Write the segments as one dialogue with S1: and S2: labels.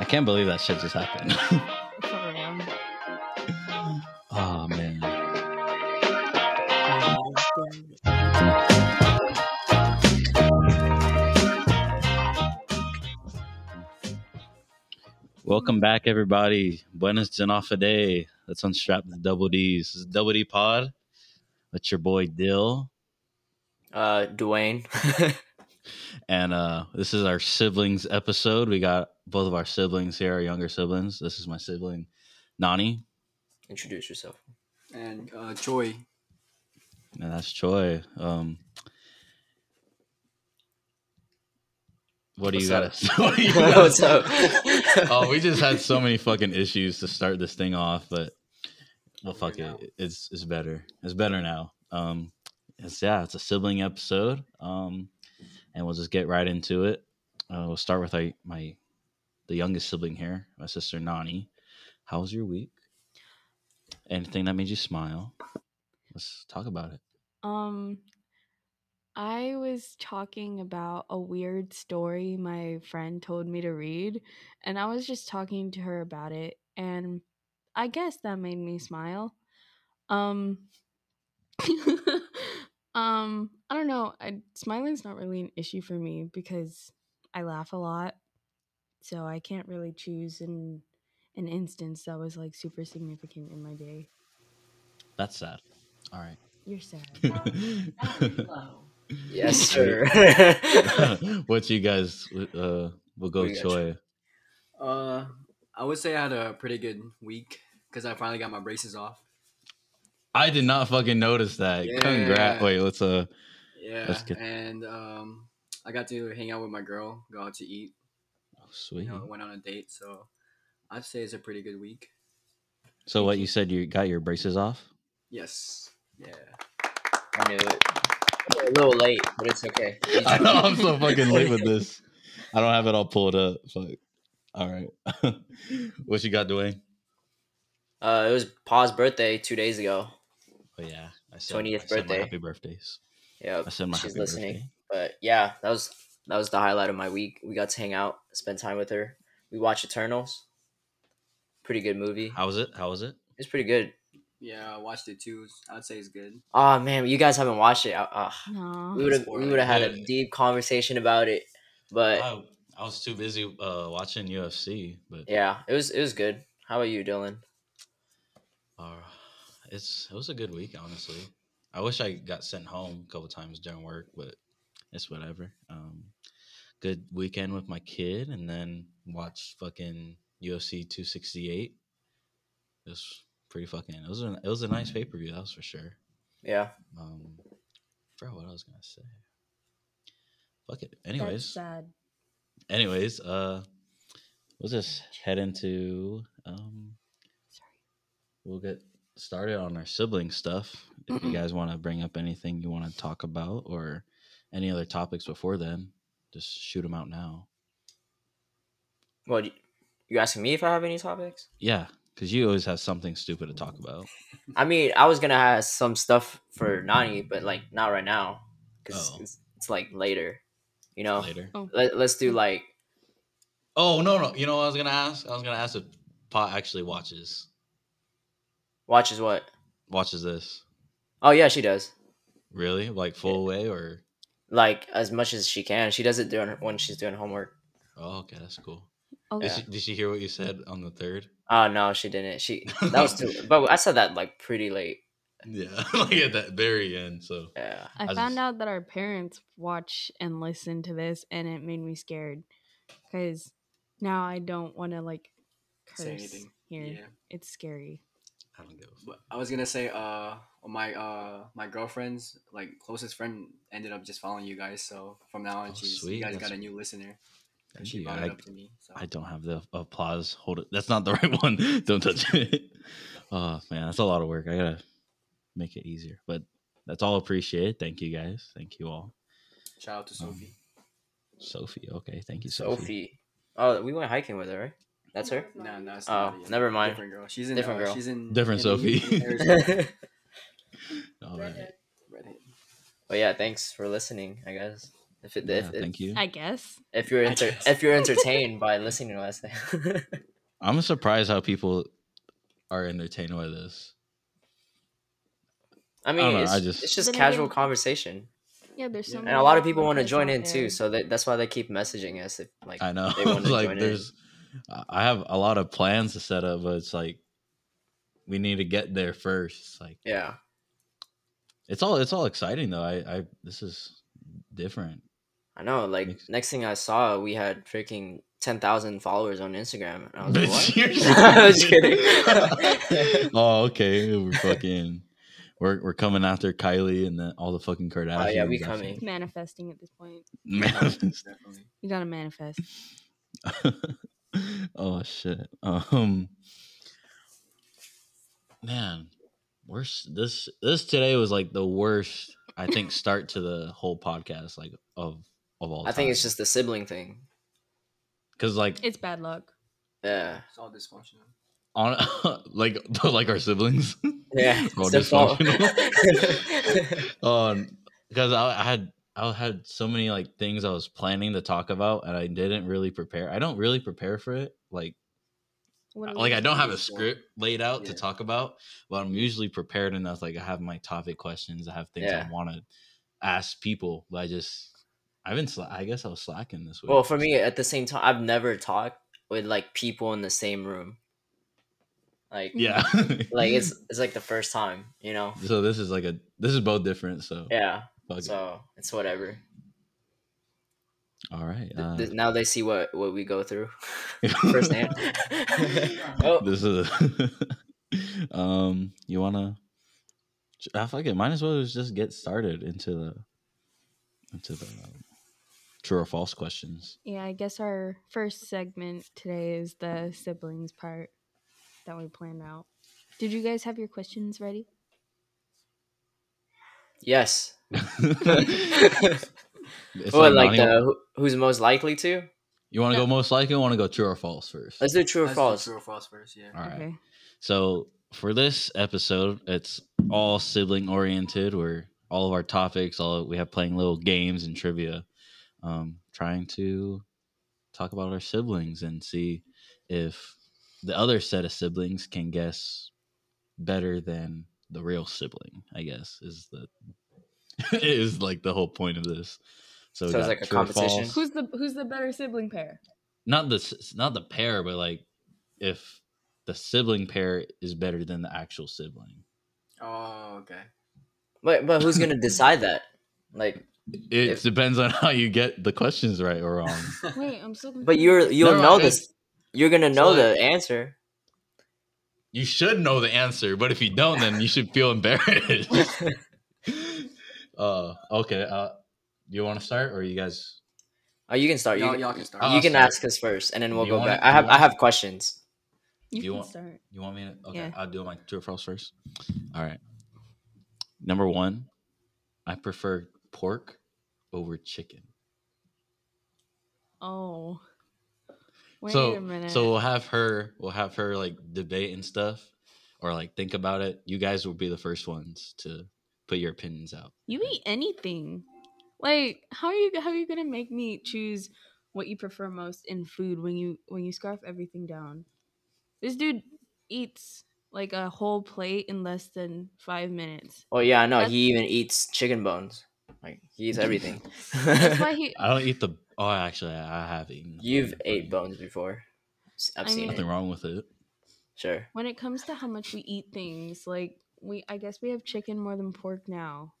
S1: can't believe that shit just happened.
S2: For real.
S1: oh man. Welcome back, everybody. Buenos Genofa Day. Let's unstrap the double D's. This is Double D Pod. That's your boy Dill.
S3: Uh, Dwayne.
S1: And uh, this is our siblings episode. We got both of our siblings here, our younger siblings. This is my sibling, Nani.
S3: Introduce yourself.
S4: and uh, Joy.
S1: And that's Choi. Um, what do you got?
S3: What's
S1: What do you got?
S3: What's up?
S1: oh, we just had so many fucking issues to start this thing off, but well, fuck it. It's it's better. It's better now. Um, it's yeah, it's a sibling episode. Um, and we'll just get right into it. Uh, we'll start with my, my the youngest sibling here, my sister Nani. How was your week? Anything that made you smile? Let's talk about it.
S2: Um, I was talking about a weird story my friend told me to read, and I was just talking to her about it, and I guess that made me smile. Um, um, I don't know. I, smiling's not really an issue for me because I laugh a lot, so I can't really choose in an instance that was like super significant in my day.
S1: That's sad. All right.
S2: You're sad.
S3: yes, sir.
S1: what you guys uh we'll go
S3: We got you.
S1: Choi.
S4: Uh, I would say I had a pretty good week because I finally got my braces off.
S1: I did not fucking notice that.
S4: Yeah.
S1: Congrats. Wait, let's uh
S4: Yeah,
S1: That's good.
S4: and um, I got to hang out with my girl, go out to eat,
S1: oh, sweet.
S4: you know, went on a date. So I'd say it's a pretty good week.
S1: So what you said you got your braces off?
S4: Yes. Yeah.
S3: I knew it. A little late, but it's okay.
S1: I know I'm so fucking late with this. I don't have it all pulled up. Fuck. All right. what you got, Dwayne?
S3: Uh, it was Pa's birthday two days ago.
S1: Oh yeah. I
S3: 20th
S1: I said my
S3: birthday.
S1: happy birthdays.
S3: Yeah,
S1: I said my
S3: she's
S1: happy
S3: listening.
S1: birthday.
S3: But yeah, that was that was the highlight of my week. We got to hang out, spend time with her. We watched Eternals. Pretty good movie.
S1: How was it? How was it?
S3: It's pretty good.
S4: Yeah, I watched it too. I'd say it's good.
S3: Oh man, you guys haven't watched it. Uh,
S2: No.
S3: we would have we would have had a
S1: Yeah.
S3: deep conversation about it, but
S1: I, I was too busy uh watching UFC, but
S3: Yeah, it was it was good. How about you, Dylan?
S1: Uh, it's it was a good week, honestly. I wish I got sent home a couple times during work, but it's whatever. Um, good weekend with my kid, and then watched fucking UFC 268. It was pretty fucking. It was a it was a nice pay per view, that was for sure.
S3: Yeah,
S1: Um, forgot what I was gonna say. Fuck it. Anyways,
S2: sad.
S1: anyways, uh, we'll just head into um
S2: Sorry.
S1: we'll get started on our sibling stuff. If you guys want to bring up anything you want to talk about or any other topics before then, just shoot them out now.
S3: Well, you asking me if I have any topics?
S1: Yeah, because you always have something stupid to talk about.
S3: I mean, I was gonna have some stuff for Nani, but like not right now because
S1: Oh.
S3: it's, it's like later. You know,
S1: Later.
S2: Oh.
S3: Let, let's do like
S1: Oh no no! You know what I was gonna ask? I was gonna ask if Pot actually watches
S3: watches what?
S1: watches this
S3: Oh yeah, she does
S1: really like full way or
S3: like as much as she can. She does it during when she's doing homework.
S1: oh okay that's cool.
S2: Oh,
S1: Did, she, did she hear what you said on the third?
S3: Oh no, she didn't. She that was too. but I said that like pretty late.
S1: Yeah, like at that very end. So
S3: Yeah.
S2: I,
S1: I
S2: found
S1: just-
S2: out that our parents watch and listen to this, and it made me scared because now I don't want to like curse
S4: Say anything.
S2: here.
S4: Yeah.
S2: It's scary.
S1: I don't give a fuck.
S4: But I was gonna say, uh, my uh, my girlfriend's like closest friend ended up just following you guys. So from now on,
S1: Oh,
S4: she's,
S1: sweet,
S4: you guys
S1: that's-
S4: got a new listener. And
S1: Thank
S4: she
S1: you.
S4: brought
S1: I-
S4: it up to me. So.
S1: I don't have the applause. Hold it. That's not the right one. Don't touch it. Oh man, that's a lot of work. I gotta make it easier. But that's all appreciated. Thank you guys. Thank you all.
S4: Shout out to
S1: Um,
S4: Sophie.
S1: Sophie. Okay. Thank you, Sophie.
S3: Sophie. Oh, we went hiking with her. right? That's her.
S4: No, no, it's
S3: Oh,
S4: not it.
S3: never mind.
S4: Different girl. She's in.
S3: Different
S4: uh,
S3: girl.
S4: She's in.
S1: Different
S4: in-
S1: Sophie.
S4: in Arizona.
S1: All right.
S4: Reddit.
S3: But yeah, thanks for listening, I guess. If it,
S1: Yeah,
S3: if,
S1: thank you.
S2: I guess.
S3: if you're
S4: I
S3: enter-
S4: guess.
S3: if you're entertained by listening to us, then-
S1: I'm surprised how people are entertained by this.
S3: I mean,
S1: know,
S3: it's,
S1: I just-
S3: it's just
S2: Then
S3: casual
S2: again-
S3: conversation,
S2: Yeah, there's so
S1: Yeah.
S2: many
S3: and a lot of people
S2: podcasts
S3: want to join
S2: out
S3: in
S2: there.
S3: too. So they, that's why they keep messaging us. If like
S1: I know.
S3: they wanna join
S1: like
S3: in.
S1: there's I- I have a lot of plans to set up, but it's like we need to get there first. It's like
S3: yeah,
S1: it's all it's all exciting though. I, I this is different.
S3: I know. Like
S1: Makes-
S3: next thing I saw, we had freaking ten thousand followers on Instagram, and I was like,
S1: Bitch,
S3: what?
S1: you're
S3: I was
S1: serious.
S3: kidding.
S1: oh, okay. We're fucking we're we're coming after Kylie and the, all the fucking Kardashians.
S3: Oh, yeah, we
S1: I
S3: coming.
S1: think.
S2: manifesting at this point.
S1: Man.
S4: Definitely.
S2: You gotta manifest.
S1: oh shit. Um man, worst this this today was like the worst I think start to the whole podcast like of of all
S3: I think it's just the sibling thing.
S1: cuz like
S2: It's bad luck.
S3: Yeah,
S4: It's all dysfunctional.
S1: on like like our siblings.
S3: yeah.
S1: Well,
S3: it's their fault.
S1: dysfunctional. um because I, I had I had so many like things I was planning to talk about and I didn't really prepare. I don't really prepare for it. Like
S2: What do we
S1: Uh, like I
S2: do?
S1: don't have a
S4: use for?
S1: script laid out to
S4: Yeah.
S1: talk about, but I'm usually prepared enough. Like I have my topic questions, I have things
S3: Yeah.
S1: I want to ask people, but I just I've been sla- I guess I was slacking this week.
S3: well, for me, at the same time, I've never talked with like people in the same room. Like
S1: yeah,
S3: like it's it's like the first time, you know.
S1: so this is like a this is both different. So
S3: Yeah,
S1: fuck it.
S3: so it's whatever.
S1: all right,
S3: Th-
S1: uh,
S3: th- now they see what what we go through firsthand. oh,
S1: this is um you wanna I fuck it. Might as well just get started into the into the um, true or false questions.
S2: Yeah, I guess our first segment today is the siblings part that we planned out. Did you guys have your questions ready?
S3: yes.
S1: It's
S3: Well, like,
S1: not even-
S3: the who, who's most likely to?
S1: You want to
S2: No.
S1: go most likely? Or want to go true or false first?
S3: Let's do true or
S4: Let's do
S3: false.
S4: True or false first, yeah.
S1: All right.
S2: Okay.
S1: So for this episode, it's all sibling oriented. Where all of our topics, all we have playing little games and trivia, um, trying to talk about our siblings and see if the other set of siblings can guess better than the real sibling. I guess is the is like the whole point of this. So, we
S3: So it's
S1: got
S3: like a
S1: true or
S3: competition?
S1: false.
S2: Who's the who's the better sibling pair?
S1: not the s- not the pair, but like if the sibling pair is better than the actual sibling.
S4: Oh, okay.
S3: But but who's gonna decide that? Like,
S1: It
S3: If-
S1: depends on how you get the questions right or wrong.
S2: Wait, I'm so confused.
S3: but you're you'll
S1: Never
S3: know
S1: mind.
S3: this. You're gonna know
S1: like-
S3: the answer.
S1: you should know the answer, but if you don't, then you should feel embarrassed. uh, okay. Uh, you want to start, or you guys?
S3: Oh, you can start. You
S4: Y'all-
S3: can,
S4: y'all can start.
S1: I'll
S3: you can
S1: start.
S3: ask us first, and then we'll
S1: You
S3: go
S1: wanna-
S3: back.
S1: you
S3: I have I
S1: wanna-
S3: have questions.
S2: you,
S1: you
S2: can
S1: want-
S2: start.
S1: You want me to? Okay,
S2: Yeah.
S1: I'll do my true or false first. All right. Number one, I prefer pork over chicken.
S2: Oh. Wait
S1: so,
S2: a minute.
S1: so uh, we'll have her, we'll have her like debate and stuff, or like think about it. You guys will be the first ones to put your opinions out.
S2: you eat anything. Like, how are you how are you gonna make me choose what you prefer most in food when you when you scarf everything down? This dude eats like a whole plate in less than five minutes.
S3: Oh yeah, I know.
S2: That's-
S3: He even eats chicken bones. Like he eats everything.
S2: That's why he
S1: I don't eat the. Oh, actually, I I have eaten. the
S3: You've
S1: bone,
S3: ate
S1: but
S3: bones before. S- I've
S2: I
S3: seen
S2: mean-
S1: Nothing
S3: it.
S1: wrong with it.
S3: Sure.
S2: when it comes to how much we eat things, like we I guess we have chicken more than pork now.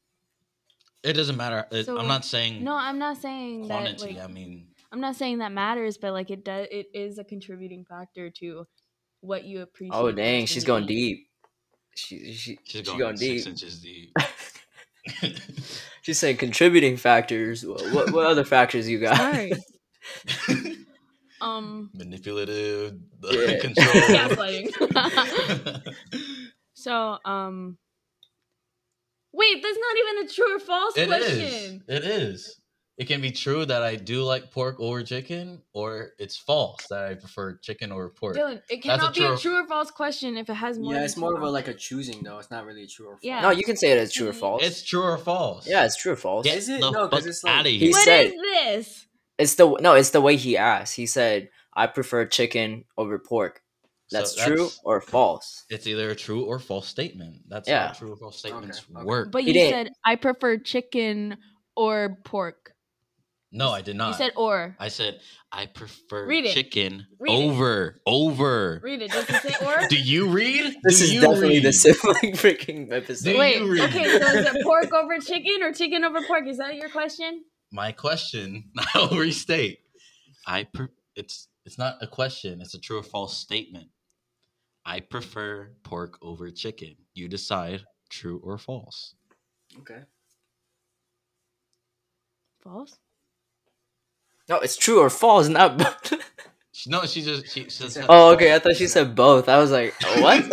S1: It doesn't matter. It,
S2: So,
S1: I'm not saying
S2: No, I'm not saying that
S1: Hmm. quantity.
S2: like
S1: I mean,
S2: I'm not saying that matters, but like it does it is a contributing factor to what you appreciate.
S3: Oh
S2: most
S3: dang,
S2: when
S3: she's
S2: you
S3: going
S2: eat.
S3: deep. She she
S1: she's
S3: she
S1: going,
S3: going
S1: six
S3: deep.
S1: inches deep.
S3: She's saying contributing factors. What what, what other factors you got?
S2: Sorry. um
S1: Manipulative,
S3: Yeah.
S1: control.
S2: Gaslighting. so um wait, that's not even a true or false
S1: It is.
S2: question.
S1: It is. it can be true that I do like pork over chicken, or it's false that I prefer chicken over pork.
S2: Dylan, it cannot be a
S1: true-
S2: true or false question if it has more.
S4: yeah,
S2: than
S4: it's more
S2: two
S4: of a
S2: options.
S4: like a choosing though. It's not really a true or false.
S2: Yeah.
S3: No, you can say it as true or false.
S1: It's true or false.
S3: yeah, it's true or false.
S1: Get
S4: Is it?
S1: the
S4: No, 'cause
S1: fuck
S4: it's like-
S1: outta here.
S3: He
S2: What
S3: said-
S2: is this?
S3: It's the no, it's the way he asked. He said, "I prefer chicken over pork."
S1: So
S3: That's true
S1: that's-
S3: or false.
S1: It's either a true or false statement. That's
S3: Yeah.
S1: how true or false statements
S4: okay.
S1: work.
S2: But
S3: He
S2: you
S3: didn't.
S2: said I prefer chicken or pork.
S1: no, I did not.
S2: You said or.
S1: Uh, I said I prefer
S2: Read it.
S1: chicken
S2: Read it.
S1: over over.
S2: Read it. Does it say or?
S1: Do you read?
S3: This
S1: Do
S3: is
S1: you
S3: definitely the
S1: read?
S3: sibling freaking
S1: Do
S3: episode.
S2: Wait.
S1: you read?
S2: Okay. So is it pork over chicken or chicken over pork? Is that your question?
S1: My question. I'll restate. I pre- it's it's not a question. It's a true or false statement. I prefer pork over chicken. You decide true or false.
S4: Okay.
S2: False.
S3: No, it's true or false, not both.
S1: She, no, she just she says.
S4: said-
S3: Oh, okay. I thought she said both. I was like, what?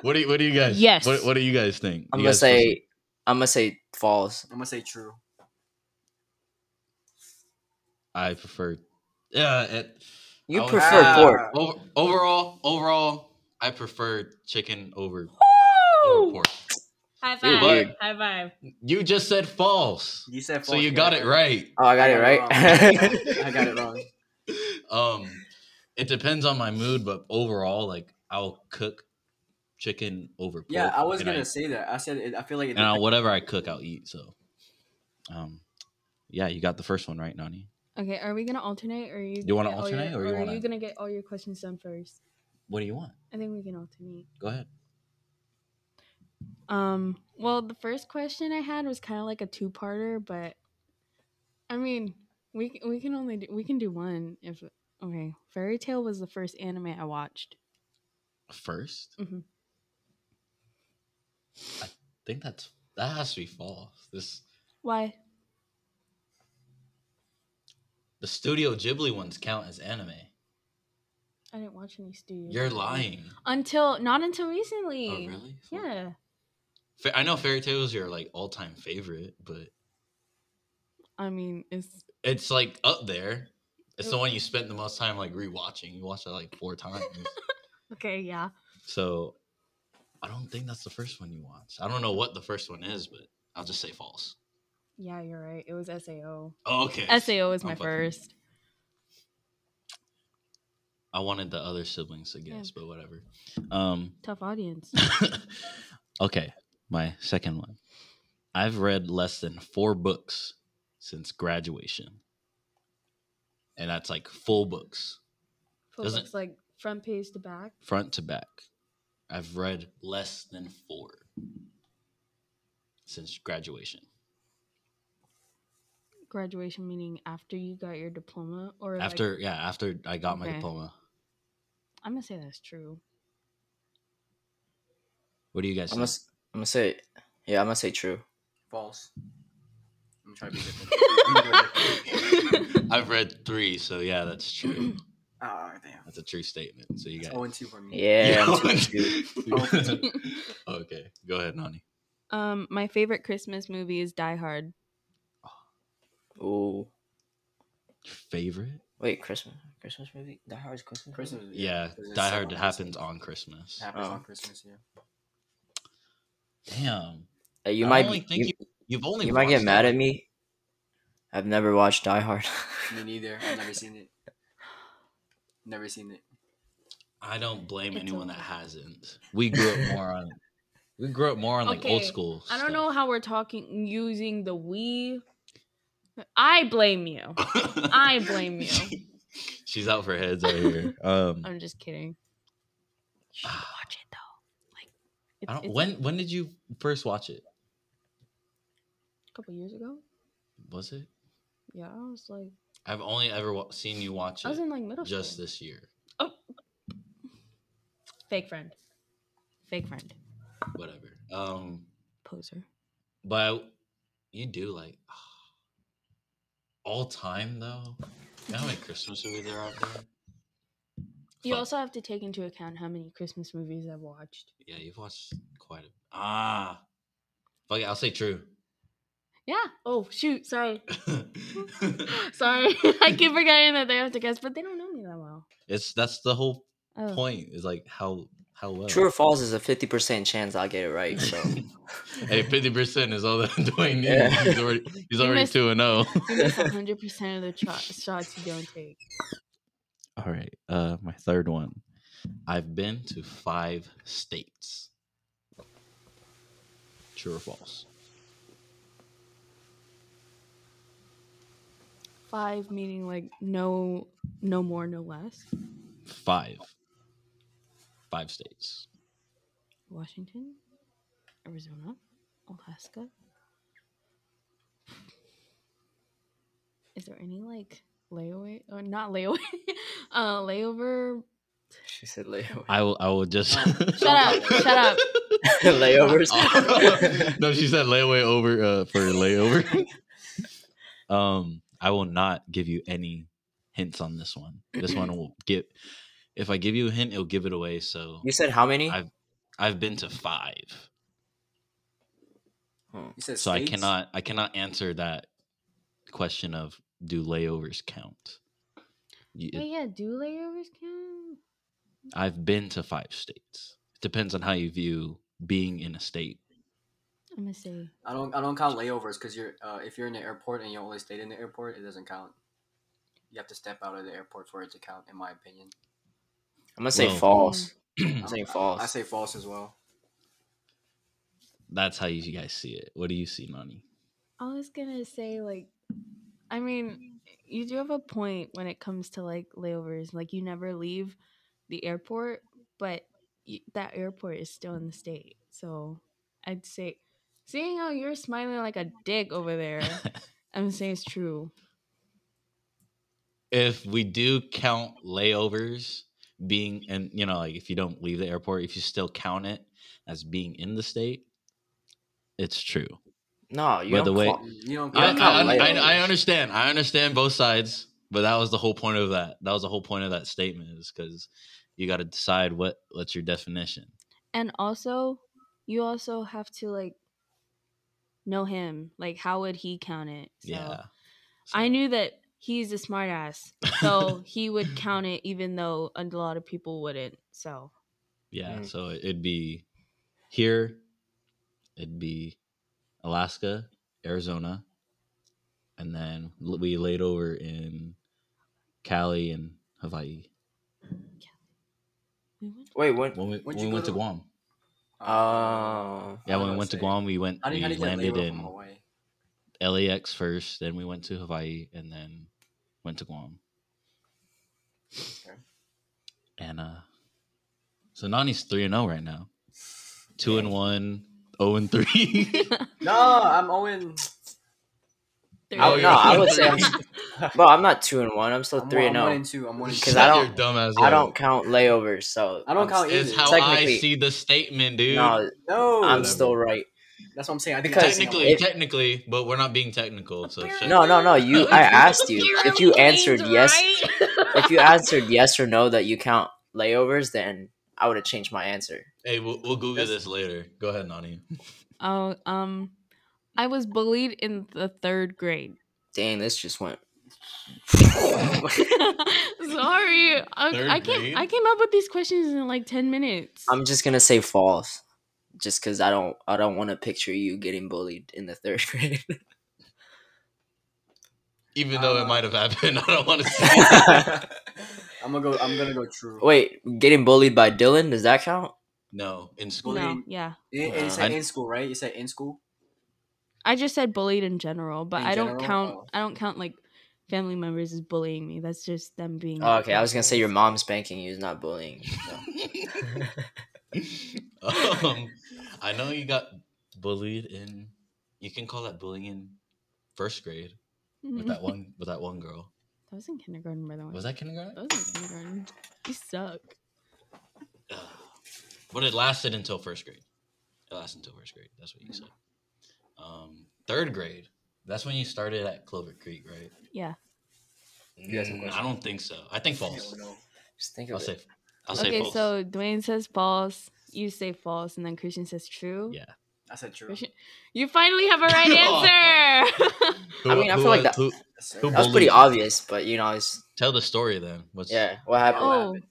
S1: What do you, what do you guys?
S2: Yes.
S1: What, what do you guys think?
S3: I'm
S1: You
S3: gonna
S1: guys feel-
S3: say, I'm gonna say false.
S4: I'm gonna say true.
S1: I prefer. Yeah. It,
S3: You
S1: I would-
S3: prefer
S4: Ah.
S3: pork.
S1: over, overall, overall, I prefer chicken over, over
S2: Woo!
S1: pork.
S2: High
S3: You're
S2: five.
S1: weird.
S2: High five.
S1: You just said false,
S4: You said false.
S1: so you
S4: yeah.
S1: got it right.
S3: Oh, I got it right.
S4: wrong. I got it wrong.
S1: um it depends on my mood but overall like i'll cook chicken over pork
S4: Yeah, I was
S1: and
S4: gonna
S1: I,
S4: say that. I said it, I feel like it
S1: and I, whatever i cook i'll eat so um yeah you got the first one right nani
S2: Okay. Are we gonna alternate, or you?
S1: You wanna
S2: get all your-
S1: alternate, or you wanna-
S2: are you gonna get all your questions done first?
S1: what do you want
S2: I think we can alternate.
S1: go ahead
S2: Um. Well, the first question I had was kind of like a two-parter, but I mean, we c- we can only do, we can do one if okay. Fairy Tale was the first anime I watched.
S1: 1st
S2: Mhm.
S1: i think that's that has to be false this
S2: Why?
S1: the studio ghibli ones count as anime
S2: I didn't watch any studio.
S1: you're
S2: Ghibli.
S1: lying
S2: Until not until recently.
S1: oh really
S2: Yeah.
S1: Fa- i know fairy tales your like all-time favorite but
S2: I mean, it's
S1: It's like up there. It's the
S2: It-
S1: one you spent the most time like rewatching. You watched it like four times.
S2: okay. Yeah.
S1: so I don't think that's the first one you watched. I don't know what the first one is, but I'll just say false.
S2: Yeah, you're right. It was Sao.
S1: Oh, okay.
S2: Sao was
S1: I'm
S2: my
S1: fucking-
S2: first.
S1: I wanted the other siblings to guess, but whatever. Um
S2: Tough audience.
S1: Okay, my second one. I've read less than 4 books since graduation. And that's like full books.
S2: Full
S1: Doesn't-
S2: books, like front page to back.
S1: front to back. I've read less than four since graduation.
S2: Graduation meaning after you got your diploma, or like-
S1: After yeah, after I got my
S2: Okay.
S1: diploma.
S2: I'm gonna say that's true.
S1: What do you guys think?
S3: I'm gonna, s- I'm gonna say, yeah, I'm gonna say true.
S4: false. I'm trying to be different. I'm gonna go different.
S1: I've read three, so yeah, that's true.
S4: Ah, damn.
S1: That's a true statement. So you
S4: It's
S1: got
S4: 0 and 2 for me.
S3: Yeah,
S1: You
S3: I'm saying
S1: got-
S3: true.
S1: okay, go ahead, Nani.
S2: um, my favorite Christmas movie is Die Hard.
S3: Ooh,
S1: Your favorite?
S3: wait, Christmas, Christmas movie, The Hardest Christmas,
S4: Christmas.
S1: Yeah,
S4: 'cause it's
S1: Die
S4: set
S1: Hard
S4: on
S1: happens
S4: Christmas.
S1: on Christmas.
S4: Happens
S3: Oh.
S4: on Christmas. Yeah.
S1: Damn,
S3: Uh, you
S1: I
S3: might,
S1: only
S3: be-
S1: think
S3: you,
S1: you've only
S3: you might
S1: watched
S3: get mad
S1: it.
S3: at me. I've never watched Die Hard.
S4: Me neither. I've never seen it. Never seen it.
S1: I don't blame
S2: It's
S1: anyone that
S2: okay.
S1: hasn't. We grew up more on. We grew up more on like old
S2: Okay,
S1: school.
S2: I don't know how we're talking using the we. I blame you. I blame you. Oh,
S1: She's out for heads out here. Um,
S2: I'm just kidding. You should watch it though. Like, it's,
S1: I don't,
S2: it's
S1: when when did you first watch it?
S2: a couple years ago.
S1: Was it?
S2: Yeah, I was like,
S1: I've only ever wa- seen you watch
S2: I was in
S1: it
S2: like middle school.
S1: just this year.
S2: Fake friend. Fake friend.
S1: Whatever. Um,
S2: Poser.
S1: but I- you do like all time though. You know how many Christmas movies there are out there?
S2: You
S1: Fuck.
S2: also have to take into account how many Christmas movies I've watched.
S1: yeah, you've watched quite a ah. Fuck it, I'll say true.
S2: Yeah. Oh shoot. Sorry. Sorry, I keep forgetting that they have to guess, but they don't know me that well.
S1: it's that's the whole
S2: Oh.
S1: point. Is like how how well.
S3: True or false is a fifty percent chance I'll get it right. So
S1: hey, fifty percent is all that Dwayne needs.
S3: Yeah.
S1: He's already he's
S2: You
S1: already
S2: missed-
S1: two and oh. zero.
S2: You miss 100% of the tro- shots you don't take.
S1: All right, uh, my third one. I've been to five states. True or false?
S2: Five meaning like no, no more, no less.
S1: Five. Five states.
S2: Washington, Arizona, Alaska. Is there any like layaway or not layaway? uh, layover.
S3: she said layover.
S1: I will. I will just
S2: Shut up! Shut up!
S3: layovers.
S1: no, she said layaway over uh, for layover. um, I will not give you any hints on this one. This one will get. If I give you a hint, it'll give it away. So
S3: you said how many?
S1: I've- I've been to five,
S3: Hmm.
S4: You said
S1: so I
S4: states?
S1: cannot. I cannot answer that question of do layovers count. You- it-
S2: Wait, yeah, do layovers count?
S1: I've been to five states. Depends on how you view being in a state.
S2: I'm gonna say
S4: I don't. I don't count layovers because you're. Uh, if you're in the airport and you only stayed in the airport, it doesn't count. You have to step out of the airport for it to count, in my opinion.
S3: I'm gonna say
S1: Well-
S3: false.
S4: I'm-
S3: saying
S4: I- I
S3: false.
S4: say false as well.
S1: That's how you guys see it. What do you see, Nani?
S2: I was gonna say like, I mean, you do have a point when it comes to like layovers. Like you never leave the airport, but y- that airport is still in the state. So I'd say, seeing how you're smiling like a dick over there, I'm gonna say it's true.
S1: if we do count layovers being and you know like if you don't leave the airport if you still count it as being in the state it's true
S3: No, you
S1: By
S3: don't
S1: the way-
S3: call-
S4: You don't.
S1: I,
S3: don't count
S1: I, I,
S3: layovers.
S1: I understand i understand both sides but that was the whole point of that that was the whole point of that statement is because you got to decide what what's your definition
S2: And also, you also have to like know him. Like, how would he count it? So
S1: yeah
S2: I knew that he's a smartass, so he would count it, even though a lot of people wouldn't. So.
S1: yeah
S3: Mm.
S1: so it'd be here it'd be alaska arizona and then l- we laid over in cali and hawaii
S2: We went-
S3: Wait, when?
S1: when we,
S4: When'd
S1: when
S4: you
S1: we
S4: go
S1: went to
S4: to-
S1: guam
S3: Oh,
S1: yeah
S4: I
S1: when
S4: was
S1: we
S4: gonna
S1: went to
S4: say,
S1: guam we went
S4: How do
S1: we
S4: you, how do you get
S1: landed
S4: layover from
S1: in
S4: Hawaii?
S1: lax first then we went to hawaii and then went to guam
S4: Okay.
S1: and uh so nani's 3 and 0 right now 2 and 1 0 and 3
S4: No, I'm Owen.
S3: I
S1: Oh,
S3: would, Oh, no, I would say, I'm, bro, I'm not two and one. I'm still
S4: I'm,
S3: three
S4: I'm
S3: and
S4: one and
S3: zero.
S4: two. I'm one and
S3: Because
S4: two.
S3: I
S1: Shut your
S3: don't-
S1: dumb ass
S3: I
S1: up.
S3: don't count layovers, so
S4: I don't
S3: I'm
S4: count either.
S1: It's how I
S3: Technically-
S1: see the statement, dude.
S3: No,
S4: no,
S3: I'm still right.
S4: That's what I'm saying. I think
S3: Because-
S4: that's
S1: technically,
S3: if-
S1: technically, but we're not being technical. So shut
S3: No, no, no. You, I asked you if you answered yes. If you answered yes or no that you count layovers, then I would have changed my answer.
S1: Hey, we'll, we'll Google this later. Go ahead, Nani.
S2: oh, um, I was bullied in the third grade.
S3: Dang, this just went.
S2: Sorry, I,
S1: Third
S2: I came.
S1: grade?
S2: I came up with these questions in like ten minutes.
S3: I'm just gonna say false, just because I don't, I don't want to picture you getting bullied in the third grade.
S1: Even though it
S4: Uh,
S1: might have happened, I don't want to see. it.
S4: I'm gonna go. I'm gonna go true.
S3: Wait, getting bullied by Dylan? Does that count?
S1: No, in school.
S2: no,
S4: bullied.
S2: yeah,
S4: You, you
S3: Uh,
S4: said
S1: I-
S4: in school, right? You said in school.
S2: I just said bullied in general, but
S4: In
S2: I don't
S4: general?
S2: count.
S4: Oh.
S2: I don't count like family members as bullying me. That's just them being.
S3: Oh, okay, I was gonna say your
S2: assholes.
S3: mom spanking you is not bullying.
S1: um, I know you got bullied in. You can call that bullying in first grade with that one with that one girl.
S2: That was in kindergarten, by the way.
S1: Mm-hmm. Was that kindergarten?
S2: That was in kindergarten. You suck.
S1: Ugh. but it lasted until first grade. It lasted until first grade. That's what you said. Um, third grade. That's when you started at Clover Creek, right?
S2: Yeah.
S4: You got some
S1: Mm, I
S4: questions?
S1: don't think so. I think false.
S4: I don't know.
S3: Just think
S1: I'll
S3: of
S1: say.
S3: it.
S1: I'll say
S2: okay,
S1: false.
S2: so Dwayne says false. You say false, and then Christian says true.
S1: Yeah.
S4: I said true.
S2: Christian, you finally have a right
S1: Oh.
S2: answer.
S1: Who-
S3: I mean, I
S1: who
S3: feel
S1: was-
S3: like that-
S1: who- Who
S3: That was
S1: bullied
S3: pretty
S1: you?
S3: obvious, but you know, it's,
S1: Tell the story then. What's
S3: yeah. What happened?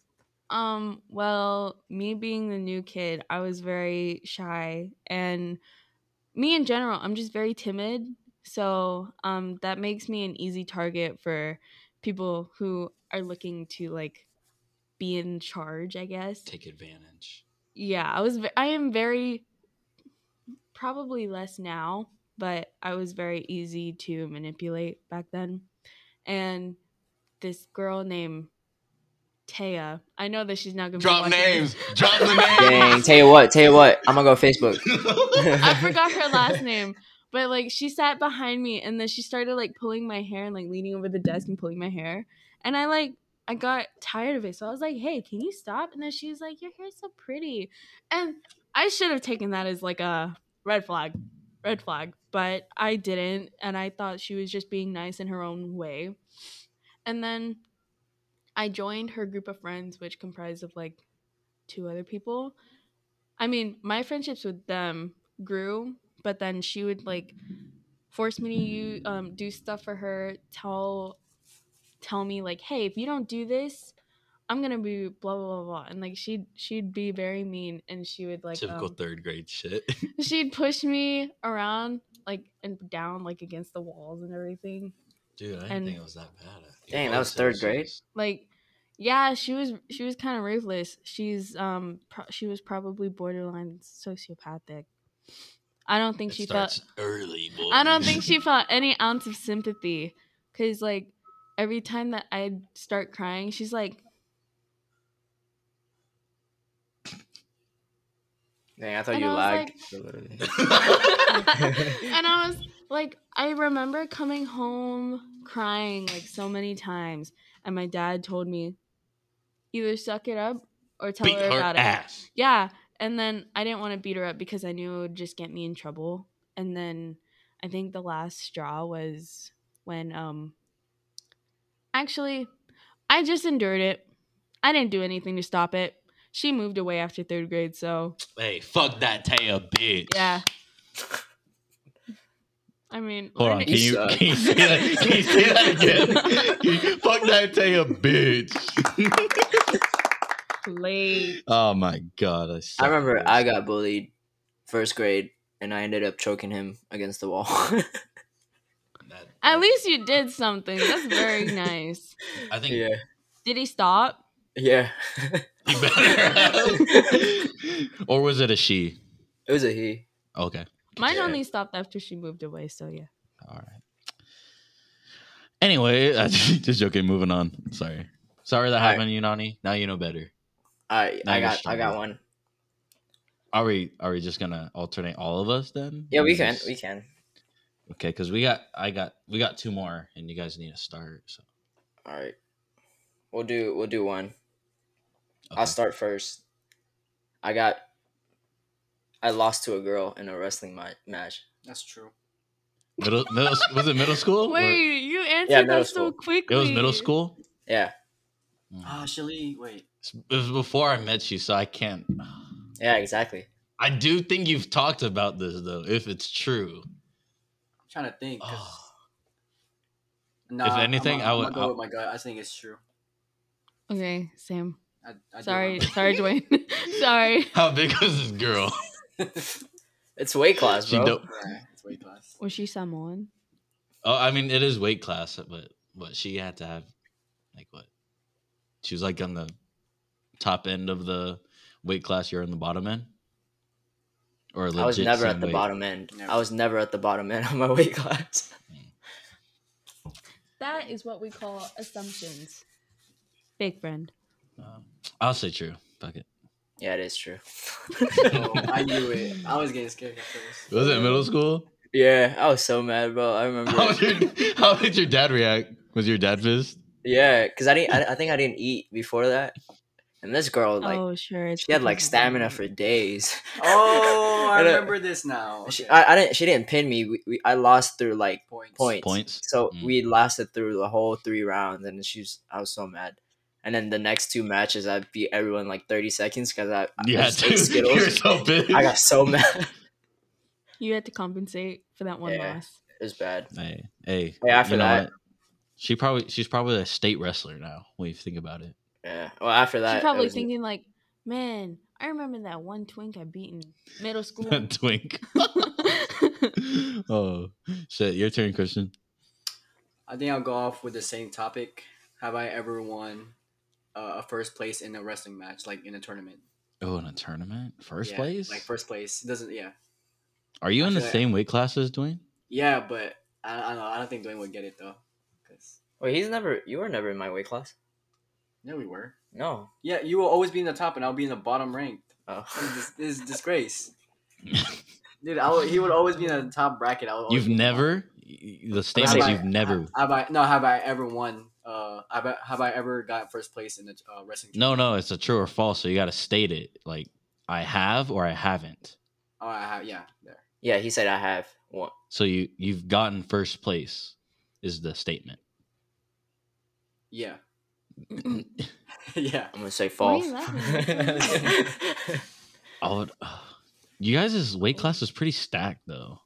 S2: Oh, um, well, me being the new kid, I was very shy and me in general, I'm just very timid. So, um that makes me an easy target for people who are looking to like be in charge, I guess.
S1: Take advantage.
S2: Yeah, I was ve- I am very probably less now, but I was very easy to manipulate back then. And this girl named Taya, I know that she's not going to
S1: Drop names. Drop the
S3: Dang.
S1: names.
S3: Tell you what. Tell you what. I'm gonna go Facebook.
S2: I forgot her last name. But like she sat behind me and then she started like pulling my hair and like leaning over the desk and pulling my hair. And I like I got tired of it. So I was like, "Hey, can you stop?" And then she was like, "Your hair's so pretty." And I should have taken that as like a red flag. Red flag, but I didn't and I thought she was just being nice in her own way. And then I joined her group of friends which comprised of like two other people. I mean, my friendships with them grew, but then she would like force me to you um, do stuff for her. Tell tell me like, hey, if you don't do this, I'm gonna be blah blah blah blah. And like she she'd be very mean, and she would like
S1: Typical
S2: um,
S1: third grade shit.
S2: she'd push me around like and down like against the walls and everything.
S1: Dude, I didn't
S2: And-
S1: think it was that bad. I think
S3: Dang,
S1: it
S3: that was third
S1: serious.
S3: grade?
S2: Like yeah, she was she was kind of ruthless. She's um pro- she was probably borderline sociopathic. I don't think
S1: It
S2: she felt
S1: starts early, boy.
S2: I don't think she felt any ounce of sympathy because, like, every time that I'd start crying, she's like,
S3: Dang. I thought
S2: And
S3: you
S2: I was
S3: lagged.
S2: and I was like, I remember coming home crying like so many times, and my dad told me, either suck it up or tell
S1: Beat
S2: her
S1: her
S2: about it.
S1: ass.
S2: Yeah. And then I didn't want to beat her up because I knew it would just get me in trouble. And then I think the last straw was when um actually I just endured it. I didn't do anything to stop it. She moved away after third grade, so
S1: Hey, fuck that Taya bitch.
S2: yeah. I mean,
S1: Hold on,
S2: learning-
S1: can you,
S3: suck.
S1: can you say that? Can you say that again? You- Fuck that Taya bitch.
S2: late.
S1: oh my god, I. suck
S3: I
S1: at
S3: remember
S1: this.
S3: I got bullied first grade, and I ended up choking him against the wall.
S1: That-
S2: At least you did something. That's very nice.
S1: I think
S3: yeah.
S2: Did he stop?
S3: Yeah.
S1: you better. have. or was it a she?
S3: It was a he.
S1: Okay,
S2: Mine
S3: Yeah.
S2: only stopped after she moved away, so yeah.
S1: all right. Anyway, I- just joking. Moving on. Sorry, sorry that
S3: All right.
S1: happened, Unani. Now you know better.
S3: I
S1: Now
S3: I
S1: you're
S3: got I got
S1: stronger.
S3: one.
S1: Are we are we just gonna alternate all of us then?
S3: Yeah, we
S1: Or
S3: can
S1: just-
S3: we can.
S1: Okay, because we got I got we got two more, and you guys need to start. So
S3: All right. We'll do we'll do one.
S1: okay.
S3: I'll start first. I got. I lost to a girl in a wrestling ma- match.
S4: That's true.
S1: Middle, middle was it middle school? or-
S2: Wait, you answered
S3: middle
S2: that
S3: school.
S2: so quickly.
S1: it was middle school.
S3: Yeah,
S4: Ah,
S1: Mm.
S4: Shelly, wait.
S1: It was before I met you, so I can't.
S3: yeah, exactly.
S1: I do think you've talked about this though, if it's true.
S4: I'm trying to think. 'cause-
S1: Oh,
S4: Nah,
S1: anything,
S4: I'm,
S1: I
S4: I'm
S1: would-
S4: gonna go
S1: I'll-
S4: with my gut. I think it's true.
S2: Okay, Sam.
S4: I, I do
S2: Sorry,
S4: remember.
S2: sorry, Dwayne. sorry.
S1: how big was this girl?
S3: It's weight class,
S1: She
S3: bro.
S1: dope.
S4: Right, it's weight class.
S2: Was she Samoan?
S1: Oh, I mean, it is weight class, but what she had to have, like what? She was like on the top end of the weight class. You're on the bottom end, or legit
S3: I was never
S1: same
S3: at the
S1: weight?
S3: bottom end.
S4: Never.
S3: I was never at the bottom end of my weight class.
S2: That is what we call assumptions. Fake friend.
S1: Um, I'll say true. Fuck it.
S3: Yeah, it is true.
S4: Oh, I knew it. I was getting scared at first.
S1: Was it middle school?
S3: yeah, I was so mad, bro. I remember.
S1: How, was your, how did your dad react? Was your dad pissed?
S3: Yeah, because I didn't. I, I think I didn't eat before that. And this girl, like,
S2: oh, sure. It's
S3: she had like
S2: because of
S3: stamina
S2: that.
S3: for days.
S4: Oh, I
S3: And, uh,
S4: remember this now.
S3: She,
S4: Okay.
S3: I, I didn't. She didn't pin me. We, we, I lost through like
S4: Points.
S3: points.
S1: Points.
S3: So
S1: Mm.
S3: we lasted through the whole three rounds, and she was. I was so mad. And then the next two matches, I beat everyone in, like thirty seconds because I, I
S1: You had
S3: just ate
S1: to. You were
S3: Skittles.
S1: so pissed.
S3: I got so mad.
S2: You had to compensate for that one
S3: Yeah.
S2: loss.
S3: It was bad.
S1: Hey, hey.
S3: Hey, after
S1: you know
S3: that,
S1: what? She probably she's probably a state wrestler now. When you think about it,
S3: Yeah. Well, after that,
S2: She's
S3: it
S2: probably
S3: was-
S2: thinking like, man, I remember that one twink I beat in middle school.
S1: twink. oh shit! Your turn, Christian.
S4: I think I'll go off with the same topic. Have I ever won uh, a first place in a wrestling match, like in a tournament?
S1: Oh, in a tournament, first
S4: Yeah,
S1: place.
S4: Like first place. It doesn't yeah.
S1: Are you in the
S4: Actually, I-
S1: same weight class as Dwayne?
S4: Yeah, but I, I don't know. I don't think Dwayne would get it though. Cause
S3: Wait, he's never. You were never in my weight class.
S4: yeah, we were.
S3: No.
S4: Yeah, you will always be in the top, and I'll be in the bottom ranked.
S3: Oh.
S4: This is, this is disgrace, dude. I would, he would always be in the top bracket. I would
S3: Oh,
S1: You've
S4: always be in the bottom.
S1: never. The standards
S4: I-
S1: you've never.
S4: Have I no? Have I ever won? Uh, have I, have I ever got first place in the uh, wrestling?
S1: No, no, it's a true or false. So you got to state it. Like I have or I haven't.
S4: Oh, I have. Yeah, there.
S3: Yeah, he said I have one.
S1: So you you've gotten first place is the statement.
S4: Yeah, yeah.
S3: I'm gonna say
S2: Why are
S3: false.
S2: you laughing?
S1: I would. Oh, you guys' weight
S4: Oh.
S1: class is pretty stacked though.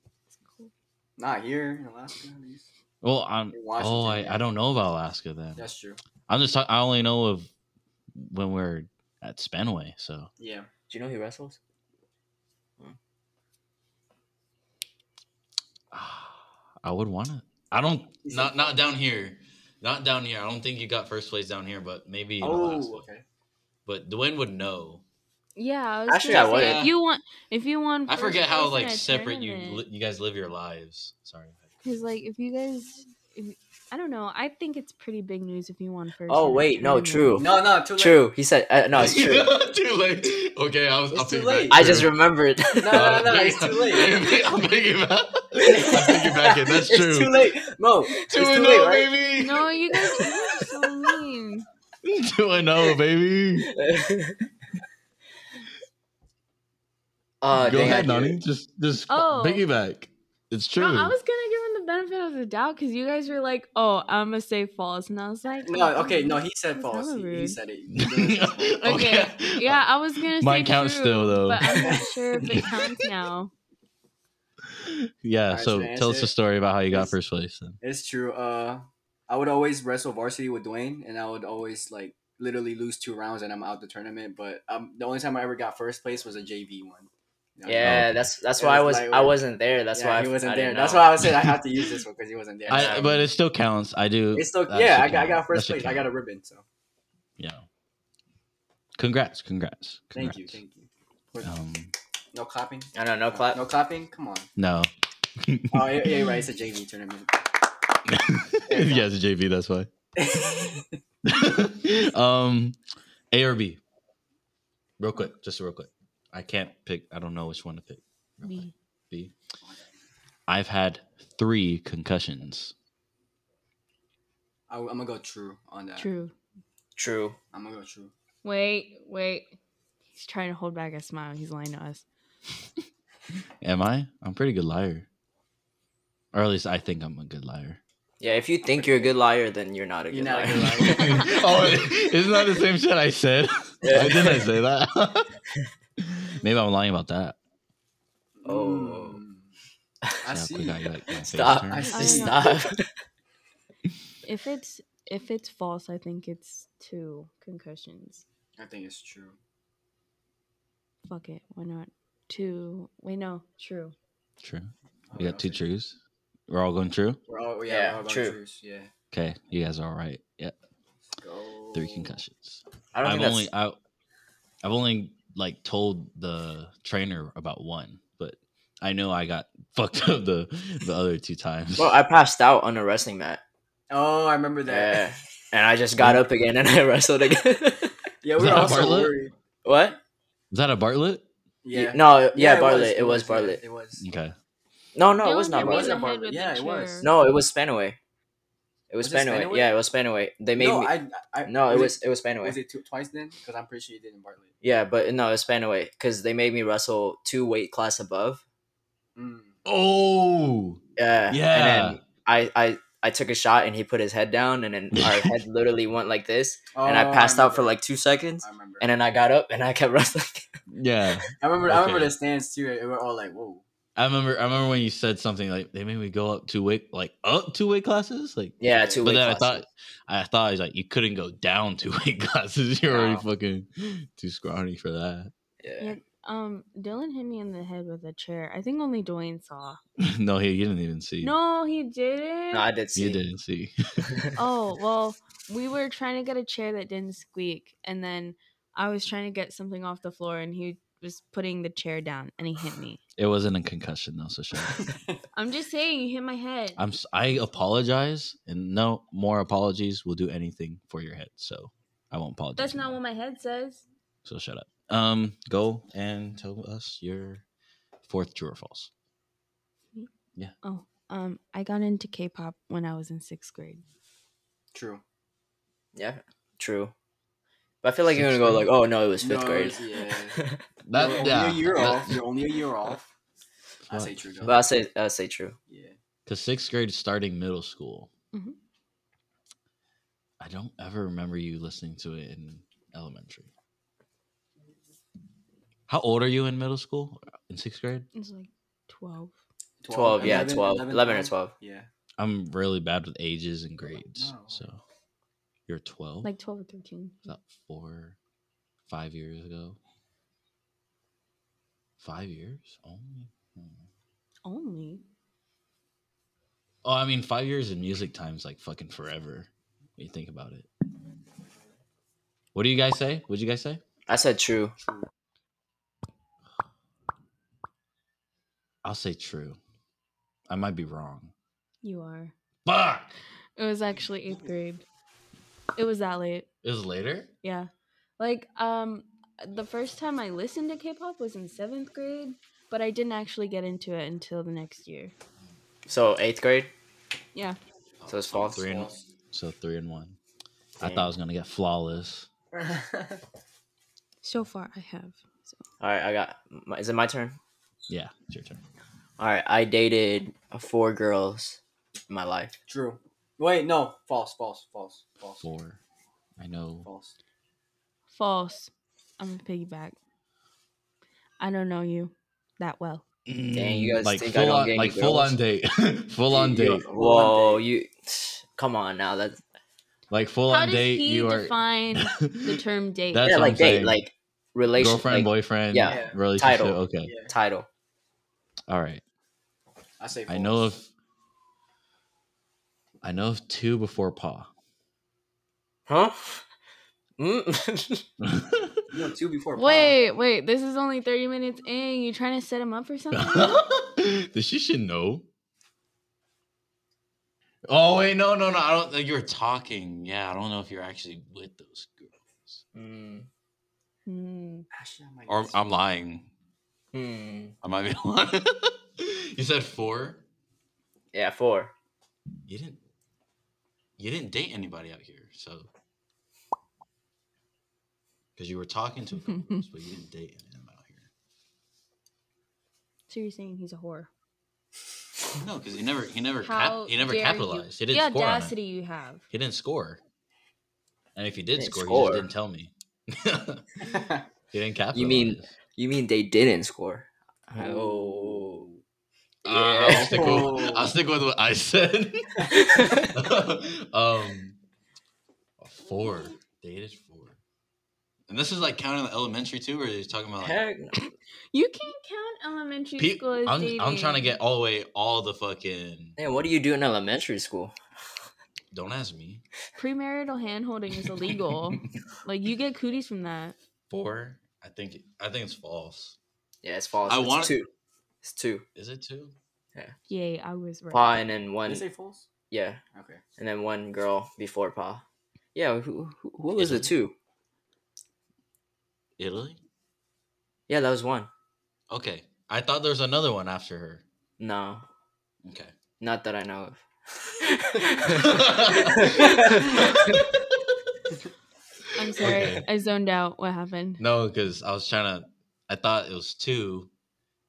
S4: Not here in Alaska. at least.
S1: Well, I'm.
S4: In Washington,
S1: Oh, I,
S4: yeah.
S1: I don't know about Alaska then.
S4: That's true.
S1: I'm just. I only know of when we're at Spenway. So
S4: Yeah.
S3: Do you know he wrestles?
S1: I would want to. I don't.
S4: Is
S1: Not
S4: it-
S1: not down here. Not down here. I don't think you got first place down here, but maybe in Alaska.
S4: Oh, okay.
S1: But Dwayne would know.
S2: yeah, I was
S3: Actually,
S2: gonna
S3: I
S2: say,
S1: would.
S2: If you want, if you want,
S1: I
S2: first
S1: forget how
S2: place in
S1: like
S2: a
S1: separate you
S2: tournament-
S1: li- you guys live your lives. Sorry.
S2: Because like if you guys, if, I don't know. I think it's pretty big news if you won first.
S3: Oh,
S2: in a
S3: wait, no,
S2: tournament.
S3: true.
S4: No, no. Too late.
S3: True. He said uh, no. It's true.
S1: too late. Okay, I was.
S4: It's
S1: I'll
S4: too
S1: take it
S4: late.
S1: back.
S3: I just
S1: True.
S3: remembered.
S4: No, no, no. It's too late.
S1: I'll take it back. I'll take it back. in. That's true.
S4: It's too late. No, it's
S1: Two
S4: too
S1: and
S4: late,
S1: oh,
S4: right?
S1: baby.
S2: No, you guys, you guys are so mean.
S1: Two and oh, baby.
S4: Uh,
S3: oh,
S1: Go
S3: dang,
S1: ahead,
S3: I,
S1: Nani.
S3: did.
S1: Just just
S2: Oh.
S1: piggyback. It's true.
S2: No, I was gonna give him the benefit of the doubt because you guys were like, "Oh, I'm gonna say false," and I was like,
S4: No, okay. No, he said
S2: That's
S4: false.
S2: hella
S4: He, he
S2: rude.
S4: said it.
S2: Okay. Yeah, I was gonna.
S1: Mine
S2: say
S1: counts
S2: true,
S1: still, though.
S2: But I'm not sure if it counts now.
S1: Yeah.
S4: Alright,
S1: so
S4: should I
S1: tell
S4: answer
S1: us the
S4: it?
S1: story about how you got
S4: Yes.
S1: first place. Then.
S4: It's true. Uh, I would always wrestle varsity with Dwayne, and I would always like literally lose two rounds, and I'm out the tournament. But um, the only time I ever got first place was a JV one. You know,
S3: Yeah,
S1: Okay.
S3: that's that's
S4: It
S3: why I
S4: was
S3: was
S4: like-
S3: I wasn't there. That's
S4: yeah,
S3: why
S4: he
S3: I,
S4: wasn't
S3: I
S4: there.
S3: didn't
S4: That's
S3: know.
S4: why I was saying I have to use this one because he wasn't there.
S1: I, but it still counts. I do.
S4: it's still
S1: that
S4: yeah.
S1: should
S4: I got, I
S1: count.
S4: got
S1: That
S4: first
S1: should
S4: place. I got
S1: count.
S4: a ribbon. So
S1: Yeah. Congrats! Congrats!
S4: thank
S1: Congrats.
S4: you, thank you. What-
S1: Um,
S4: no clapping.
S3: I don't know. Clap.
S4: No clapping. Come on.
S1: no.
S4: Oh yeah, yeah, you're right. It's a JV tournament.
S1: yeah, it's a JV. That's why. um, A or B? Real quick, just real quick. I can't pick. I don't know which one to pick. Real quick.
S2: B.
S1: B. I've had three concussions.
S4: I, am gonna go true on that.
S2: True.
S3: True.
S4: I'm gonna go true.
S2: Wait, wait. He's trying to hold back a smile. He's lying to us.
S1: Am I? I'm a pretty good liar. Or at least I think I'm a good liar.
S3: Yeah, if you think you're a good liar, then you're not a good
S4: You're not a
S3: liar.
S4: good liar.
S1: oh, isn't that the same shit I said? Why didn't I say that? Maybe I'm lying about that.
S3: Oh.
S4: Mm. I
S1: See how
S4: see.
S1: quick I got Oh, my face
S3: Stop.
S1: turned?
S4: I see.
S3: Stop.
S2: If it's if it's false, I think it's two concussions.
S4: I think it's true.
S2: Fuck it. Why not? Two. Wait, no. True.
S1: True. We got two
S4: Okay.
S1: trues. We're all going true.
S4: We're all, yeah,
S3: Yeah,
S4: we're all going
S3: true.
S4: trues, Yeah.
S1: Okay, you guys are all right. Yeah,
S4: Go.
S1: three concussions.
S3: I don't
S1: I've
S3: think
S1: only
S3: that's.
S1: I, I've only like told the trainer about one, but I know I got fucked up the the other two times.
S3: Well, I passed out on a wrestling mat.
S4: Oh, I remember
S3: Yeah.
S4: that.
S3: And I just got up again and I wrestled again.
S4: Yeah,
S1: Is
S4: we were
S1: that a
S4: also
S1: Bartlett?
S4: worried.
S3: what?
S1: Is that a Bartlett?
S4: Yeah.
S3: No, yeah,
S4: it
S3: Bartlett.
S4: was,
S3: It was,
S4: yeah,
S3: Bartlett.
S4: It was.
S1: Okay.
S3: No, no,
S2: They
S3: it was
S2: were
S3: not
S2: hitting
S4: Bartlett.
S2: the
S3: Bartlett.
S2: head
S4: Wasn't
S2: with
S4: Bartlett.
S2: the
S4: Yeah, it was.
S2: chair.
S3: No, it was Spanaway. It was
S4: Was it
S3: Spanaway.
S4: Spanaway?
S3: Yeah, it was Spanaway. They made
S4: no,
S3: me.
S4: I, I,
S3: no, it was
S4: It,
S3: it was Spanaway.
S4: was it two, twice then? Because I'm pretty sure you did in Bartlett.
S3: Yeah, but no, it's Spanaway because they made me wrestle two weight class above.
S4: Mm.
S1: Oh
S3: Yeah,
S1: Yeah.
S3: And then I, I, I took a shot and he put his head down and then our head literally went like this and
S4: Oh,
S3: I passed out for
S4: remember.
S3: like two seconds
S4: I remember.
S3: and then I got up and I kept wrestling.
S1: yeah.
S4: I remember. I remember
S1: Okay.
S4: the stands too. We were all like, "Whoa!"
S1: I remember. I remember when you said something like they made me go up two weight, like up two weight classes, like
S3: Yeah, two
S1: But
S3: weight
S1: then I
S3: classes.
S1: thought, I thought I was like, you couldn't go down two weight classes. You're
S3: No.
S1: already fucking too scrawny for that.
S3: Yeah.
S2: Um, Dylan hit me in the head with a chair. I think only Dwayne saw.
S1: no, he, you didn't even see.
S2: No, he didn't.
S3: No, I did see.
S1: you didn't see.
S2: oh well we were trying to get a chair that didn't squeak and then i was trying to get something off the floor and he was putting the chair down and he hit me
S1: It wasn't a concussion though, so shut up.
S2: i'm just saying you hit my head
S1: I'm. s- I apologize, and no more apologies will do anything for your head. So I won't apologize.
S2: that's not
S1: anymore.
S2: what my head says
S1: So shut up. Um, go and tell us your fourth true or false.
S2: oh um i got into k-pop when i was in sixth grade
S4: True.
S3: yeah, true. But I feel like you you're
S1: Sixth
S3: gonna go
S1: grade.
S3: like, oh no, it was fifth
S4: No,
S3: grade.
S4: it's- yeah.
S1: That yeah,
S4: you're only a year
S1: that-
S4: off. You're only a year off. I say
S1: Fuck.
S4: true
S3: but
S4: though.
S3: I say I say true.
S4: Yeah.
S1: Because sixth grade is starting middle school.
S2: Mhm.
S1: I don't ever remember you listening to it in elementary. How old are you in middle school? In sixth grade?
S2: it's like 12
S3: Twelve, yeah, 12, 11 or 12.
S4: Yeah.
S1: I'm really bad with ages and grades.
S4: no.
S1: So you're
S3: Oh.
S1: 12?
S2: like 12 or 13
S1: about four, five years ago. Five years only. Hmm.
S2: only
S1: Oh, I mean, five years in music time's like fucking forever. When you think about it. What do you guys say? What'd you guys say?
S3: I said true.
S4: True.
S1: I'll say true. I might be wrong.
S2: you are
S1: Fuck.
S2: it was actually eighth grade it was that late
S1: It was later.
S2: Yeah. Like um the first time I listened to K-pop was in 7th grade, but I didn't actually get into it until the next year.
S3: So eighth grade.
S2: Yeah.
S3: So it's false.
S1: Oh, Three and
S4: False.
S1: so three and one. I
S3: Damn.
S1: thought I was gonna get flawless.
S2: So far I have. So
S3: All right, I got. my- Is it my turn?
S1: Yeah, it's your turn.
S3: All right, I dated four girls in my life.
S4: True. Wait, no. False. False. False. False.
S1: Four. I know.
S4: False.
S2: false. I'm going to piggyback. I don't know you that well.
S3: Dang, you guys
S1: Mm, like
S3: think I
S1: full
S3: don't
S1: on,
S3: get any
S1: like full on
S3: girls?
S1: date, full on
S4: You-
S1: date,
S3: Whoa, you. Come on now. That's
S1: like full
S2: How
S1: on
S2: does
S1: date.
S2: he
S1: You are
S2: define the term date?
S1: That's
S3: yeah,
S1: what
S3: like
S1: I'm
S3: date,
S1: saying.
S3: like relation,
S1: girlfriend,
S3: like,
S1: boyfriend,
S3: yeah,
S4: Yeah.
S1: relationship.
S3: title.
S1: Okay,
S4: Yeah.
S3: title.
S1: all right.
S4: I say. False.
S1: I know of. I know of two before Pa.
S3: Huh? Mm?
S4: You know, two before.
S2: Wait, wait. This is only 30 minutes in. You trying to set him up for something?
S1: this she should know. Oh wait, no, no, no. I don't. Like, you were talking. Yeah, I don't know if you're actually with those girls.
S3: Hmm.
S2: Hmm.
S4: Pop. Actually, I might
S1: Or uh,
S4: guess.
S1: I'm lying.
S3: Hmm.
S1: I might be lying. you said four.
S3: Yeah, four.
S1: You didn't. You didn't date anybody out here, so. Because you were talking to a couple girls, but you didn't date anyone out here.
S2: So you're saying he's a whore?
S1: No, because he never, he never,
S2: How
S1: cap, he never
S2: dare you.
S1: capitalized. He didn't
S2: the
S1: score on it.
S2: audacity you have.
S1: He didn't score. And if he did
S3: Didn't
S1: score,
S3: score.
S1: he just didn't tell me. he didn't capitalize.
S3: mean- You mean they didn't score?
S4: Oh.
S1: Uh, I'll, stick with, I'll stick with what I said.
S3: Oh.
S1: um, four dated four, and this is like counting the elementary too, or are you talking about like?
S3: Heck, no.
S2: You can't count elementary
S1: Pe-
S2: school as
S1: I'm,
S2: dating.
S1: I'm trying to get all the way all the fucking.
S3: man, what do you do in elementary school?
S1: Don't ask me.
S2: premarital handholding is illegal. like you get cooties from that.
S1: Four. I think I think it's false.
S3: Yeah, it's false.
S1: I
S3: it's
S1: wanna-
S3: two. It's two.
S1: Is it two?
S2: Yay, I was right.
S3: Pa and then
S4: Did
S3: one.
S4: you say false?
S3: Yeah,
S4: Okay.
S3: and then one girl before Pa. Yeah, who who, who was the
S1: Italy?
S3: two?
S1: Italy.
S3: Yeah, that was one.
S1: Okay. I thought there was another one after her.
S3: No,
S1: Okay.
S3: not that I know of.
S2: I'm sorry.
S1: Okay.
S2: I zoned out. What happened?
S1: No, because I was trying to. I thought it was two.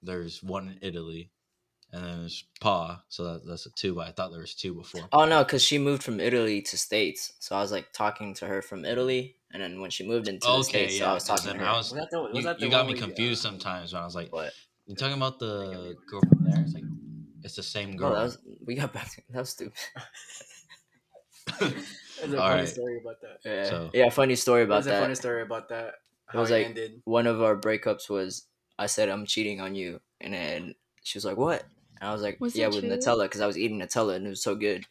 S1: There's one in Italy, and then there's Pa. So that, that's a two. But I thought there was two before.
S3: oh no, because she moved from Italy to states, so I was like talking to her from Italy, and then when she moved into the states, so I was
S1: 'cause
S3: talking to
S1: then
S3: her.
S1: I was.
S4: that the,
S1: You,
S4: that the
S1: you got
S4: one
S1: me
S4: where you- uh,
S1: confused sometimes when I was like,
S3: But
S1: You're talking about the girl from there. It's like it's the same
S3: No,
S1: girl.
S3: oh, that was, we got back. To, that was stupid.
S4: There's a
S1: All
S4: funny
S1: right.
S4: story about that.
S3: Yeah.
S1: So-
S3: yeah. Funny story about
S4: There's a
S3: that.
S4: funny story about that. How
S3: was
S4: it
S3: like-
S4: ended.
S3: One of our breakups was I said I'm cheating on you, and then she was like, "What?" And I was like,
S2: Was
S3: "Yeah,
S2: it
S3: with
S2: true?
S3: Nutella, because I was eating Nutella and it was so good."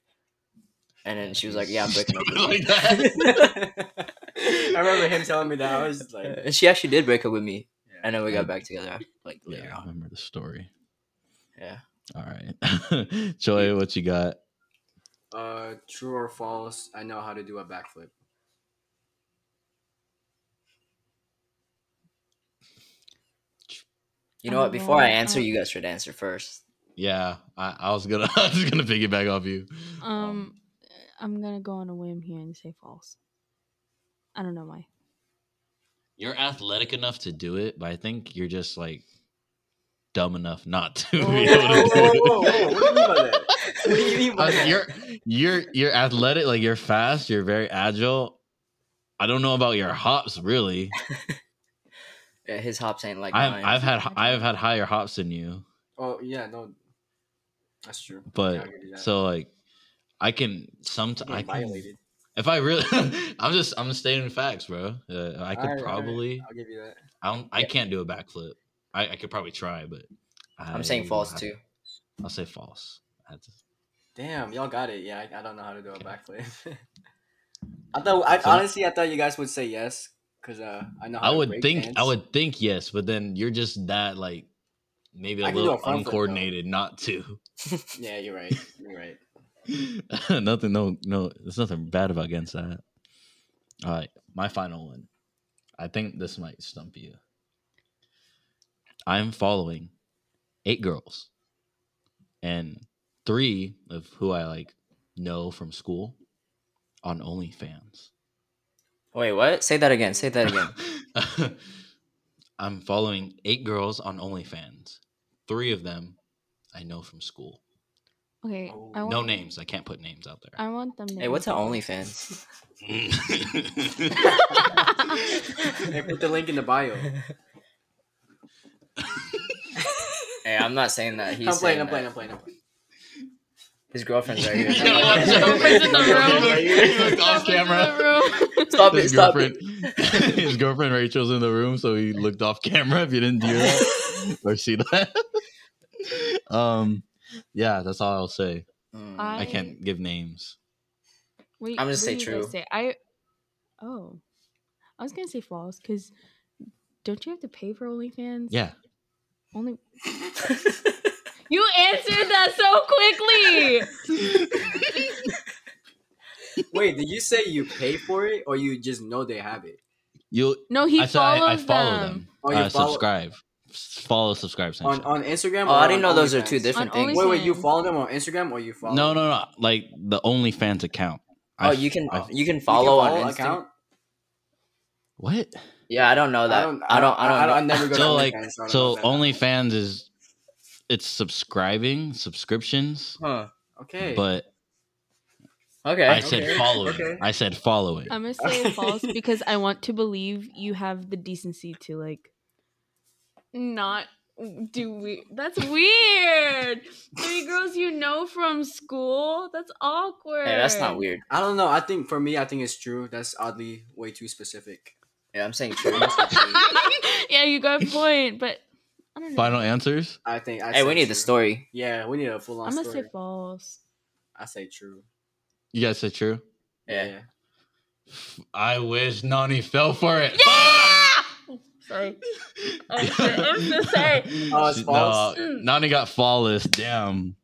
S3: And then she was like, "Yeah, I'm breaking up." with you."
S1: like that.
S4: I remember him telling me that. I was just like,
S3: And Uh, she actually did break up with me,
S4: yeah.
S3: and then we
S1: I-
S3: got back together like later
S1: Yeah, I
S3: on.
S1: remember the story.
S3: Yeah.
S1: All right, Joy, what you got?
S4: uh, true or false? I know how to do a backflip.
S3: You know what?
S2: Oh,
S3: Before I
S2: wow.
S3: answer,
S2: Uh,
S3: you guys should answer first.
S1: Yeah, I, I was gonna, I was gonna piggyback off you.
S2: Um, I'm gonna go on a whim here and say false. I don't know why.
S1: you're athletic enough to do it, but I think you're just like dumb enough not to be
S4: Oh, Whoa,
S1: able to do
S4: whoa,
S1: it.
S4: whoa, whoa, What do you mean by that? What do you mean by
S1: Uh,
S4: that?
S1: you're you're you're athletic, like you're fast, you're very agile. I don't know about your hops, really.
S3: Yeah, his hops ain't like
S1: I've,
S3: mine.
S1: I've had I've had higher hops than you,
S4: Oh yeah, no, that's true. Yeah, I
S1: but
S4: can do that.
S1: so like I can
S4: You're
S1: sometimes
S4: getting
S1: I can
S4: violated.
S1: if I really I'm just I'm just stating facts, bro. Uh, I could
S4: Alright, alright,
S1: probably
S4: I'll give you that.
S1: I don't I can't do a backflip. I, I could probably try, but
S3: I'm saying false too.
S1: I'll say false. I had to-
S4: Damn, y'all got it. Yeah, I, I don't know how to do a
S1: Okay.
S4: backflip. I thought, I,
S1: So-
S4: honestly, I thought you guys would say yes because uh, I know. How
S1: I
S4: to
S1: would
S4: break
S1: think I
S4: dance.
S1: would think yes, but then you're just that like maybe a
S4: I can do
S1: little
S4: a front flip, though.
S1: uncoordinated not to.
S4: Yeah, you're right. You're right.
S1: nothing no no there's nothing bad about against that. All right, my final one. I think this might stump you. I'm following eight girls and three of who I like know from school on OnlyFans.
S3: Wait, what? Say that again. Say that again.
S1: I'm following eight girls on OnlyFans. Three of them I know from school.
S2: Okay,
S4: Oh,
S2: I want,
S1: No names. I can't put names out there.
S2: I want them.
S3: hey, what's an
S2: names.
S3: OnlyFans?
S4: Hey, put the link in the bio.
S3: Hey, I'm not saying that. He's
S4: I'm playing.
S3: saying
S4: I'm playing.
S3: that.
S4: I'm playing. I'm playing.
S3: His girlfriend's right
S1: You know what?
S2: Girlfriend's in the
S1: He
S2: room.
S1: looked off camera.
S2: Room.
S3: Stop it!
S1: His
S3: Stop it!
S1: girlfriend, his girlfriend Rachel's in the room, so he looked off camera. If you didn't hear that or see that, um, yeah, that's all I'll say.
S3: Mm.
S1: I,
S2: I-
S1: can't give names.
S2: Wait,
S3: I'm gonna
S2: what
S3: say
S2: do you guys
S3: true.
S2: Say? I oh, I was gonna say false because don't you have to pay for OnlyFans?
S1: Yeah,
S2: Only you answered that so quickly.
S4: Wait, did you say you pay for it or you just know they have it?
S1: you.
S2: No, he
S1: I said I, I
S2: follows
S1: follow them.
S2: them.
S4: Oh, you
S1: uh,
S4: follow-
S1: subscribe, S- follow, subscribe.
S4: on
S1: Sanjay.
S4: on Instagram?
S3: oh,
S4: or
S3: I didn't
S4: on
S3: know those are two
S4: OnlyFans?
S3: different
S2: On
S3: things.
S4: Wait, wait, you
S2: OnlyFans.
S4: follow them on Instagram or you follow?
S1: no, no, no. Like the OnlyFans account.
S3: Oh,
S1: I-
S3: you can
S1: I-
S3: you can
S4: You can
S3: follow on
S4: an
S3: Insta.
S4: account.
S1: what?
S3: Yeah, I don't know that. I don't. I don't. I don't,
S4: I never go to
S1: So like,
S4: OnlyFans, so I don't
S1: so
S4: know that.
S1: OnlyFans is it's subscribing subscriptions,
S3: Huh.
S4: Okay.
S1: but
S3: Okay.
S1: I said
S4: okay,
S1: following.
S4: okay.
S1: I said following.
S2: I'm gonna say false because I want to believe you have the decency to like not do we that's weird three girls you know from school that's awkward
S3: Hey, that's not weird.
S4: I don't know. I think for me, I think it's true. That's oddly way too specific.
S3: Yeah, I'm saying true.
S2: yeah you got a point but i don't know
S1: Final answers.
S4: I think. I
S3: hey, we need the
S4: true.
S3: story.
S4: Yeah, we need a full on
S2: i'm gonna
S4: story.
S2: say false
S4: I say true.
S1: You guys said true.
S3: Yeah.
S1: I wish Nani fell for it.
S2: sorry I'm so- I'm so sorry.
S4: Oh, it's
S1: She-
S4: false?
S1: No, Nani got flawless. Damn.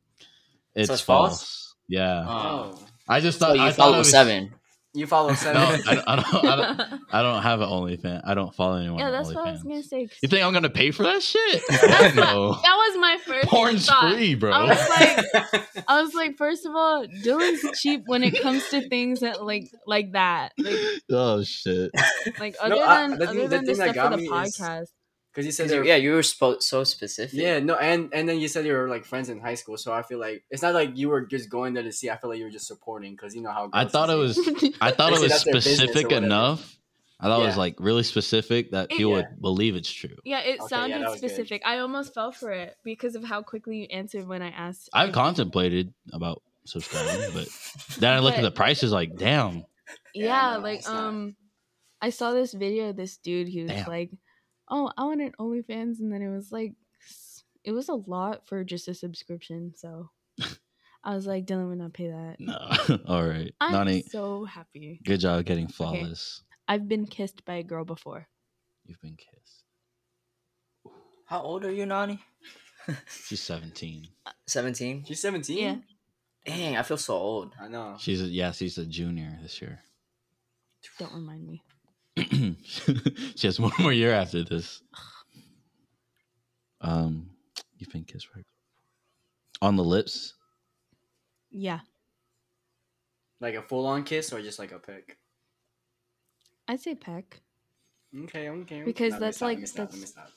S1: It's,
S3: it's false?
S1: false. Yeah.
S3: Oh.
S4: Oh.
S1: I just
S3: So
S1: thought
S3: you
S1: I thought it
S3: follow
S1: was-
S3: seven.
S4: You follow
S1: No,
S4: seven.
S1: I don't, I don't. I don't. I don't have an OnlyFans. I don't follow anyone.
S2: yeah
S1: on
S2: that's what i was
S1: OnlyFans.
S2: gonna say
S1: You think I'm gonna pay for that shit?
S2: That's
S1: no.
S2: that was my first
S1: Porn's
S2: thought.
S1: free, bro.
S2: I was like, I was like, first of all, Dylan's cheap when it comes to things that like like that, like
S1: oh shit.
S2: like
S4: No,
S2: other
S4: I-
S2: than
S4: the
S2: other
S4: thing- the
S2: than the
S4: thing that
S2: stuff
S4: got
S2: for the
S4: me is-
S2: podcast.
S4: Because you said
S3: 'Cause
S4: they
S3: you-
S4: were
S3: Yeah, you were spo- so specific.
S4: Yeah, no, and and then you said you were like friends in high school, so I feel like it's not like you were just going there to see. I feel like you were just supporting because you know how.
S1: I
S4: girls
S1: thought it
S4: is.
S1: was. I thought
S4: They
S1: it
S4: say
S1: was
S4: that's their business or
S1: specific
S4: whatever.
S1: enough. I thought it was
S4: Yeah.
S1: like really specific that
S2: It-
S1: people
S4: Yeah.
S1: would believe it's true.
S2: Yeah, it
S4: yeah,
S2: sounded
S4: that was good.
S2: specific. I almost fell for it because of how quickly you answered when I asked.
S1: I've
S2: if-
S1: contemplated about subscribing, but then I looked at
S2: But-
S1: the prices like, damn,
S2: yeah,
S4: Yeah, no,
S2: like
S4: it's not.
S2: um i saw this video of this dude he was
S1: Damn.
S2: like oh i wanted onlyfans and then it was like s- it was a lot for just a subscription so i was like dylan would not pay that
S1: no. All right.
S2: i'm
S1: Nani,
S2: so happy
S1: good job getting flawless.
S2: i've been kissed by a girl before
S1: You've been kissed.
S3: How old are you, Nani?
S1: She's 17.
S3: Seventeen.
S4: She's seventeen.
S2: Yeah.
S3: Dang, I feel so old.
S4: I know.
S1: She's a, yeah, she's a junior this year.
S2: don't remind me
S1: she has one more year after this. Um, you've been kissed right on the lips.
S2: yeah
S4: Like a full on kiss or just like a peck.
S2: i'd say peck
S4: Okay, okay. okay.
S2: Because
S4: let me
S2: that's
S4: stop, let
S2: like-
S4: me stop, let
S2: that's-
S4: me stop.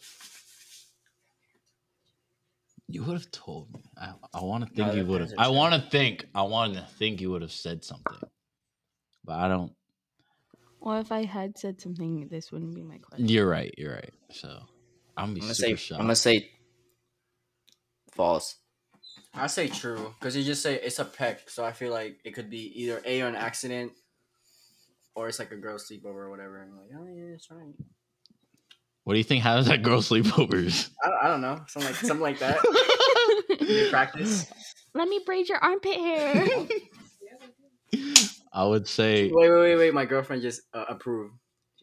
S1: You would have told me. I, I want to think
S3: that
S1: you would have.
S3: doesn't
S1: I
S3: sound-
S1: want to think. I want to think you would have said something, but I don't.
S2: well if i had said something this wouldn't be my question
S1: You're right. You're right. So I'm gonna
S3: I'm
S1: be
S3: gonna say.
S1: super
S3: I'm gonna
S1: shocked.
S3: say. False.
S4: I say true because you just say it's a peck, so I feel like it could be either a or an accident, or it's like a girl sleepover or whatever. I'm like, oh yeah, that's right.
S1: What do you think? How does that girl sleepovers?
S4: I, I don't know, something like something like that. You practice.
S2: let me braid your armpit hair
S1: I would say
S4: Wait, wait, wait, wait. My girlfriend just uh, approved,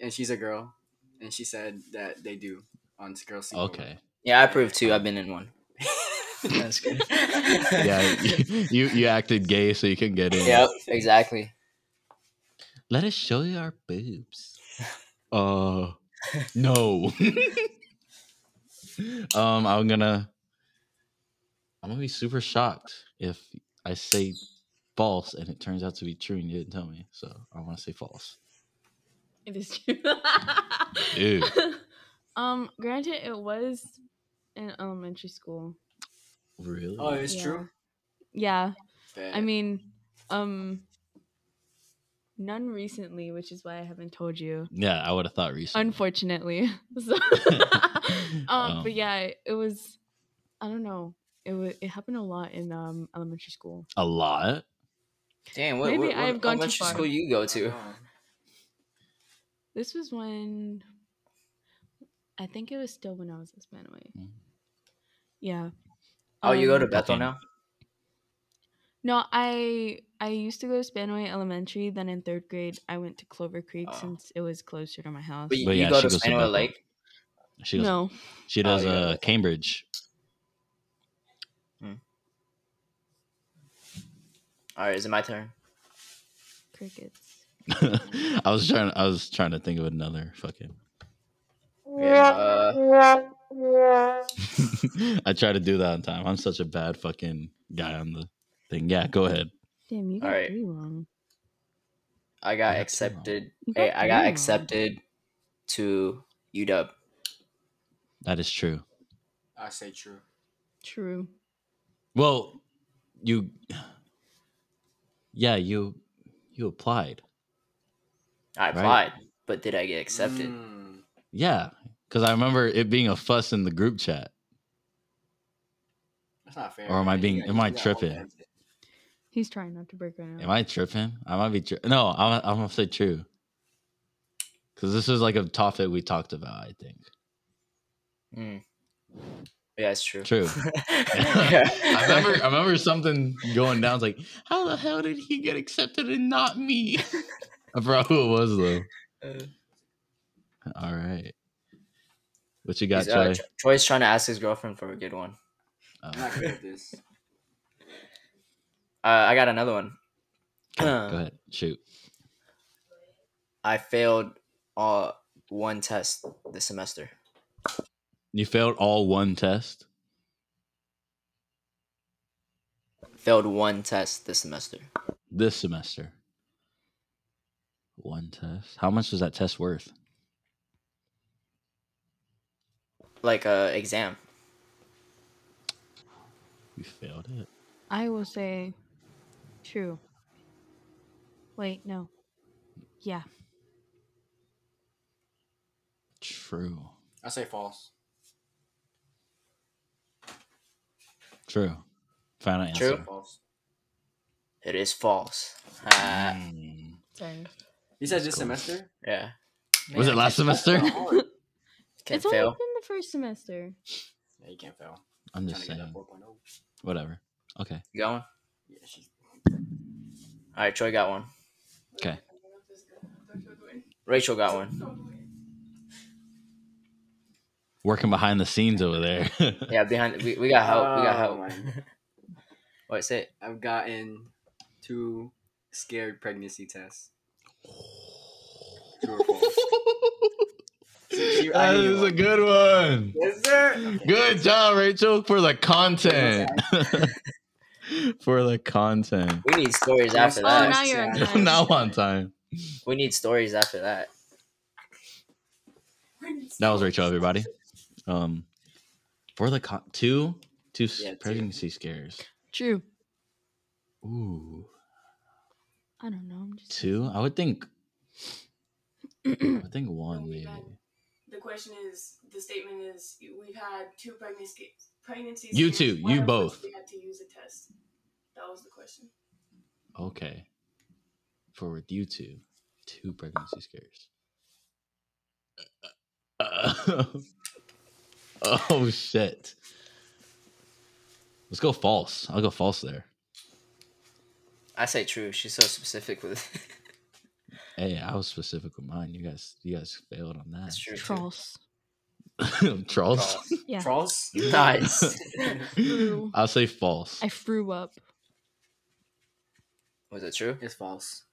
S4: and she's a girl, and she said that they do on girl sleepover.
S1: okay.
S3: Yeah, I approve too. I've been in one. That's good.
S1: Yeah, you you acted gay so you can get in.
S3: Yep. Exactly.
S1: Let us show you our boobs. Uh, no. um, I'm gonna, I'm gonna be super shocked if I say false and it turns out to be true and you didn't tell me. So I want to say false.
S2: It is true.
S1: Ew.
S2: um, granted, it was in elementary school.
S1: Really?
S4: Oh, it's
S2: Yeah.
S4: true.
S2: Yeah,
S4: Bet.
S2: I mean, um, none recently, which is why I haven't told you.
S1: yeah, I would have thought recently.
S2: Unfortunately, so, um,
S1: Um.
S2: but yeah, it was. I don't know. It was. It happened a lot in um elementary school.
S1: a lot.
S3: Damn. What,
S2: Maybe
S3: what, what
S2: I have gone too
S3: elementary
S2: far.
S3: school you go
S4: I don't
S3: to?
S4: know.
S2: This was when. I think it was still when I was at Spanaway.
S1: Mm.
S2: Yeah.
S3: Oh, you go to
S2: Um,
S3: Bethel
S1: Okay.
S3: now?
S2: No, I I used to go to Spanaway Elementary. Then in third grade, I went to Clover Creek
S3: Oh.
S2: since it was closer to my house.
S3: But you,
S1: But
S3: you
S1: yeah,
S3: go
S1: she
S3: to
S1: goes to
S3: Spaniel
S1: Bethel.
S3: Lake.
S1: She does.
S2: no,
S1: She does.
S3: Oh, yeah.
S1: uh, Cambridge.
S3: All right, is it my turn?
S2: crickets.
S1: I was trying. I was trying to think of another fucking.
S3: Okay, uh,
S1: I try to do that on time. I'm such a bad fucking guy on the thing. Yeah, go ahead.
S2: Damn, you
S3: All
S2: got
S3: right.
S2: three wrong.
S3: I
S1: You got
S3: got
S1: two
S3: accepted.
S2: You
S3: Hey,
S2: got
S3: I
S2: three
S3: got
S2: wrong.
S3: accepted to UW.
S1: That is true.
S4: I say true.
S2: True.
S1: Well, you, yeah, you, you applied.
S3: I
S1: Right.
S3: applied, but did I get accepted?
S4: Mm.
S1: Yeah, because I remember it being a fuss in the group chat.
S4: That's not fair.
S1: Or am I
S4: man. You
S1: being-
S4: gotta-
S1: am I
S4: you gotta hold
S1: tripping?
S4: hands.
S2: He's trying not to break right now.
S1: Am I tripping? I might be. Tri- no, I'm. I'm gonna say true. Because this is like a topic we talked about. I think.
S3: Mm. Yeah, it's true.
S1: True.
S3: Yeah.
S1: I remember. I remember something going down. It's like, how the hell did he get accepted and not me? I forgot who it was though.
S3: Uh,
S1: All right. What you got,
S3: he's,
S1: Troy?
S3: uh, Tro- Troy's trying to ask his girlfriend for a good one.
S1: Oh,
S4: I'm not good at this.
S3: Uh, I got another one.
S1: okay, go ahead. Shoot.
S3: I failed all one test this semester.
S1: You failed all one test.
S3: Failed one test this semester.
S1: this semester. One test. How much was that test worth?
S3: Like a uh, exam.
S1: You failed it.
S2: I will say, true. Wait, no. Yeah.
S1: True.
S4: I say false.
S1: True. Final answer.
S3: True.
S4: False.
S3: It is false.
S1: Hmm.
S3: Uh,
S1: Mm.
S5: Dang.
S4: You said
S1: That's
S4: this
S1: cool.
S4: semester?
S3: yeah.
S1: Was it last semester?
S4: Hard.
S3: Can
S2: it's
S3: fail.
S2: only been the first semester.
S4: Yeah, you can't fail.
S1: I'm
S4: Trying
S1: just
S4: to get
S1: saying.
S4: that 4.0.
S1: Whatever. Okay.
S3: You got one?
S4: Yeah, she's
S3: All right, Troy got one.
S1: Okay.
S3: Rachel got one.
S1: Working behind the scenes over there.
S3: Yeah, behind we, we got help. We got
S4: Oh,
S3: help.
S4: man.
S3: What's it?
S4: I've gotten two scared pregnancy tests. True or false?
S1: that is a good one.
S4: Yes, sir.
S1: Good job, Rachel, for the content. for the content.
S3: We need stories after
S2: Oh,
S3: that.
S2: now you're on
S4: Yeah.
S2: time.
S1: now on time.
S3: We need stories after that.
S1: That was Rachel, everybody. Um, for the con- two, two s-
S4: Yeah, two.
S1: pregnancy scares.
S2: True.
S1: Ooh,
S2: I don't know. I'm just.
S1: two. I would think. I would think one
S6: Only
S1: maybe.
S6: one. The question is, the statement is, we've had two pregnancy pregnancies.
S1: You
S6: scares.
S1: two,
S6: One
S1: you
S6: of us,
S1: both.
S6: We had to use a test. That was the question.
S1: Okay. For with you two, two pregnancy scares. Uh, oh shit. Let's go false. I'll go false there.
S3: I say true. She's so specific with.
S1: Hey, I was specific with mine. You guys, you guys failed on
S3: That's
S1: that.
S3: true. too.
S2: False.
S1: Trolls.
S3: False.
S2: Yeah.
S4: False.
S3: Nice.
S2: True.
S1: I'll say false.
S2: I threw up.
S3: Was it true?
S4: It's false.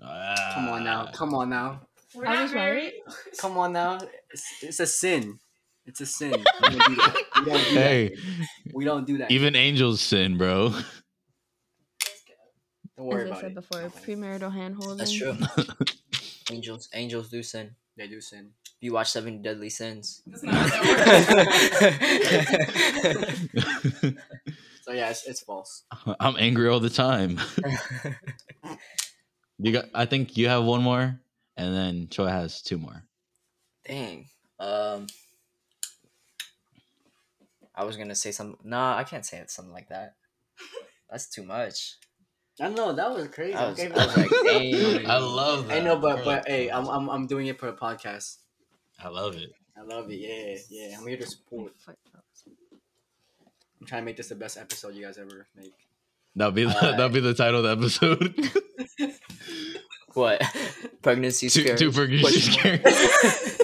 S4: Come on now.
S1: Ah.
S4: Come on now.
S6: We're
S2: I
S6: not
S2: was
S6: married.
S4: Come on now. It's, it's a sin. It's a sin. We don't do that. We don't do that.
S1: Hey,
S4: We don't do that.
S1: even angels sin, bro.
S4: don't worry
S2: As I
S4: about
S2: said
S4: it.
S2: before,
S4: Don't worry.
S2: premarital handholding.
S3: That's true. angels, angels do sin.
S4: They do sin.
S3: You watch Seven Deadly Sins.
S6: That's not how it works.
S3: I
S4: So yeah, it's, it's false.
S1: I'm angry all the time. You got. I think you have one more, and then Choi has two more.
S3: Dang. Um. I was gonna say something. Nah, I can't say it, something like that. That's too much.
S4: I know that was crazy.
S3: I was-
S4: Okay,
S3: I was like, dang.
S1: I love
S4: I
S1: that.
S4: know, but but hey, I'm I'm, I'm doing it for a podcast.
S1: I love it.
S4: I love it. Yeah, yeah. I'm here to support. I'm trying to make this the best episode you guys ever make.
S1: That'll be the,
S3: Alright.
S1: that'll be the title of the episode.
S3: What? Pregnancy
S1: two
S3: scare?
S1: two for
S3: Question.
S1: scares.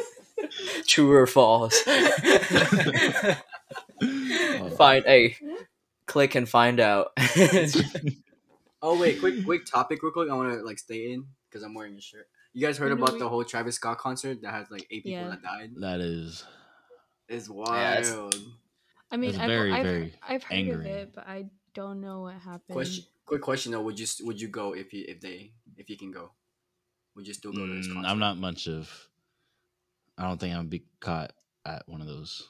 S3: True or false? find a click and find out.
S4: Oh wait, quick quick topic real quick. I want to like stay in because I'm wearing a shirt. You guys heard
S2: No,
S4: about
S2: we-
S4: the whole Travis Scott concert that has like eight people
S2: Yeah.
S4: that died?
S1: that is
S4: It's wild.
S3: that's-
S2: I mean,
S1: That's
S2: I've,
S1: very,
S2: I've,
S1: very
S2: I've heard of
S1: angering.
S2: it, but I don't know what happened.
S4: Question. Quick question though. Would you s- would you go if you if they if you can go? Would you still go to this
S1: Mm,
S4: concert?
S1: I'm not much of. I don't think I'd be caught at one of those.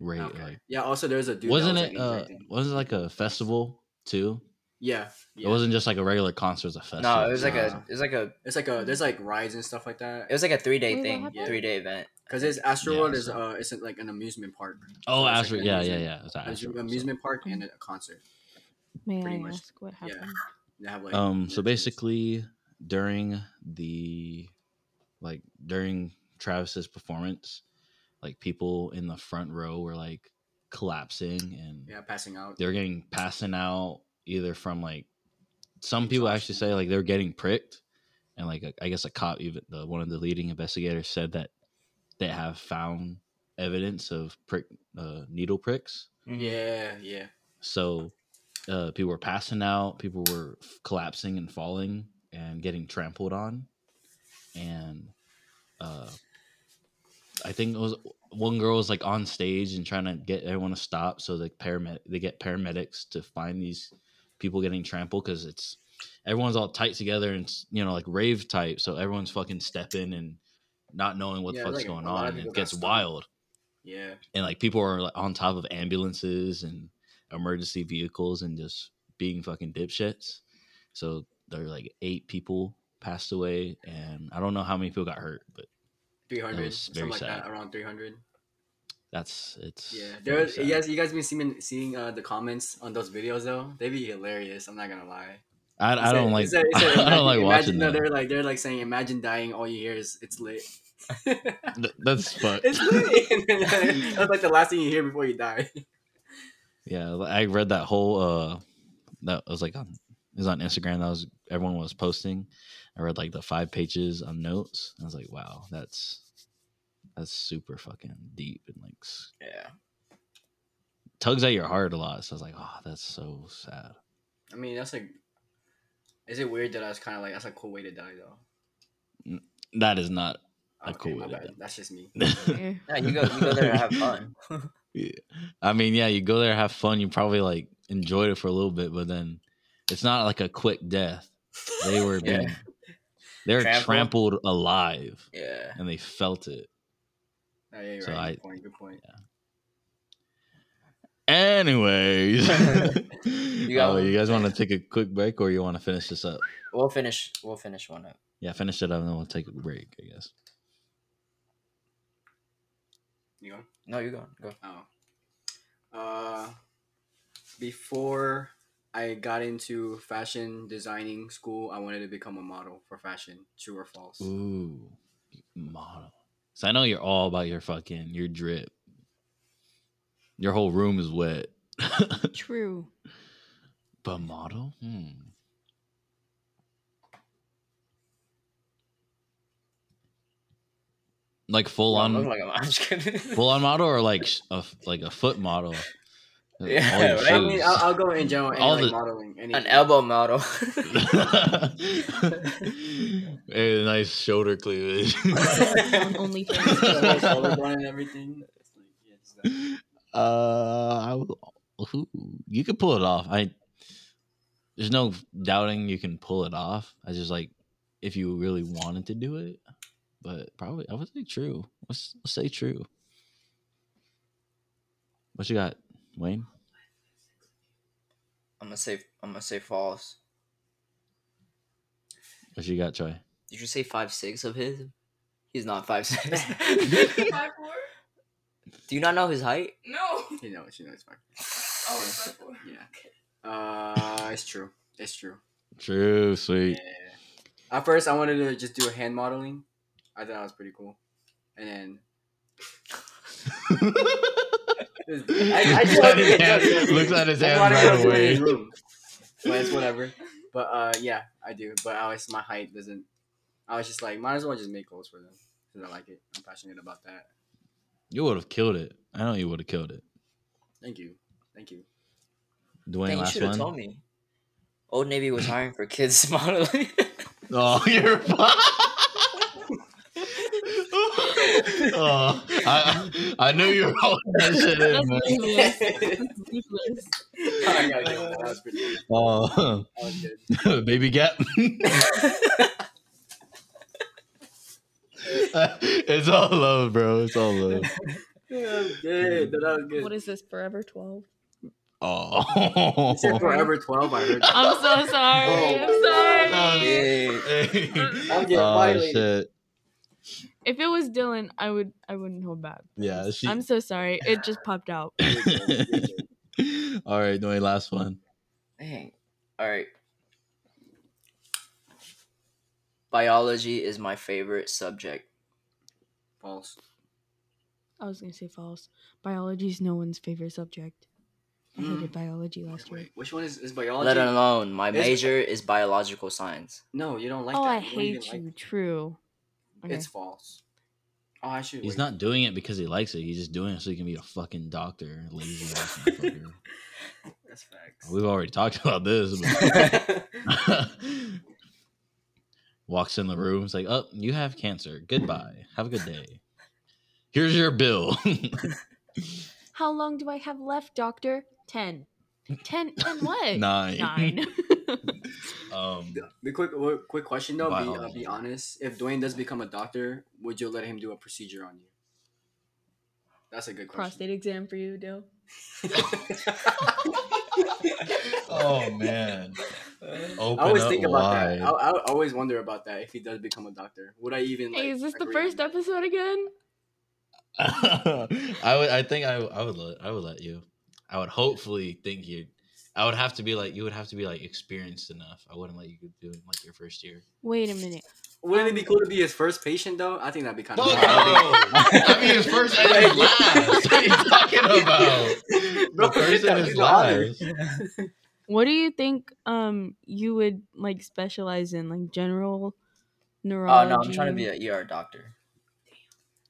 S1: Rate
S4: Okay.
S1: like
S4: yeah. Also, there's a dude. that
S1: wasn't
S4: was,
S1: it?
S4: like,
S1: Uh,
S4: injecting-
S1: wasn't it like a festival too?
S4: yeah, yeah.
S1: It wasn't just like a regular concert. It was a festival.
S3: no, it was like a
S4: Nah.
S3: it was like a
S4: It's like a there's like rides and stuff like that.
S3: it was like a three day
S2: Wait, what
S3: thing,
S2: happened?
S3: three day event.
S4: Because it's Astro World is
S1: so-
S4: uh it's like an amusement park.
S1: Oh,
S4: it's like
S1: Astro.
S4: an
S1: yeah, yeah,
S4: amusement-
S1: yeah. It was an
S4: It's
S1: Astro
S4: an
S1: World, so-
S4: amusement park and a concert.
S2: May I
S4: pretty much,
S2: ask what
S4: yeah.
S2: happened?
S4: They have like
S1: um so basically during the like during travis's performance like people in the front row were like collapsing and
S4: yeah, passing out.
S1: they're getting passing out either from like some people actually say like they're getting pricked and like I guess a cop even the, one of the leading investigators said that they have found evidence of prick uh, needle pricks
S4: Yeah, yeah.
S1: so uh, people were passing out, people were f- collapsing and falling and getting trampled on. And uh, I think it was one girl was like on stage and trying to get everyone to stop. So the paramedic they get paramedics to find these people getting trampled because it's everyone's all tight together and it's, you know like rave type. So everyone's fucking stepping and not knowing what the
S4: Yeah,
S1: fuck's
S4: like,
S1: going
S4: a lot
S1: on.
S4: of
S1: and
S4: people
S1: It
S4: got
S1: gets
S4: stung.
S1: wild
S4: Yeah.
S1: and like people are like on top of ambulances and emergency vehicles and just being fucking dipshits. So there are like eight people passed away, and I don't know how many people got hurt, but
S4: three hundred,
S1: was
S4: something
S1: very
S4: like that,
S1: sad.
S4: around three hundred.
S1: That's it's
S4: Yeah,
S1: very
S4: there.
S1: sad.
S4: Yes, you guys been seeing seeing uh, the comments on those videos though. They be hilarious. I'm not gonna lie.
S1: I, I
S4: It's
S1: don't like
S4: it's it's
S1: I don't like
S4: imagine-
S1: watching
S4: no, They're
S1: that.
S4: like they're like saying, "Imagine dying. All you hear is it's lit."
S1: Th- That's fuck.
S4: it's lit. That's like the last thing you hear before you die.
S1: Yeah, li- I read that whole uh that was like on it was on Instagram that was everyone was posting. I read like the five pages on notes. I was like, wow, that's that's super fucking deep and like s-
S3: Yeah.
S1: tugs at your heart a lot. So I was like, oh, that's so sad.
S4: I mean, that's like. Is it weird that I was kind of like that's a cool way to die though?
S1: That is not. A cool
S4: my
S1: way to
S4: bad.
S1: die.
S4: That's just me.
S2: Yeah.
S3: Yeah, you go, you go there to have fun.
S1: Yeah. I mean, yeah, you go there, have fun. You probably like enjoyed it for a little bit, but then it's not like a quick death. They were
S3: Yeah.
S1: being, they're
S3: Trampled.
S1: trampled alive,
S3: Yeah.
S1: and they felt it.
S4: Oh, yeah, you're
S1: So
S4: right.
S1: I-
S4: good point. Good point.
S1: Anyways,
S3: got
S1: oh,
S3: one?
S1: you guys want to take a quick break or you want to finish this up?
S3: We'll finish. We'll finish one up.
S1: Yeah, finish it up and then we'll take a break, I guess.
S4: You go.
S3: No, you go. Go.
S4: Oh. Uh, before I got into fashion designing school, I wanted to become a model for fashion. True or false?
S1: Ooh, model. So I know you're all about your fucking your drip. Your whole room is wet,
S2: True.
S1: but model. Hmm. Like full
S3: Well, I
S1: on,
S3: look like a- I'm just kidding.
S1: full on model, or like sh- a f- like a foot model.
S3: Yeah,
S1: All your
S3: right?
S4: I mean,
S1: shoes.
S4: I'll, I'll go in general. Any,
S1: All
S4: like,
S1: the-
S4: modeling. Any,
S3: An elbow model.
S1: hey, nice shoulder cleavage.
S2: on OnlyFans.
S4: Shoulder bone and everything. It's like, yeah, just that.
S1: uh, I w- who- you could pull it off. I there's no doubting you can pull it off. I just like if you really wanted to do it, but probably I would say true. Let's, let's say true. What you got, Wayne?
S3: I'm gonna say. I'm gonna say false.
S1: What you got, Troy?
S3: Did you say five six of his? He's not five six.
S6: Five four?
S3: Do you not know his height?
S6: No.
S4: You know, she knows. Fine.
S6: Oh, it's five four.
S4: Yeah. Uh, it's true. It's true.
S1: True, sweet.
S4: Yeah. At first, I wanted to just do hand modeling. I thought that was pretty cool. And then. I, I just
S1: Looks at
S4: wanted
S1: his
S4: to-
S1: hand- looks at his
S4: I
S1: hands
S4: wanted to
S1: right
S4: do it in
S1: away.
S4: his room. But it's whatever. But uh, yeah, I do. But I always my height doesn't. I was just like, might as well just make goals for them because I like it. I'm passionate about that.
S1: You would have killed it. I know you would have killed it.
S4: Thank you, thank you.
S1: Dwayne,
S3: Dang, you
S1: last
S3: should have
S1: one.
S3: told me. Old Navy was hiring for kids modeling.
S1: Oh, you're fine. oh, I, I knew you were holding that shit in, man.
S2: Ruthless. Ruthless.
S4: I gotta give it- that was pretty. Good.
S1: Oh,
S4: That was good.
S1: baby gap. it's all love, bro. It's all love.
S4: Yeah, that was good. That was good.
S2: What is this? Forever Twelve.
S1: Oh.
S4: You said forever twelve. I heard.
S2: I'm so sorry. I'm sorry.
S3: Hey,
S1: Hey.
S4: I'm getting
S1: Oh,
S4: violated.
S1: shit.
S2: If it was Dylan, I would. I wouldn't hold back.
S1: Yeah, Uh, she.
S2: I'm so sorry. It just popped out.
S1: all right, Dwayne, last one.
S3: Dang. All right. Biology is my favorite subject.
S4: False.
S2: I was gonna say false. Biology is no one's favorite subject. I
S4: Mm.
S2: hated biology last year.
S4: Wait, which one is, is biology?
S3: Let alone my
S4: It's-
S3: major is biological science.
S4: No, you don't like
S2: oh,
S4: that.
S2: I
S4: You don't even
S2: hate
S4: like-
S2: you. True. Okay.
S4: It's false. Oh, I should.
S1: He's
S4: wait.
S1: not doing it because he likes it. He's just doing it so he can be a fucking doctor. Lazy ass motherfucker.
S4: That's
S1: We've already talked about this.
S4: facts.
S1: but- Walks in the room. It's like, oh, you have cancer. Goodbye. Have a good day. Here's your bill.
S2: How long do I have left, doctor? Ten. Ten. Ten what?
S1: Nine.
S2: Nine.
S1: Um,
S4: Be quick, w- quick question though. Be, uh,
S1: Biology.
S4: be honest. If Dwayne does become a doctor, would you let him do a procedure on you? That's a good question.
S2: Prostate exam for you, Dill.
S1: oh man. Open
S4: I always
S1: up
S4: think about
S1: wide.
S4: that. I, I always wonder about that. If he does become a doctor, would I even?
S2: Hey,
S4: like,
S2: is this the
S4: agree on
S2: first
S4: that?
S2: episode again?
S1: I would. I think I. I would. Let, I would let you. I would hopefully think you. I would have to be like you would have to be like experienced enough. I wouldn't let you do it in, like your first year.
S2: Wait a minute.
S4: Wouldn't it be cool to be his first patient though? I think that'd be kind of.
S1: Fuck no! I mean, his first and his last. What are you talking about?
S4: Bro,
S1: The first
S4: that
S1: and
S4: is
S1: his
S4: the honor.
S1: last.
S2: What do you think um you would like specialize in? Like general
S3: Oh
S2: neurology?
S3: no, I'm trying to be an ER doctor.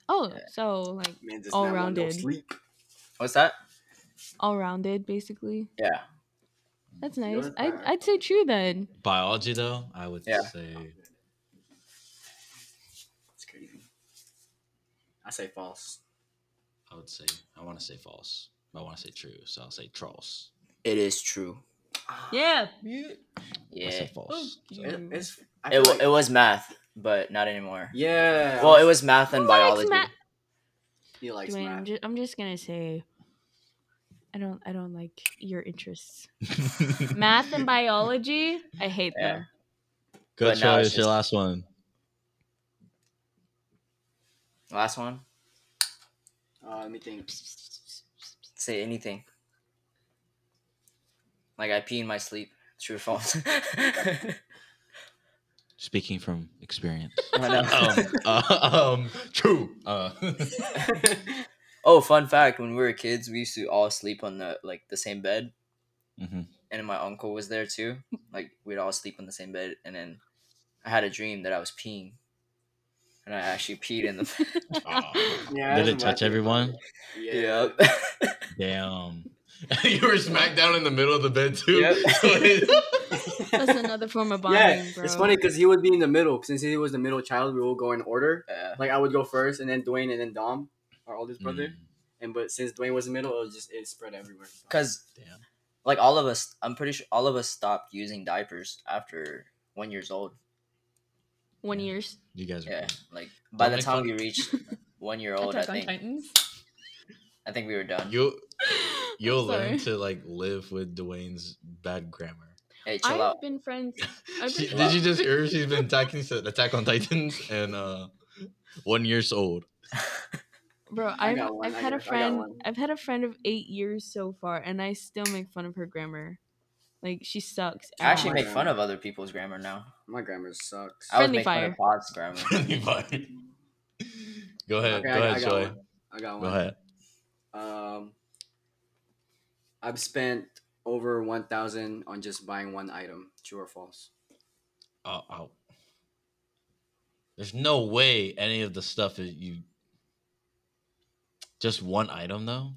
S2: Oh, so like
S4: Man, this
S2: All
S4: man want no
S2: rounded.
S4: sleep.
S3: What's that?
S2: all rounded basically.
S3: Yeah.
S2: That's nice.
S4: You're
S2: I
S4: back.
S2: I'd say true then.
S1: Biology, though, I would
S3: Yeah.
S1: say.
S4: It's crazy. I say false.
S1: I would say. I want to say false. but I want to say true, so I'll say trolls.
S3: It is true.
S2: Yeah.
S1: I
S3: Yeah.
S1: say false. So-
S4: It, it's. I
S3: It,
S4: feel
S3: wa
S4: like-
S3: it was math, but not anymore.
S4: yeah.
S3: Well, it was math and
S2: Who likes
S3: biology.
S2: math?
S4: He likes
S2: Dwayne, I'm
S4: math.
S2: just I'm just gonna say I don't I don't like your interests. Math and biology, I hate
S3: Yeah.
S2: them.
S1: Good
S3: But now
S1: choice.
S3: it's
S1: Your
S3: just-
S1: last one.
S3: Last one.
S4: Uh, let me think.
S3: Say anything. Like I pee in my sleep. True or false?
S1: Speaking from experience.
S3: I know.
S1: um, uh, um, true. Uh,
S3: oh, fun fact: when we were kids, we used to all sleep on the like the same bed,
S4: Mm-hmm.
S1: mhm.
S3: and my uncle was there too. Like we'd all sleep on the same bed, and then I had a dream that I was peeing, and I actually peed in the.
S1: Aw.
S4: Yeah.
S1: Did
S4: that's
S1: it
S4: what I
S1: touch
S4: think.
S1: everyone?
S4: Yeah.
S3: yep.
S1: Damn. you were smacked down in the middle of the bed too.
S3: Yep.
S1: So it-
S2: That's another form of bonding,
S4: Yeah,
S2: bro.
S4: it's funny because he would be in the middle. Since he was the middle child, we will go in order.
S3: Yeah.
S4: Like I would go first, and then Dwayne, and then Dom, our oldest brother.
S1: Mm,
S4: And but since Dwayne was in the middle, it was just it spread everywhere. So.
S3: Cause
S1: Damn.
S3: like all of us, I'm pretty sure all of us stopped using diapers after one years old.
S2: One
S1: Yeah.
S2: years.
S1: You guys are
S3: Yeah,
S1: good.
S3: like by
S1: Don't
S3: the
S1: make
S3: time
S1: fun-
S3: we reached one year old, I
S5: Attack on
S3: think
S5: Titans.
S3: I think we were done.
S1: You'll you'll learn
S2: sorry.
S1: to like live with Dwayne's bad grammar.
S3: Hey, chill out.
S2: I've been friends. I've
S1: She,
S2: been
S1: did you just hear she's been attacking said Attack on Titans and uh one years old.
S2: Bro,
S4: I
S2: I've,
S4: got one,
S2: I've
S4: I
S2: had
S4: got- I
S2: a
S4: got
S2: friend.
S4: one.
S2: I've had a friend of eight years so far, and I still make fun of her grammar. Like she sucks.
S3: I actually
S4: Oh
S2: ass.
S4: my
S3: make fun of other people's grammar now.
S4: My grammar sucks.
S3: I was
S2: Friendly
S3: making fun of Pod's grammar.
S1: go ahead, go
S4: Okay, I,
S1: ahead,
S4: I got
S1: Joy.
S4: one. I got
S1: Go
S4: one.
S1: ahead.
S4: Um, I've spent over one thousand on just buying one item. True or false?
S1: Oh, oh. There's no way any of the stuff that you just one item though.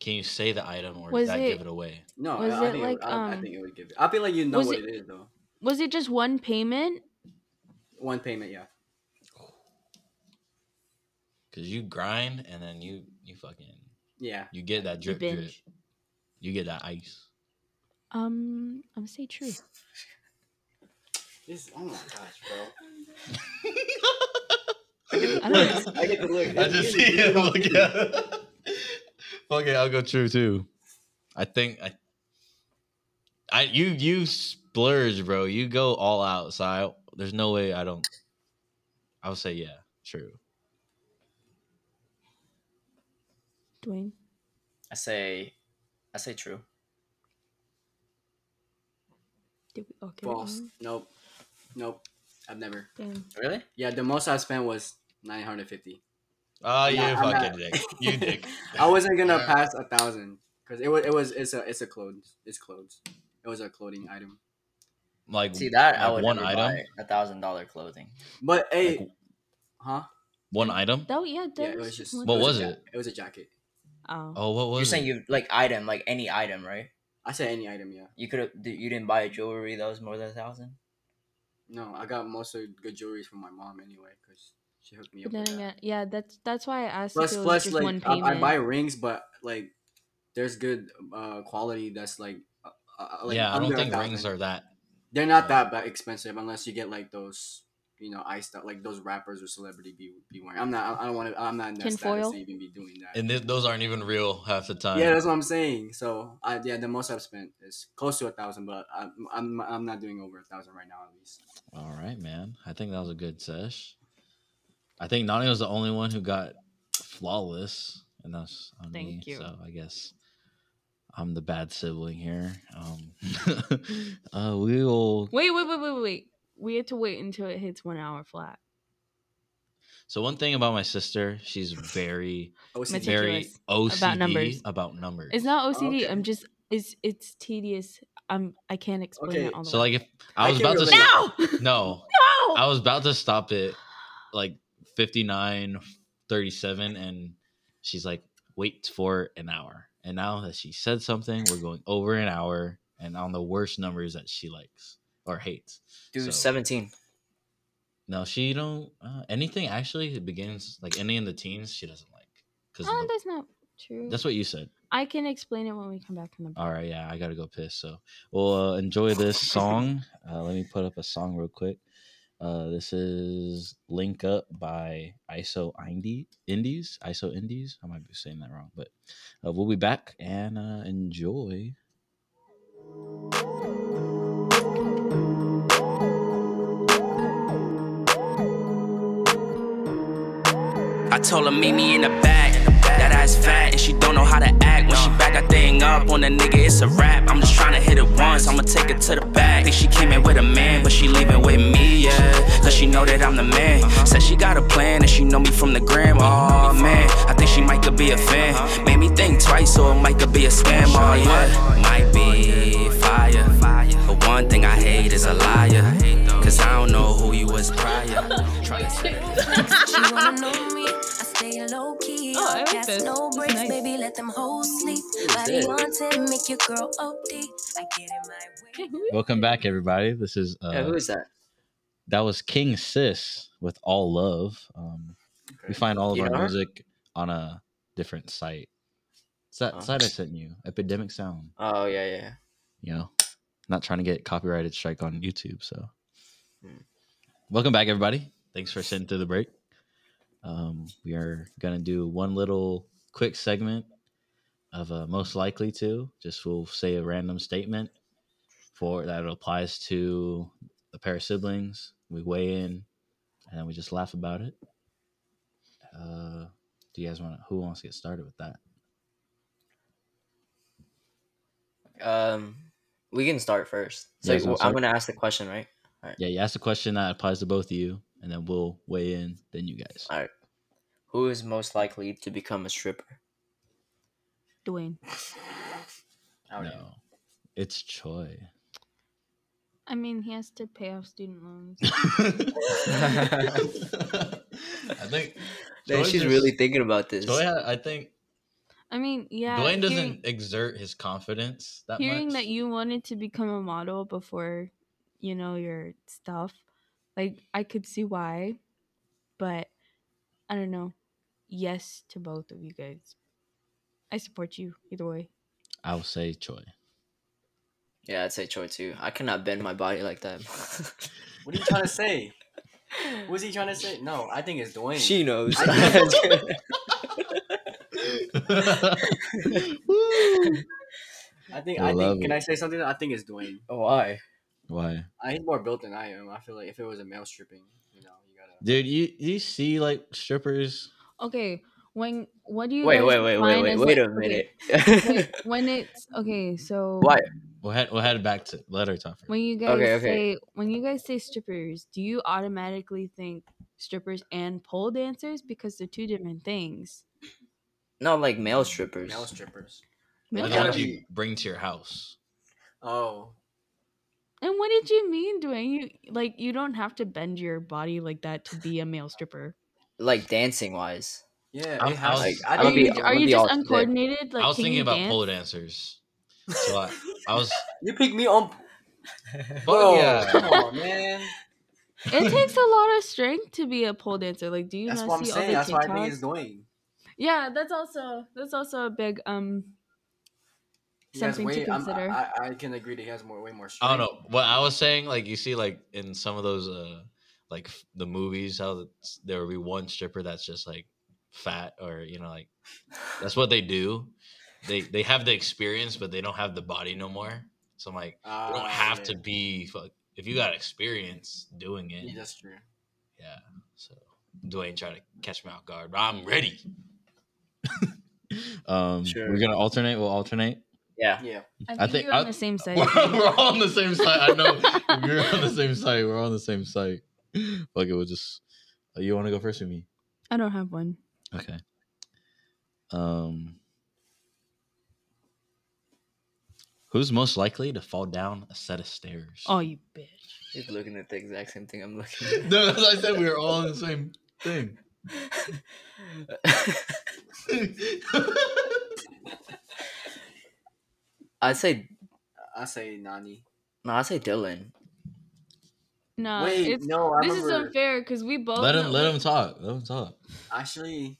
S1: Can you say the item or
S2: Was
S1: does that
S2: it-
S1: give it away?
S4: No,
S2: Was
S4: I, I
S2: it
S4: think
S2: like,
S4: it, would- I, I
S2: um,
S4: think it would give. It. I feel like you know
S2: was
S4: what
S2: it-
S4: it is though.
S2: Was it just one payment?
S4: One payment, yeah.
S1: Cause you grind and then you you fucking
S4: Yeah.
S1: you get that
S2: You
S1: drip drip.
S2: binge.
S1: You get that ice.
S2: Um, I'm gonna say true.
S4: This, oh my gosh, bro!
S2: I don't
S4: I get to look.
S1: I just see him look at. okay, I'll go true too. I think I. I you you splurge, bro. You go all out. So I, there's no way I don't. I would say yeah, true.
S2: Dwayne.
S3: I say, I say true.
S2: Did we okay? um,
S4: False. Nope. Nope. I've never.
S2: Damn.
S3: Really?
S4: Yeah, the most I spent was nine hundred fifty.
S1: Oh, you
S4: Nah, I'm
S1: fucking
S4: not-
S1: dick. You dick.
S4: I wasn't gonna
S1: Yeah.
S4: pass a thousand because it was it was it's a it's a clothes it's clothes. It was a clothing item.
S1: like
S3: See that? I
S1: Mm, like
S3: would
S1: one
S3: never
S1: item.
S3: buy a thousand dollar clothing.
S4: But hey,
S1: Like-
S4: huh?
S1: One item.
S2: Oh yeah, that
S4: Yeah, it
S2: was
S4: was just.
S2: one-
S1: What
S4: a
S1: was
S4: ja-
S1: it?
S4: It was a jacket.
S2: Oh.
S1: Oh, what was
S3: You're saying
S1: it?
S3: you like item, like any item, right?
S4: I said any item, yeah.
S3: You could have. You didn't buy jewelry that was more than a thousand.
S4: No, I got most of good jewelry from my mom anyway because she hooked me
S2: But
S4: up.
S2: then
S4: With that.
S2: again, yeah, that's that's why I asked
S4: Plus,
S2: if it was
S4: plus,
S2: just one
S4: like I,
S2: payment.
S4: I buy rings, but like there's good uh quality that's like. Uh, uh, like
S1: yeah, I don't
S4: under a
S1: think rings
S4: thousand.
S1: are that.
S4: They're not that ba- expensive unless you get like those you know I stuff like those rappers or celebrity be be wearing. I'm not. I don't want to. I'm not in that status
S2: Tinfoil?
S4: to even be doing that.
S1: And th- those aren't even real half the time.
S4: yeah, that's what I'm saying. So I yeah, the most I've spent is close to a thousand, but I'm I'm I'm not doing over a thousand right now at least.
S1: All right, man. I think that was a good sesh. I think Nani was the only one who got flawless, and that's on me.
S2: Thank you.
S1: So I guess I'm the bad sibling here. Um, uh, we will.
S2: Wait, wait, wait, wait, wait. We had to wait until it hits one hour flat.
S1: So one thing about my sister, she's very,
S4: I was
S2: Meticulous.
S1: very OCD about numbers.
S2: numbers. It's not OCD.
S4: Okay.
S2: I'm just. It's it's tedious. I'm. I can't explain it
S4: Okay,
S2: all the
S1: So
S2: way.
S1: like if I
S4: I
S1: was
S4: can
S1: about to
S4: relate.
S1: stop,
S2: no, no.
S1: no, I was about to stop it like 59 37 and she's like wait for an hour and now that she said something we're going over an hour and on the worst numbers that she likes or hates
S3: Do
S1: So,
S3: seventeen.
S1: no she don't uh, anything actually it begins like any in the teens she doesn't like because
S2: Oh, that's not true.
S1: that's what you said
S2: I can explain it when we come back from the break.
S1: all right yeah i gotta go piss so we'll uh, enjoy this song uh, let me put up a song real quick uh, this is link up by iso Indie, indies iso indies i might be saying that wrong but uh, we'll be back and uh, enjoy
S5: I told her meet me in the back. That ass fat and she don't know how to act. When she back that thing up on a nigga, it's a rap. I'm just tryna hit it once. I'ma take it to the back. Think she came in with a man, but she leaving with me, yeah. Cause she know that I'm the man. Said she got a plan and she know me from the gram. Oh man, I think she might could be a fan. Made me think twice, or it might could be a scam. Oh yeah, might be fire. But one thing I hate is a liar. Cause I don't know who you was prior. Try to set it.
S7: She wanna know me. I stay low key.
S2: Oh, I like
S7: Gas,
S2: this.
S7: No
S2: It's
S7: breaks,
S2: nice.
S7: baby. Let them hoes sleep.
S4: is
S7: Body
S4: it?
S7: on ten, make your girl OD. I get it my way.
S1: welcome back everybody this is uh,
S3: yeah, who is that?
S1: that was king sis with all love um, we
S4: Okay.
S1: find all of
S3: You
S1: our
S3: know her?
S1: music on a different site it's that
S3: Oh.
S1: site i sent you epidemic sound
S3: Oh yeah, yeah.
S1: you know, not trying to get copyrighted strike on YouTube. So,
S3: Hmm.
S1: welcome back, everybody. Thanks for sitting through the break. Um, we are gonna do one little quick segment of uh, most likely to. Just we'll say a random statement for that applies to a pair of siblings. We weigh in, and then we just laugh about it. Uh, do you guys want? to Who wants to get started with that?
S3: Um, we can start first. So
S1: Yeah, so
S3: I'm
S1: start.
S3: gonna ask the question, right?
S1: Yeah, you ask a question that applies to both of you, and then we'll weigh in. Then you guys.
S3: All right. Who is most likely to become a stripper?
S2: Dwayne.
S4: I would-
S1: No, it's Choi.
S2: I mean, he has to pay off student loans.
S1: I think
S3: Man,
S1: Joy
S3: she's
S1: just-
S3: really thinking about this.
S1: Choi. ha- I think
S2: I mean, yeah.
S1: Dwayne doesn't
S2: hearing-
S1: exert his confidence that
S2: hearing
S1: much.
S2: that you wanted to become a model before you know your stuff like i could see why but i don't know yes to both of you guys i support you either way
S1: I'll say Choi.
S3: Yeah, I'd say Choi too. I cannot bend my body like that.
S4: What are you trying to say? What's he trying to say? No, I think it's Dwayne.
S3: she knows.
S4: I think
S1: I
S4: I,
S1: love
S4: think. Can
S1: it. Oh,
S4: I say something? I think it's Dwayne.
S3: Why?
S1: Why,
S4: I, he's more built than I am. I feel like if it was a male stripping, you know, you gotta.
S1: dude? You you see like strippers?
S2: okay when what do you
S3: Wait,
S2: guys
S3: wait, wait, wait,
S2: define
S3: wait,
S2: as,
S3: wait
S2: like-
S3: a
S2: okay,
S3: minute.
S2: wait, when it's okay so
S3: Why?
S1: We'll head we'll head back to let her talk. first.
S2: when you guys
S3: Okay, okay.
S2: say when you guys say strippers do you automatically think strippers and pole dancers because they're two different things
S3: Not like male strippers.
S4: Male strippers.
S1: Like,
S2: No.
S4: gotta
S1: what do
S4: be-
S1: you bring to your house?
S4: Oh,
S2: And what did you mean, Dwayne? You like you don't have to bend your body like that to be a male stripper.
S3: Like dancing wise.
S4: yeah.
S1: I'm-
S4: it has-
S1: I was-
S4: I
S2: Are
S3: I would
S4: think
S2: you,
S3: be-
S2: are
S3: would
S2: you
S3: be
S2: just
S3: all-
S2: uncoordinated? Like
S1: I was
S2: can
S1: thinking
S2: you
S1: about
S2: dance?
S1: pole dancers. So I, I was,
S4: you picked me on.
S1: but
S4: Bro, come
S1: yeah,
S4: on, man.
S2: It takes a lot of strength to be a pole dancer. Like, do you
S4: That's
S2: not
S4: what I'm
S2: see
S4: saying.
S2: all
S4: That's
S2: the
S4: why I think it's
S2: TikToks?
S4: Dwayne.
S2: Yeah, that's also that's also a big um
S4: He has
S2: Something to
S4: I'm-
S2: consider.
S4: I, I, I can agree that he has more, way more.
S1: I
S4: Strength.
S1: don't know. What I was saying, like you see, like in some of those, uh, like f- the movies how it's- there will be one stripper that's just like fat or you know like that's what they do they they have the experience but they don't have the body no more so i'm like you don't
S4: Ah,
S1: have
S4: yeah.
S1: to be fuck, if you got experience doing it
S4: Yeah, that's true.
S1: yeah. So Dwayne tried to catch me off guard, but I'm ready. um,
S3: Sure.
S1: we're gonna alternate. We'll alternate.
S3: Yeah.
S4: Yeah.
S2: I think,
S1: think
S2: you're on
S1: I-
S2: the same side.
S1: We're, we're all on the same side. I know you're on the same side. We're all on the same side. Fuck it. We'll just. uh, You want to go first with me?
S2: I don't have one.
S1: Okay. Um. Who's most likely to fall down a set of stairs?
S2: Oh, you bitch.
S3: He's looking at the exact same thing I'm looking at.
S1: no, as I said, we were all on the same thing.
S3: I'd say
S4: I say Nani.
S3: no, I'd say Dylan.
S2: No,
S4: Wait,
S2: Uh, it's,
S4: no, I
S2: this is
S4: remember.
S2: unfair because we both.
S1: let him.
S2: know-
S1: Let him talk. Let him talk.
S4: Actually,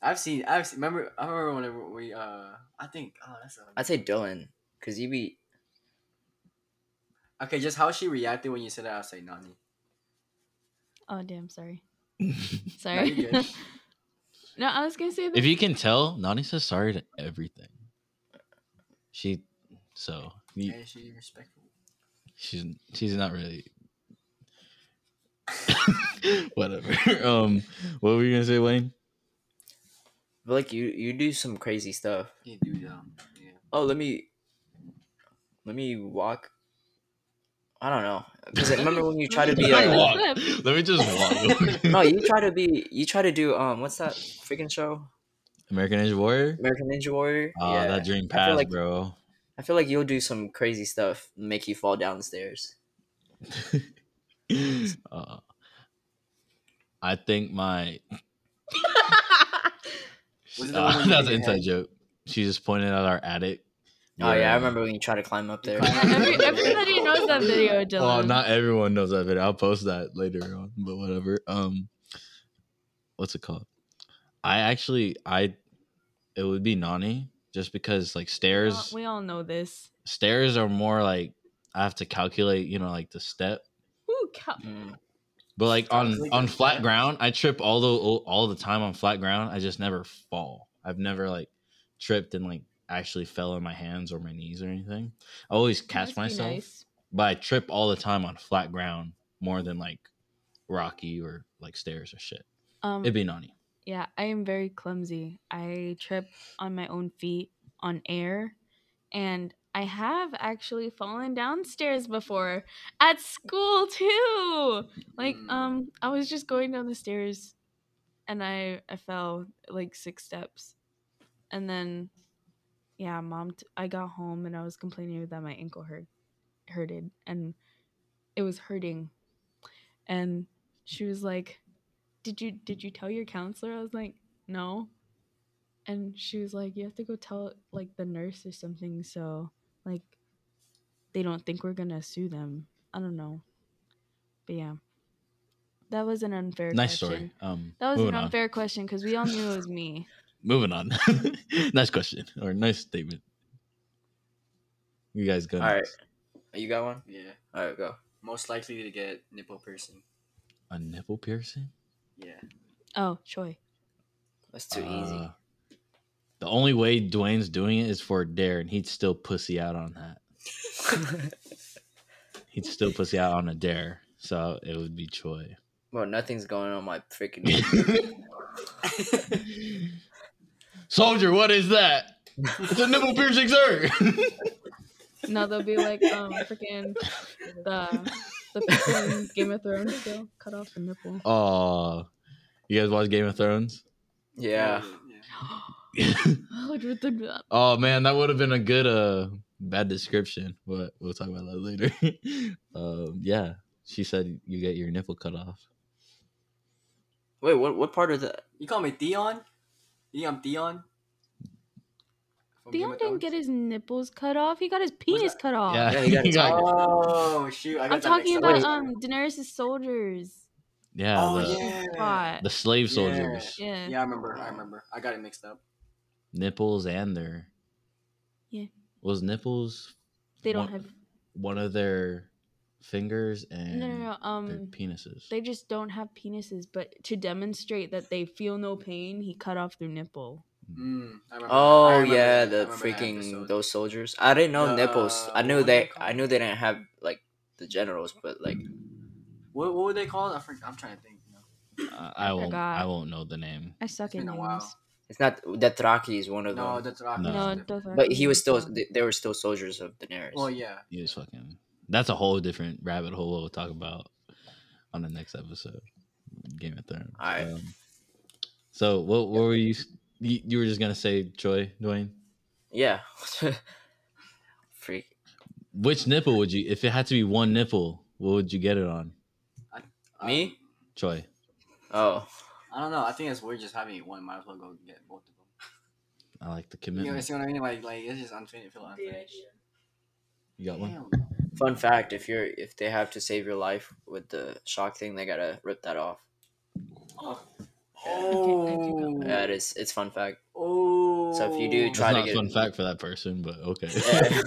S4: I've seen. I've seen, remember. I remember whenever we. Uh, I think. Oh, that's. A,
S3: I'd say Dylan because you be
S4: okay, just how she reacted when you said that. I'll say Nani.
S2: Oh damn! Sorry.
S4: No,
S2: Sorry.
S4: you're good.
S2: no, I was gonna say that.
S1: If you can tell, Nani says sorry to everything. She, so you-
S4: and she's respectful.
S1: she's she's not really. Whatever. Um, what were you gonna say, Wayne?
S3: but like you you do some crazy stuff.
S4: You um, do dumb. Yeah.
S3: Oh, let me let me walk. I don't know because remember when you try to be
S1: Let me
S3: a,
S1: walk. Let me just
S3: no
S1: walk.
S3: you try to be you try to do um what's that freaking show
S1: American Ninja Warrior.
S3: American Ninja Warrior
S1: Oh, that dream
S3: I feel
S1: passed,
S3: like-
S1: bro.
S3: I feel like you'll do some crazy stuff make you fall down the stairs.
S1: Uh, I think my
S4: Was it the one
S1: uh,
S4: where
S1: that's an
S4: you hit your
S1: inside
S4: head?
S1: joke. She just pointed out our attic.
S3: Oh yeah, I remember when you try to climb up there.
S2: Yeah, every, everybody knows that video, Dylan.
S1: Well, not everyone knows that video. I'll post that later on, but whatever. Um, what's it called? I actually, I, it would be Nani, just because like
S2: We all-
S1: stairs,
S2: we all know this.
S1: stairs are more like I have to calculate, you know, like the step.
S2: Ooh, cow-
S3: Mm.
S1: But like on
S4: Calculate
S1: on
S4: the
S1: flat
S4: step?
S1: ground, I trip all the all the time on flat ground. I just never fall. I've never like tripped and like actually fell on my hands or my knees or anything. I always catch
S2: must be
S1: myself
S2: nice.
S1: but I trip all the time on flat ground more than like rocky or like stairs or shit.
S2: Um,
S1: It'd be Nani.
S2: Yeah, I am very clumsy. I trip on my own feet on air, and I have actually fallen downstairs before at school too. Like,
S4: Mm.
S2: um, I was just going down the stairs, and I I fell like six steps, and then, yeah, mom. T- I got home and I was complaining that my ankle hurt, hurted, and it was hurting, and she was like did you did you tell your counselor i was like no and she was like you have to go tell like the nurse or something so like they don't think we're gonna sue them i don't know but yeah that was an unfair
S1: Nice story.
S2: question.
S1: Um,
S2: that was
S1: moving
S2: an
S1: on.
S2: unfair question because we all knew it was me
S1: Moving on. nice question or nice statement. You guys go.
S3: All right.
S1: next.
S3: You got one?
S4: Yeah.
S3: All right, go.
S4: Most likely to get nipple piercing.
S1: A nipple piercing.
S4: Yeah.
S2: oh choi
S3: That's too easy.
S1: Uh, The only way Dwayne's doing it is for a dare, and he'd still pussy out on that. He'd still pussy out on a dare, so it would be Choi.
S3: Well, nothing's going on my freaking.
S1: Soldier, what is that? It's a nipple piercing, sir.
S2: no they'll be like um freaking the the freaking game of thrones they'll cut off the nipple
S1: Oh, you guys watch Game of Thrones?
S3: yeah.
S4: yeah.
S2: oh, with the-
S1: oh man, that would have been a good uh bad description, but we'll talk about that later. um, yeah, she said you get your nipple cut off.
S3: Wait, what? What part of the?
S4: You call me Theon? You think I'm Theon? From Game
S2: Theon didn't
S4: of Thrones?
S2: get his nipples cut off. He got his penis cut off.
S1: yeah,
S3: yeah, you got
S1: you
S3: it.
S1: got-
S4: Oh shoot! I got
S2: I'm
S4: that
S2: talking
S4: mixed up.
S2: about um Daenerys' soldiers.
S1: yeah,
S4: Oh
S1: the,
S4: yeah.
S2: Spot.
S1: the slave
S4: Yeah.
S1: soldiers,
S2: Yeah.
S4: Yeah, I remember. I remember. I got it mixed up.
S1: nipples and their
S2: Yeah.
S1: was nipples
S2: They don't
S1: one-
S2: have
S1: one of their fingers and
S2: no, no, no.
S1: their
S2: Um,
S1: penises.
S2: they just don't have penises. But to demonstrate that they feel no pain, he cut off their nipple.
S4: Mm, I remember that. I
S3: Oh
S4: remember that.
S3: yeah,
S4: I
S3: the
S4: remember that
S3: freaking
S4: episode.
S3: those soldiers. I didn't know
S4: The,
S3: nipples. I
S4: uh,
S3: knew
S4: what they
S3: they. I
S4: called?
S3: knew they didn't have like the generals, but like
S4: What, what were they called? I forg I'm trying to think. now.
S1: I, I won't.
S2: forgot.
S1: I won't know the name.
S2: I suck
S4: It's
S2: at
S4: been a
S2: names.
S4: while.
S3: it's not Dothraki is one of them.
S4: No, that's not.
S1: No.
S2: No,
S4: that's different.
S2: Dothraki
S3: but he was still.
S2: Master.
S3: They, they were still soldiers of Daenerys.
S4: Well, yeah.
S1: He was fucking. That's a whole different rabbit hole we'll talk about on the next episode. Game of Thrones.
S3: Alright.
S1: Um, so what? What were you, s- you? You were just gonna say, Joy, Dwayne.
S3: Yeah. Freak.
S1: Which nipple would you? If it had to be one nipple, what would you get it on,
S3: Me?
S1: Troy?
S3: Oh.
S4: I don't know. I think it's weird just having one. Might as well go get both of them.
S1: I like the
S3: Mm-hmm.
S4: You know,
S1: commitment.
S4: see what I mean? Like, like it's just unfinished. Feel
S6: The
S4: unfinished.
S6: idea.
S1: You got one.
S4: Damn.
S3: Fun fact: If you're if they have to save your life with the shock thing, they gotta rip that off.
S4: Oh.
S3: Yeah, it is. It's fun fact.
S4: Oh.
S3: So if you do
S1: That's
S3: try to
S1: not a
S3: get-
S1: fun fact for that person, but okay.
S3: Yeah.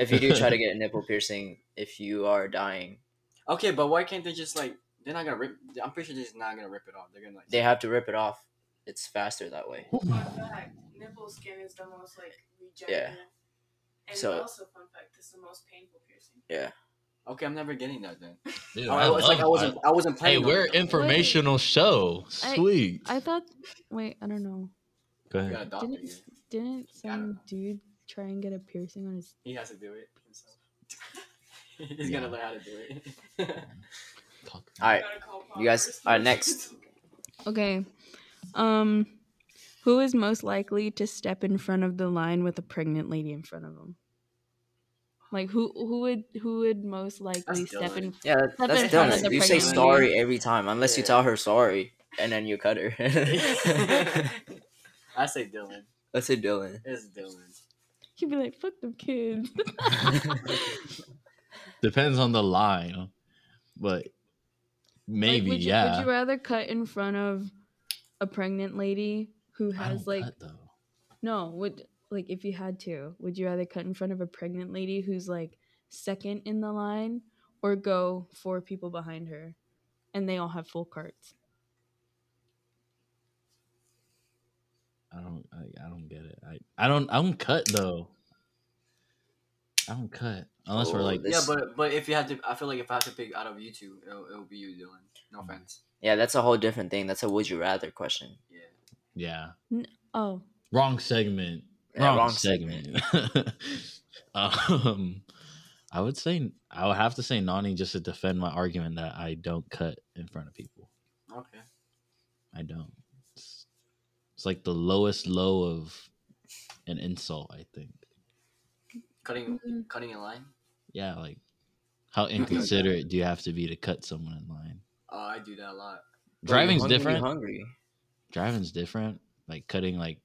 S3: If you do try to get a nipple piercing, if you are dying,
S4: Oh. Okay, but why can't they just like? They're not gonna rip. I'm pretty sure they're just not gonna rip it off. They're gonna like.
S3: they have to rip it off. It's faster that way.
S6: Fun fact, nipple skin is the most like regenerative. And
S3: So-
S6: also, fun fact, this is the most painful piercing.
S4: okay, I'm never getting that then.
S1: Dude,
S4: Oh,
S1: I
S4: it's like
S1: love
S4: I wasn't. I wasn't
S1: Hey,
S4: planning. on
S1: we're
S4: it, though.
S1: informational show.
S2: I-
S1: Sweet.
S2: I thought. Wait, I don't know.
S1: Go
S4: You
S1: ahead.
S4: gotta adopt it,
S2: Didn't
S4: dude.
S2: didn't
S4: Yeah, I don't
S2: some
S4: know.
S2: dude try and get a piercing on his?
S4: He has to do it himself. He's
S1: Yeah.
S4: gonna learn how to do it.
S1: Talk.
S3: All right.
S6: Gotta call Paul
S3: You guys-
S6: first.
S3: alright, next.
S2: Okay, um, who is most likely to step in front of the line with a pregnant lady in front of him? Like who who would who would most likely step in?
S3: Yeah,
S2: That's
S3: that- that's
S2: been hard
S4: as a
S3: Dylan. You say
S4: pregnant
S3: sorry
S2: lady.
S3: every time, unless you
S4: Yeah.
S3: tell her sorry, and then you cut her.
S4: I say Dylan.
S3: Let's say Dylan.
S4: It's Dylan.
S2: He'd be like, "Fuck them kids."
S1: Depends on the line, but
S2: Like,
S1: maybe
S2: would you,
S1: yeah.
S2: Would you rather cut in front of a pregnant lady who
S1: I don't
S2: has like
S1: cut, though.
S2: No, would like if you had to, would you rather cut in front of a pregnant lady who's like second in the line or go four people behind her and they all have full carts?
S1: I don't. I, I don't get it. I. I don't. I don't cut though. I don't cut unless we're
S3: Oh,
S1: like.
S3: this-
S4: Yeah, but but if you had to, I feel like if I had to pick out of you two, it'll, it'll be you, Dylan. No offense.
S3: Yeah, that's a whole different thing. That's a would you rather question.
S4: Yeah.
S1: Yeah.
S2: Oh,
S1: Wrong segment.
S3: Yeah,
S1: wrong,
S3: wrong
S1: segment. um, I would say I would have to say Nani just to defend my argument that I don't cut in front of people.
S4: Okay.
S1: I don't. It's, it's like the lowest low of an insult. I think.
S4: Cutting cutting in line.
S1: Yeah, like how inconsiderate do you have to be to cut someone in line?
S4: Oh, I do that a lot.
S3: Bro, you're
S1: Driving's
S3: hungry, you're
S1: different.
S3: Hungry.
S1: driving's different. Like cutting like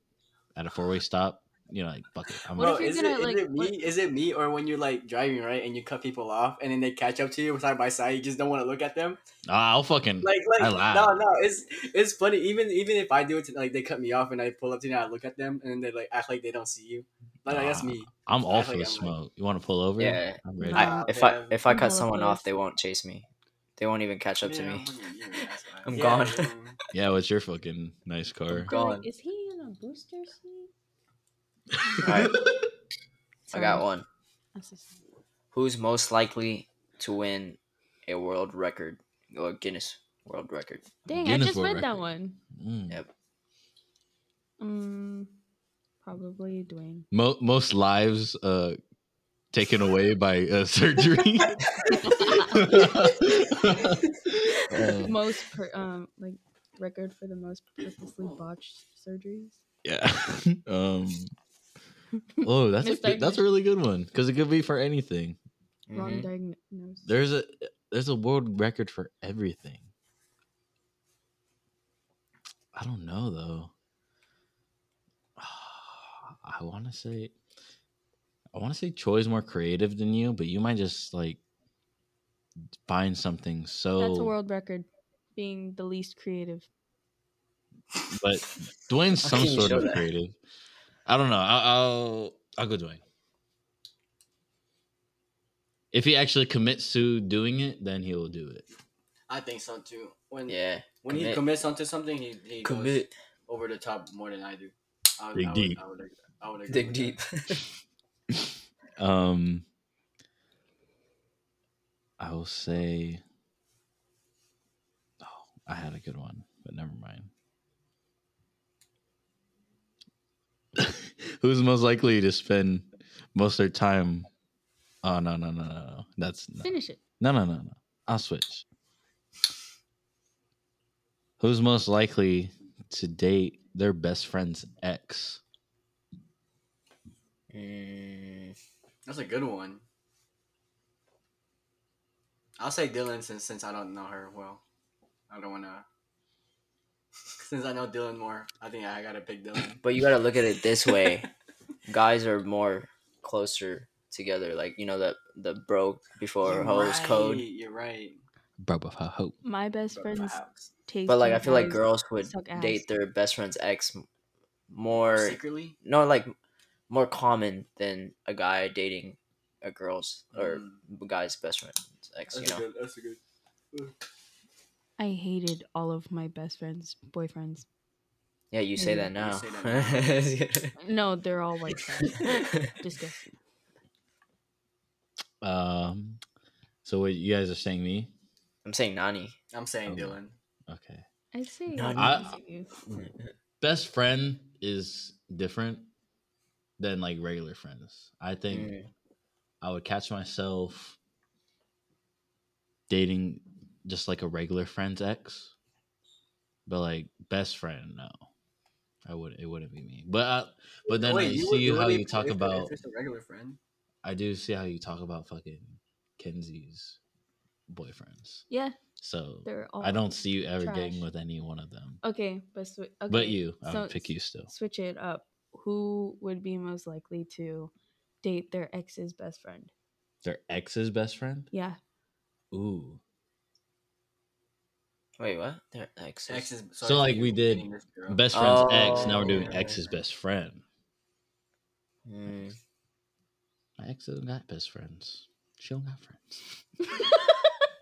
S1: at a four way stop, you know, like fuck it. I'm
S2: What
S1: out.
S2: if you're
S4: is,
S2: gonna,
S4: it, is
S2: like,
S4: it me?
S2: what-
S4: Is it me or when you're like driving right and you cut people off and then they catch up to you side by side, you just don't want to look at them.
S1: Ah, I'll fucking
S4: Like
S1: I
S4: like
S1: laugh.
S4: no no, it's it's funny. Even even if I do it, to, like they cut me off and I pull up to you and I look at them and then they like act like they don't see you. Like that's
S1: Nah.
S4: me.
S1: I'm all
S4: Act
S1: for
S4: like
S1: the
S4: I'm, like-
S1: smoke. you want to pull over?
S3: Yeah.
S1: I'm ready.
S2: Nah.
S3: I, if I
S4: man.
S3: if I
S2: I'm
S3: cut
S2: hella
S3: someone off,
S2: pissed.
S3: they won't chase me. They won't even catch up to
S4: Yeah,
S3: me.
S4: fucking, yeah, that's why.
S3: I'm
S4: Yeah,
S3: gone.
S4: man.
S1: yeah, what's your fucking nice car?
S2: they're like,
S3: Gone.
S2: is he in a booster seat?
S3: Alright, I
S2: Sorry,
S3: got one.
S2: I'm so sorry.
S3: Who's most likely to win a world record or Guinness World Record?
S2: Dang,
S1: Guinness
S2: I just
S1: World
S2: read that
S1: Record.
S2: one.
S1: Mm.
S2: Um, probably Dwayne.
S1: Mo- most lives uh taken away by uh, surgery. Uh,
S2: most per, um like record for the most purposely botched surgeries.
S1: yeah. Um Oh, that's a good, that's a
S2: Misdiagnosed.
S1: really good one cuz it could be for anything.
S2: Wrong
S3: Mhm.
S2: diagnosis.
S1: There's a there's a world record for everything. I don't know though. I want to say I want to say Troy's more creative than you, but you might just like find something so
S2: That's a world record, being the least creative.
S1: but Dwayne's
S3: How
S1: some
S3: can you
S1: sort
S3: show
S1: of
S3: that?
S1: creative. I don't know. I'll, I'll I'll go Dwayne. If he actually commits to doing it, then he will do it.
S4: I think so too. When
S3: Yeah.
S4: when he
S3: commit.
S4: commits onto something, he, he goes
S3: Commit.
S4: over the top more than I do. I would,
S1: Dig
S4: I would,
S1: deep.
S4: I would, agree- I would agree
S3: Dig
S4: with that.
S3: deep.
S1: Um, I will say. Oh, I had a good one, but never mind. Who's most likely to spend most of their time? Oh no no no no no! That's no
S8: Finish it.
S1: no no no no! I'll switch. Who's most likely to date their best friend's ex?
S3: Mm,
S4: That's a good one. I'll say Dylan since since I don't know her well. I don't wanna. Since I know Dylan more, I think I gotta pick Dylan.
S3: but you gotta look at it this way: guys are more closer together. Like you know the the bro before
S4: You're
S3: hoes
S4: right,
S3: code.
S4: You're right.
S1: Bro, I hope.
S2: My best friend's
S4: Perhaps.
S2: taste.
S3: But like
S2: in
S3: I feel like
S2: guys-
S3: girls would
S2: suck ass.
S3: date their best friend's ex m- more
S4: secretly.
S3: no like more common than a guy dating a girl's or
S4: Mm.
S3: guy's best friend's ex.
S4: That's
S3: You
S4: a
S3: know.
S4: good. That's a good.
S2: I hated all of my best friends' boyfriends.
S3: Yeah, you say
S2: Mm,
S3: that
S4: you
S3: now.
S4: say that
S2: No, they're all white friends. Disgusting.
S1: Um, so what you guys are saying me?
S3: I'm saying Nani.
S4: I'm saying
S1: Okay.
S4: Dylan.
S1: Okay.
S2: I say
S3: No,
S1: I-
S2: you.
S1: Mm. Best friend is different than like regular friends. I think
S3: Mm.
S1: I would catch myself dating just like a regular friend's ex, but like best friend, no, I would. It wouldn't be me. But I, but then I
S4: would
S1: see
S4: do
S1: how
S4: it
S1: you
S4: if-
S1: talk
S4: if-
S1: about.
S4: If it's a regular friend.
S1: I do see how you talk about fucking Kenzie's boyfriends.
S2: Yeah,
S1: So
S2: they're all.
S1: I don't see you ever
S2: trash.
S1: getting with any one of them.
S2: Okay, but swi- okay.
S1: But you, I
S2: so
S1: would pick you still.
S2: Switch it up. Who would be most likely to date their ex's best friend?
S1: Their ex's best friend?
S2: Yeah,
S1: Ooh.
S3: Wait, what? Their ex.
S4: Ex is,
S1: So,
S4: for
S1: like, we
S4: you
S1: did
S4: dating this girl.
S1: Best friend's ex. Now we're doing
S3: Oh.
S1: ex's best friend.
S3: Mm.
S1: My ex doesn't got best friends. She don't got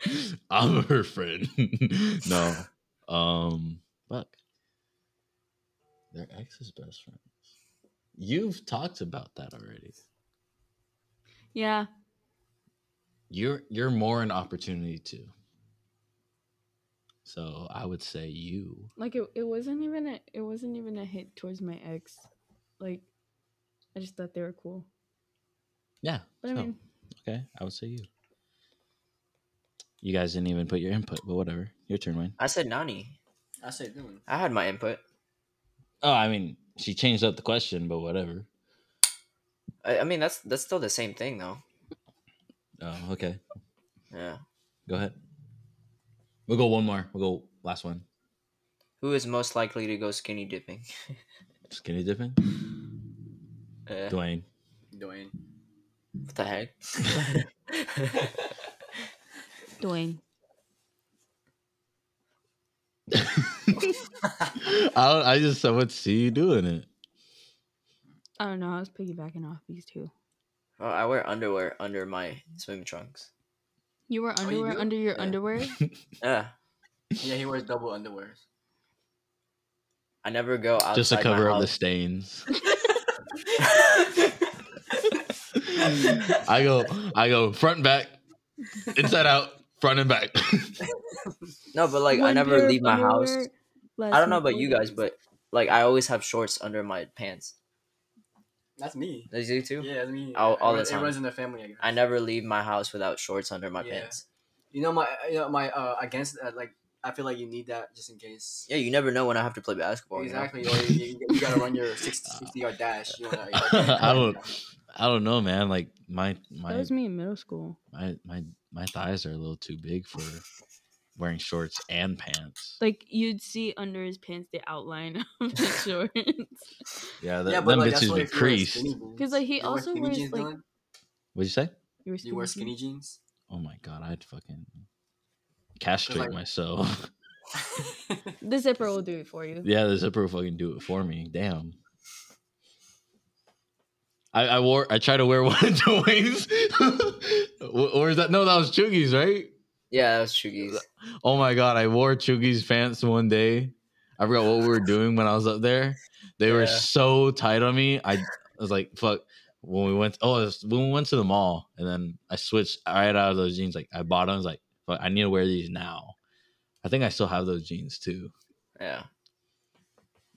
S1: friends. I'm her friend. no. Um fuck. Their ex's best friends. You've talked about that already.
S2: yeah.
S1: You're you're more an opportunity too. So I would say you.
S2: Like it, it wasn't even a, it wasn't even a hit towards my ex. Like, I just thought they were cool.
S1: Yeah.
S2: But I
S1: so.
S2: mean,
S1: Okay, I would say you. You guys didn't even put your input, but whatever. Your turn, Wayne.
S3: I said Nani.
S4: I say Dylan.
S3: I had my input.
S1: Oh, I mean, she changed up the question, but whatever.
S3: I, I mean, that's that's still the same thing though.
S1: Oh, okay.
S3: Yeah.
S1: Go ahead. We'll go one more. We'll go last one.
S3: Who is most likely to go skinny dipping?
S1: Skinny dipping.
S3: Uh,
S1: Dwayne.
S4: Dwayne.
S3: what the heck?
S2: Dwayne.
S1: I, don't- I just I would see you doing it.
S2: I don't know. I was piggybacking off these two.
S3: oh, I wear underwear under my swim trunks.
S2: You were
S4: you
S2: underwear
S4: do?
S2: under your
S3: Yeah.
S2: underwear.
S3: Yeah.
S4: Yeah, he wears double underwear.
S3: I never go outside.
S1: just to cover
S3: my
S1: up the
S3: house.
S1: stains. I go I go front and back, inside out, front and back.
S3: No, but like I
S2: One pair
S3: never
S2: of
S3: leave my house.
S2: underwear, less
S3: I don't know
S2: than
S3: about you
S2: four
S3: guys,
S2: days.
S3: but like I always have shorts under my pants.
S4: That's me.
S3: Does you too?
S4: Yeah, that's me.
S3: All-
S4: It
S3: all the
S4: run-
S3: time.
S4: It runs in the family. I guess.
S3: I never leave my house without shorts under my
S4: Yeah.
S3: pants.
S4: You know my, you know my uh, against uh, like I feel like you need that just in case.
S3: Yeah, you never know when I have to play basketball. you know?
S4: exactly. Or you, you, you gotta run your 60, 60 yard dash. You wanna,
S1: I don't I don't know, man. Like my my
S2: That was me in middle school.
S1: my my my thighs are a little too big for wearing shorts and pants.
S2: Like you'd see under his pants the outline of the shorts.
S1: yeah, the,
S4: Yeah, but
S1: them
S4: like, that's
S1: bitches
S4: why
S1: be
S4: if you wear
S1: creased.
S4: skinny
S1: What'd
S4: jeans-
S2: Because like he
S4: you wear
S2: also
S4: skinny
S2: wears
S4: jeans,
S2: like
S4: Dylan?
S1: you say?
S2: you were
S4: Do you wear skinny jeans?
S1: Oh my god, I'd fucking castrate
S4: like-
S1: myself.
S2: The zipper will do it for you.
S1: yeah, the zipper will fucking do it for me. Damn. I, I wore I tried to wear one of Dwayne's Wh- Or is that? No, that was Chuggy's, right?
S3: Yeah, that was Chugi's.
S1: Oh my god, I wore Chuggy's pants one day. I forgot what we were doing when I was up there. They were
S3: Yeah.
S1: so tight on me. I, I was like, fuck. When we went, oh, it was when we went to the mall, and then I switched right out of those jeans. Like I bought them. I was like, fuck, I need to wear these now. I think I still have those jeans too.
S3: Yeah.
S1: I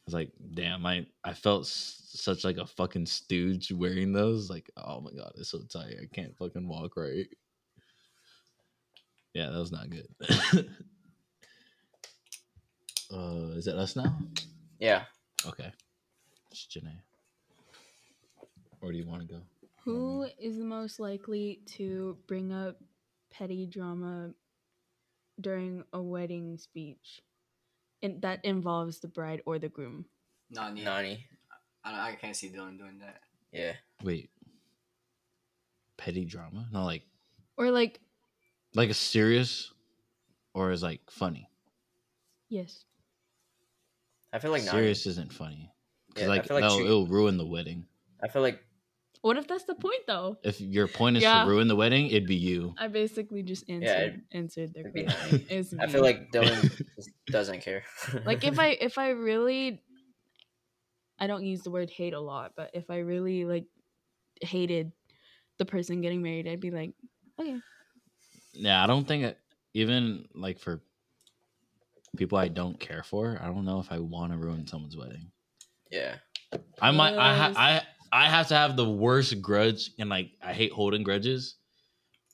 S1: was like, damn, I I felt s- such like a fucking stooge wearing those. Like, oh my god, it's so tight. I can't fucking walk right. Yeah, that was not good. uh, is it us now?
S3: Yeah.
S1: Okay, it's Janae. Or do you want to go?
S2: Who is the most likely to bring up petty drama during a wedding speech? And that involves the bride or the groom.
S4: Nah, Nani.
S3: Nani.
S4: I, don't- I can't see Dylan doing that.
S3: Yeah.
S1: Wait, petty drama? No, like
S2: Or like,
S1: like a serious, or is like funny?
S2: yes.
S3: I feel like Nani.
S1: serious isn't funny. 'Cause,
S3: Yeah, I
S1: like,
S3: feel like
S1: that'll-
S3: Chugi-
S1: it'll ruin the wedding.
S3: I feel like
S2: What if that's the point though?
S1: if your point is
S2: Yeah.
S1: to ruin the wedding, it'd be you.
S2: I basically just answered answered their
S3: it'd be
S2: question. It's
S3: I
S2: me.
S4: Mm.
S3: feel like Dylan just doesn't care.
S2: like if I if I really I don't use the word hate a lot, but if I really like hated the person getting married, I'd be like, okay,
S1: Yeah, I don't think I, even like for people I don't care for, I don't know if I want to ruin someone's wedding.
S3: Yeah.
S1: I might. I ha-
S2: Yes.
S1: I I have to have the worst grudge, and like I hate holding grudges.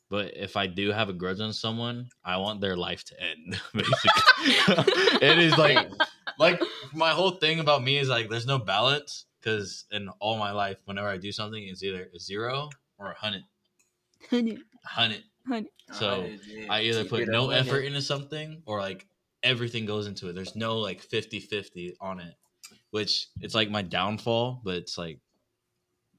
S1: But if I do have a grudge on someone, I want their life to end. Basically, it is like like my whole thing about me is like there's no balance because in all my life, whenever I do something, it's either a zero or a hundred,
S2: honey,
S1: hundred.
S2: honey.
S1: So,
S4: Alright, yeah.
S1: I either
S3: Keep
S1: put
S3: it
S1: no
S3: on it.
S1: effort into something or like everything goes into it. There's no like 50 50 on it, which it's like my downfall, but it's like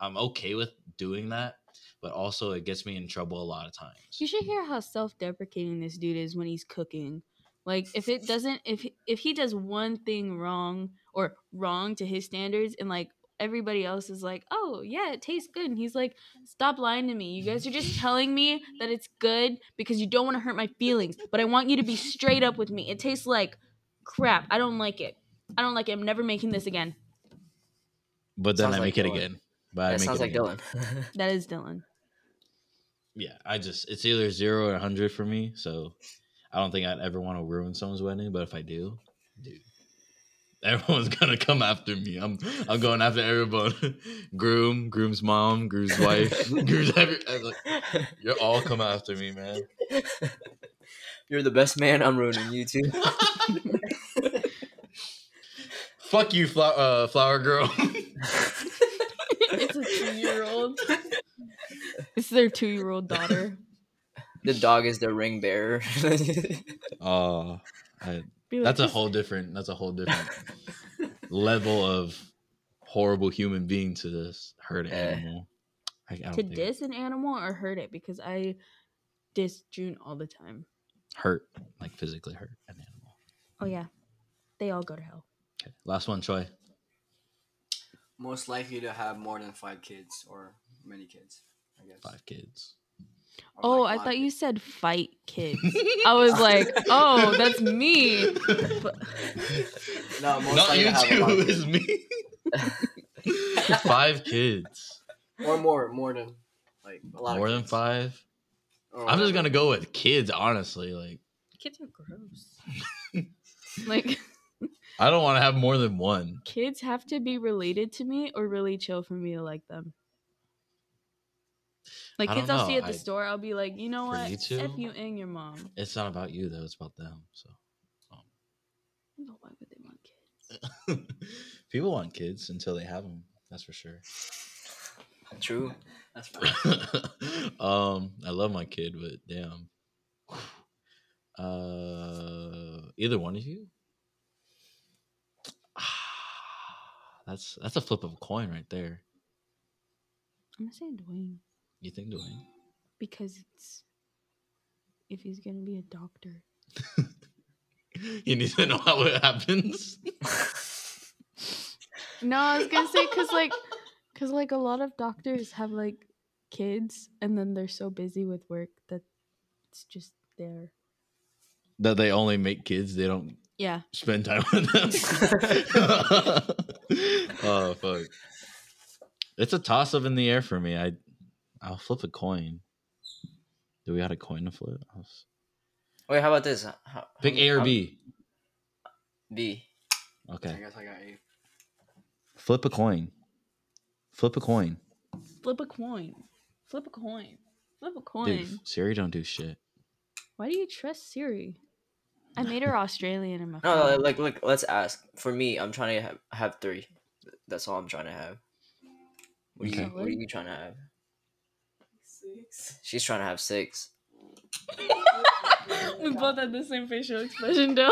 S1: I'm okay with doing that, but also it gets me in trouble a lot of times.
S2: You should hear how self-deprecating this dude is when he's cooking. Like if it doesn't if if he does one thing wrong or wrong to his standards and like everybody else is like, "Oh, yeah, it tastes good." And he's like, "Stop lying to me. You guys are just telling me that it's good because you don't want to hurt my feelings, but I want you to be straight up with me. It tastes like crap. I don't like it. I don't like it. I'm never making this again."
S1: But then
S3: Sounds
S1: I
S3: like
S1: make it
S3: Dylan.
S1: again. But I
S3: That
S1: make
S3: sounds
S1: it
S3: like
S1: again.
S3: Dylan.
S2: That is Dylan.
S1: Yeah, I just, it's either zero or 100 for me. So I don't think I'd ever want to ruin someone's wedding, but if I do, dude. Everyone's gonna come after me. I'm I'm going after everyone. Groom, groom's mom, groom's wife, groom's every, I'm like, You're all come after me, man.
S3: You're the best man. I'm ruining you too.
S1: Fuck you, flower, uh, flower girl.
S2: it's a 2-year-old. It's their 2-year-old daughter.
S3: the dog is the ring bearer.
S1: oh,
S2: Be like,
S1: that's a
S2: "This-
S1: whole different. That's a whole different level of horrible human being to this hurt
S3: Eh.
S1: animal. I, I don't
S2: to
S1: think-
S2: diss an animal or hurt it because I diss June all the time.
S1: hurt, like physically hurt an animal.
S2: Oh yeah, they all go to hell.
S1: Okay, last one, Troy.
S4: Most likely to have more than five kids or many kids, I guess.
S1: Five kids.
S4: Or,
S2: Oh,
S4: like,
S2: I
S4: lot
S2: thought
S4: of
S2: you said fight kids. I was like, oh, that's me.
S4: kids. No, most
S1: Not
S4: likely
S1: you
S4: to have a
S1: two,
S4: lot of
S1: it's me. five kids.
S4: kids. Or more, more than like a lot. of
S1: More than
S4: kids.
S1: five.
S4: Or
S1: I'm just
S4: whatever.
S1: gonna go with kids, honestly. Like
S2: Kids are gross. like
S1: I don't want to have more than one.
S2: kids have to be related to me or really chill for me to like them. Like
S1: I
S2: kids
S1: don't
S2: I'll see
S1: know,
S2: at the
S1: I-
S2: store, I'll be like, you know
S1: For
S2: what?
S1: you two?
S2: F you and your mom.
S1: It's not about you though; it's about them. So
S2: But Why would they want kids?
S1: people want kids until they have them. That's for sure.
S3: True.
S4: That's fine.
S1: um, I love my kid, but damn. Uh, either one of you. That's that's a flip of a coin right there.
S2: I'm gonna say Dwayne.
S1: You think, Dwayne?
S2: because it's if he's gonna be a doctor.
S1: You need to know how it happens.
S2: No, I was gonna say because like because like a lot of doctors have like kids and then they're so busy with work that it's just there.
S1: That they only make kids, they don't
S2: Yeah.
S1: spend time with them. oh fuck. It's a toss up in the air for me. I I'll flip a coin. Do we got a coin to flip? I'll s-
S3: Wait, how about this? How,
S1: Pick A or B.
S3: B.
S4: I
S1: Okay.
S4: guess I got eight.
S1: Flip a coin. Flip a coin.
S2: Flip a coin. Flip a coin. Flip a coin.
S1: Dude, Siri don't do shit.
S2: Why do you trust Siri? I made her Australian
S1: Oh,
S2: in my
S3: No,
S2: phone.
S3: no, like, look, let's ask. For me, I'm trying to have, have three. That's all I'm trying to have. What are, you,
S1: Okay.
S3: what are you trying to have?
S6: Six.
S3: She's trying to have six.
S2: we both had the same facial expression though.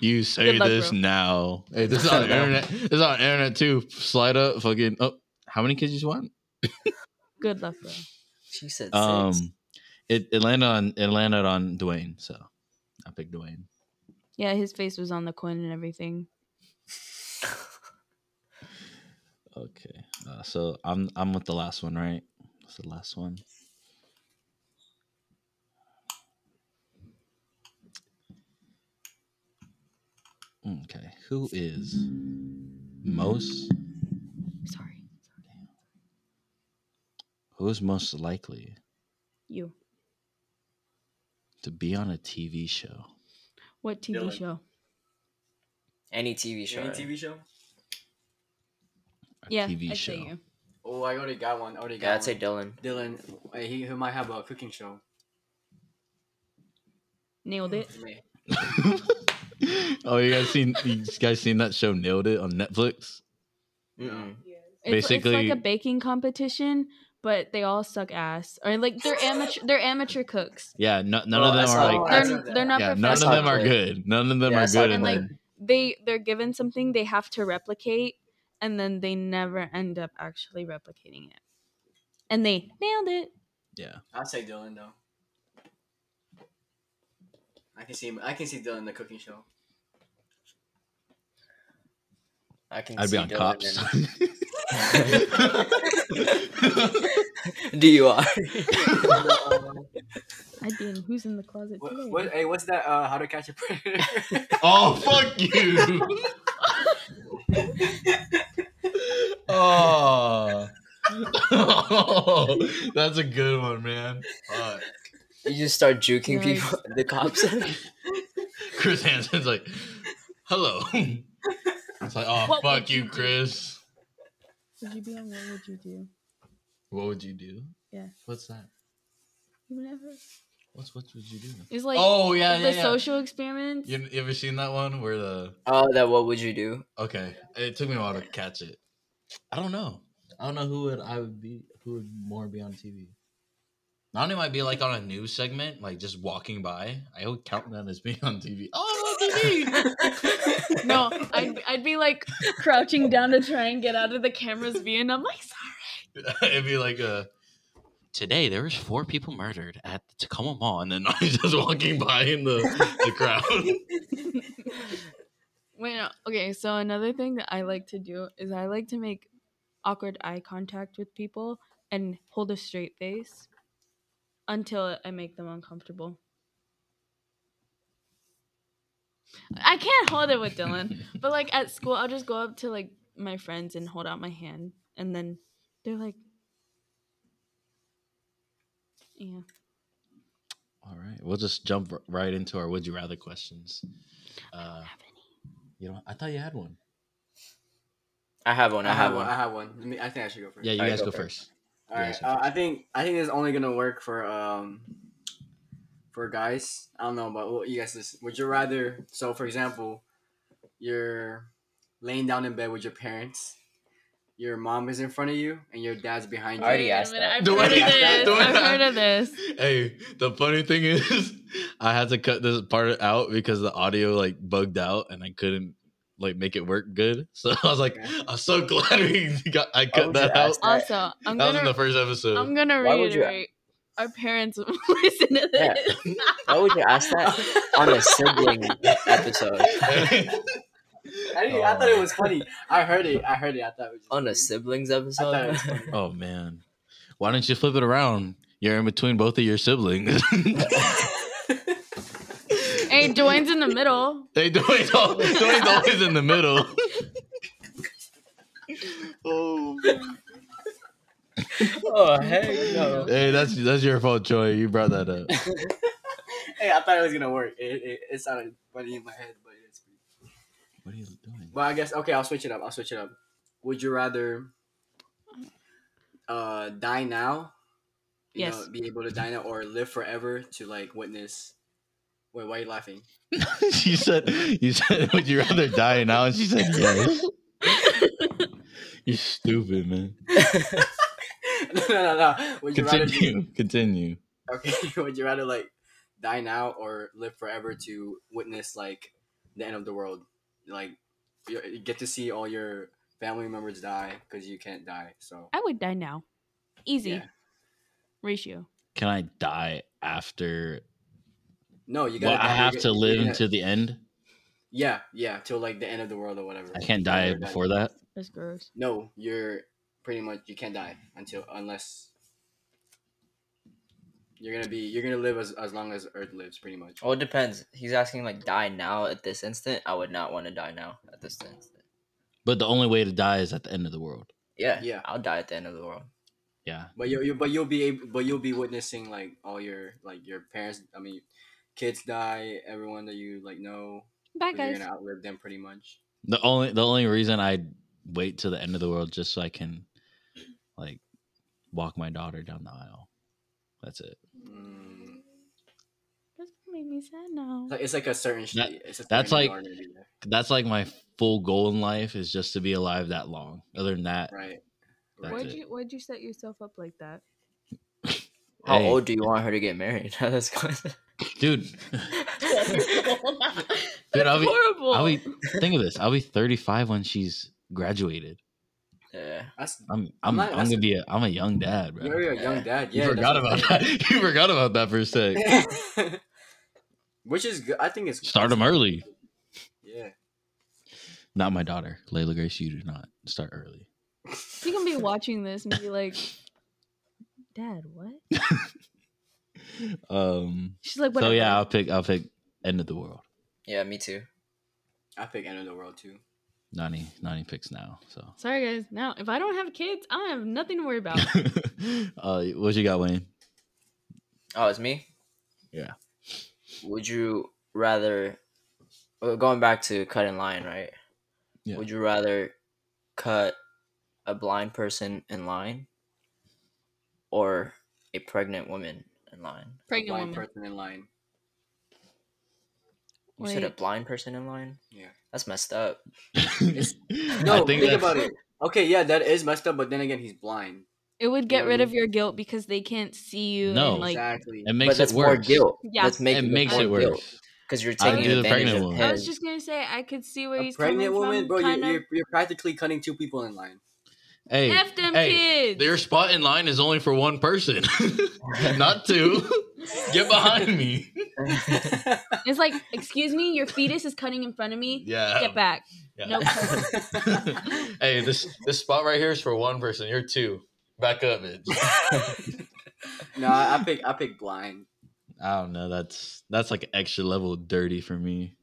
S1: You say
S2: Good luck,
S1: this
S2: bro.
S1: now. Hey, this is on the internet. This is on the internet too. Slide up, fucking. Oh, how many kids you want?
S2: Good luck, bro.
S3: She said six.
S1: Um, it, it landed on it landed on Dwayne, so I picked Dwayne.
S2: Yeah, his face was on the coin and everything.
S1: Okay, uh, so I'm I'm with the last one, right? That's the last one. Okay, who is most
S2: Sorry.
S1: who's most likely
S2: You.
S1: to be on a TV show?
S2: What TV
S4: Dylan.
S2: show?
S3: Any TV show.
S4: Any
S3: right?
S4: TV show?
S1: A
S2: yeah,
S1: TV
S2: I'd
S1: show.
S2: say you.
S4: Oh, I already got one. I already got
S3: Yeah,
S4: one.
S3: I'd say Dylan.
S4: Dylan. uh, He, he might have a cooking show.
S2: Nailed it.
S1: oh, you guys seen you guys seen that show Nailed It on Netflix?
S3: Mm-mm.
S2: It's, Basically, it's
S1: Basically-
S2: like a baking competition, but they all suck ass. Or like they're amateur. They're amateur cooks.
S1: Yeah, no, none
S3: Well,
S1: of them
S3: that's
S1: are
S3: all-
S1: like
S4: I
S2: They're,
S4: saw
S2: they're
S4: that.
S2: not
S1: yeah, none of
S2: professional.
S1: them
S3: professional.
S1: are good. None of them
S3: Yeah, I
S1: are
S3: saw
S1: good
S3: that
S1: and
S2: clip.
S1: then
S2: they they're given something they have to replicate, and then they never end up actually replicating it. And they nailed it.
S1: yeah.
S4: I'd say Dylan though. I can see him. I can see Dylan in the cooking show.
S3: I can
S1: I'd
S3: see
S1: be on
S3: Dylan
S1: cops.
S3: and- DUI.
S2: I did. Who's in the closet today?
S4: What, what, hey, what's that? Uh, How to Catch a Predator?
S1: oh fuck you. oh. That's a good one, man. Fuck.
S3: you just start juking
S2: Nice.
S3: people. The cops.
S1: Chris Hansen's like, hello. It's like, oh
S2: What
S1: fuck
S2: would you
S1: you,
S2: do?
S1: Chris.
S2: Would you be on? What would you do?
S1: What would you do?
S2: Yeah.
S1: What's that?
S2: You never.
S1: What's what would you do?
S2: It's like
S1: oh yeah, yeah,
S2: the
S1: yeah.
S2: social experiments.
S1: You, you ever seen that one where the
S3: oh, that. What would you do?
S1: okay? It took me a while to catch it. I don't know. I don't know who would I would be. Who would more be on TV? Not only might be like on a news segment, like just walking by. I would count that as being on TV. Oh, I'm on TV.
S2: No, I'd, I'd be like crouching down to try and get out of the camera's view, and I'm like, sorry.
S1: It'd be like uh Today there was four people murdered at the Tacoma Mall, and then I'm just walking by in the, the crowd.
S2: Wait, no. okay. So another thing that I like to do is I like to make awkward eye contact with people and hold a straight face until I make them uncomfortable. I can't hold it with Dylan, but like at school, I'll just go up to like my friends and hold out my hand, and then they're like, "Yeah."
S1: All right, we'll just jump r- right into our would you rather questions. Uh,
S2: Have any?
S1: you know, I thought you had one.
S3: I have one. I,
S4: I have
S3: have
S4: one.
S3: one.
S4: I have one. Let me, I think I should go first.
S1: Yeah, you
S3: Alright,
S1: guys
S3: go
S1: go,
S3: first.
S1: first.
S4: All right.
S1: Yes,
S4: Uh, I think I think it's only gonna work for um for guys. I don't know about what you guys listen. Would you rather? So, for example, you're laying down in bed with your parents. Your mom is in front of you, and your dad's behind you.
S3: I already
S2: Wait a
S3: asked
S2: minute,
S3: that.
S2: I've
S1: Do
S2: heard
S4: I-
S2: of this.
S4: do I-
S2: I've heard of this.
S1: Hey, the funny thing is, I had to cut this part out because the audio like bugged out and I couldn't like make it work good. So I was like,
S4: Okay.
S1: I'm so glad we got I cut
S3: would you
S1: that out.
S3: ask that?
S2: Also, I'm
S1: That was in
S2: gonna
S1: the first episode.
S2: I'm gonna
S3: Why would you-
S2: reiterate. Our parents will listen to
S3: Yeah.
S2: this.
S3: Why would you ask that on a sibling episode?
S4: I, didn't- I thought it was funny. I heard it. I heard it. I thought it was just
S3: On a
S4: funny.
S3: siblings
S4: I thought it
S3: episode.
S4: was funny.
S1: oh man. why don't you flip it around? You're in between both of your siblings.
S2: Hey, Dwayne's in the middle.
S1: They Dwayne's al- Dwayne's always in the middle. oh,
S3: Oh hey
S2: no.
S1: hey, that's that's your fault, Joy. You brought that up.
S4: Hey, I thought it was gonna work. It, it, it sounded funny in my head, but it's.
S1: What are you doing?
S4: But I guess okay, I'll switch it up. I'll switch it up. Would you rather uh die now? You
S2: Yes.
S4: know, be able to die now or live forever to like witness. Wait, why are you laughing?
S1: she said, "You said, would you rather die now?" And she said, "Yes." You're stupid, man.
S4: no, no, no. Would you rather? do-
S1: Continue. Continue.
S4: okay. Would you rather like die now or live forever to witness like the end of the world? Like you you get to see all your family members die because you can't die. So
S2: I would die now. Easy.
S4: yeah.
S2: Ratio.
S1: Can I die after?
S4: No, you
S1: Well,
S4: gotta.
S1: I
S4: die, you
S1: have
S4: get-
S1: to
S4: you
S1: live
S4: gotta-
S1: until the end.
S4: Yeah, yeah, till like the end of the world or whatever.
S1: I can't
S4: You
S1: die
S4: never
S1: before that.
S2: That's gross.
S4: No, you're pretty much you can't die until unless you're gonna be you're gonna live as, as long as Earth lives, pretty much.
S1: Oh,
S3: Well it depends. He's asking like die now at this instant. I would not want to die now at this instant.
S1: But the only way to die is at the end of the world.
S3: Yeah.
S4: Yeah.
S3: I'll die at the end of the world.
S1: Yeah.
S4: But you you but you'll be able, but you'll be witnessing like all your like your parents. I mean, kids die. Everyone that you like know,
S2: Bye,
S4: 'cause you're
S2: guys.
S4: gonna outlive them pretty much.
S1: The only the only reason I wait till the end of the world just so I can like walk my daughter down the aisle. That's it.
S4: Mm.
S2: That's gonna make me sad now.
S4: It's like- It's like a certain.
S1: That-
S4: shit. it's a
S1: that's
S4: certain
S1: like-
S4: order to do that,
S1: That's like my full goal in life is just to be alive that long. Other than that,
S4: right.
S1: That's
S4: Right.
S1: it.
S2: why'd you set yourself up like that?
S3: How
S1: Hey.
S3: old do you want her to get married? That's good.
S1: dude, dude, I'll be,
S2: Horrible.
S1: I'll be think of this. I'll be 35 when she's graduated.
S3: yeah.
S4: That's
S1: I'm
S4: I'm
S1: I'm
S4: not-
S1: I'm,
S4: that's-
S1: gonna be a I'm a young dad, bro.
S4: you're a young
S3: Yeah.
S4: dad.
S1: You
S4: Yeah, that's
S1: forgot
S4: what I'm
S1: about
S4: saying.
S1: that. You forgot about that for a sec.
S4: Which is good. I think it's
S1: Start them early.
S4: Yeah.
S1: Not my daughter, Layla Grace. You do not start early.
S2: She gonna be watching this and be like, Dad, what?
S1: Um.
S2: She's like, what?
S1: So yeah, I'll pick. I'll pick end of the world.
S3: Yeah, me too.
S4: I pick End of the World too.
S1: Nani, Nani picks now. So,
S2: Sorry, guys. Now, if I don't have kids, I have nothing to worry about.
S1: uh, what you got, Wayne?
S3: Oh, it's me?
S1: Yeah.
S3: Would you rather well, going back to cutting line, right?
S1: Yeah.
S3: Would you rather cut a blind person in line or a pregnant woman in line?
S2: Pregnant
S4: Blind
S2: woman.
S4: person in line.
S3: You said a
S2: Wait.
S3: blind person in line?
S4: Yeah.
S3: That's messed up.
S4: No,
S1: I
S4: think,
S1: that's-
S4: about it. Okay, yeah, that is messed up, but then again, he's blind.
S2: it would get
S4: Yeah,
S2: rid
S4: you-
S2: of your guilt because they can't see you.
S1: No.
S2: and, like,
S4: exactly.
S1: It
S3: but
S1: makes
S3: that's
S1: it
S3: more
S1: worse.
S3: guilt.
S2: Yeah.
S3: That's making
S1: It makes
S3: more
S1: it worse.
S3: because you're
S1: I'd
S3: taking
S1: do the
S3: advantage
S1: pregnant
S3: of
S1: woman.
S3: him.
S2: I was just gonna say I could see where
S4: A
S2: he's coming
S4: pregnant
S2: from.
S4: woman, bro,
S2: kind
S4: you're,
S2: of.
S4: you're, you're practically cutting two people in line.
S1: Hey,
S2: F them kids.
S1: Your spot in line is only for one person, not two. Get behind me.
S2: It's like, excuse me, your fetus is cutting in front of me.
S1: Yeah.
S2: Get back.
S1: Yeah.
S2: No. cuts.
S1: hey, this this spot right here is for one person. You're two. Back up, bitch.
S4: No, I, I pick I pick blind.
S1: I don't know. That's that's like an extra level of dirty for me.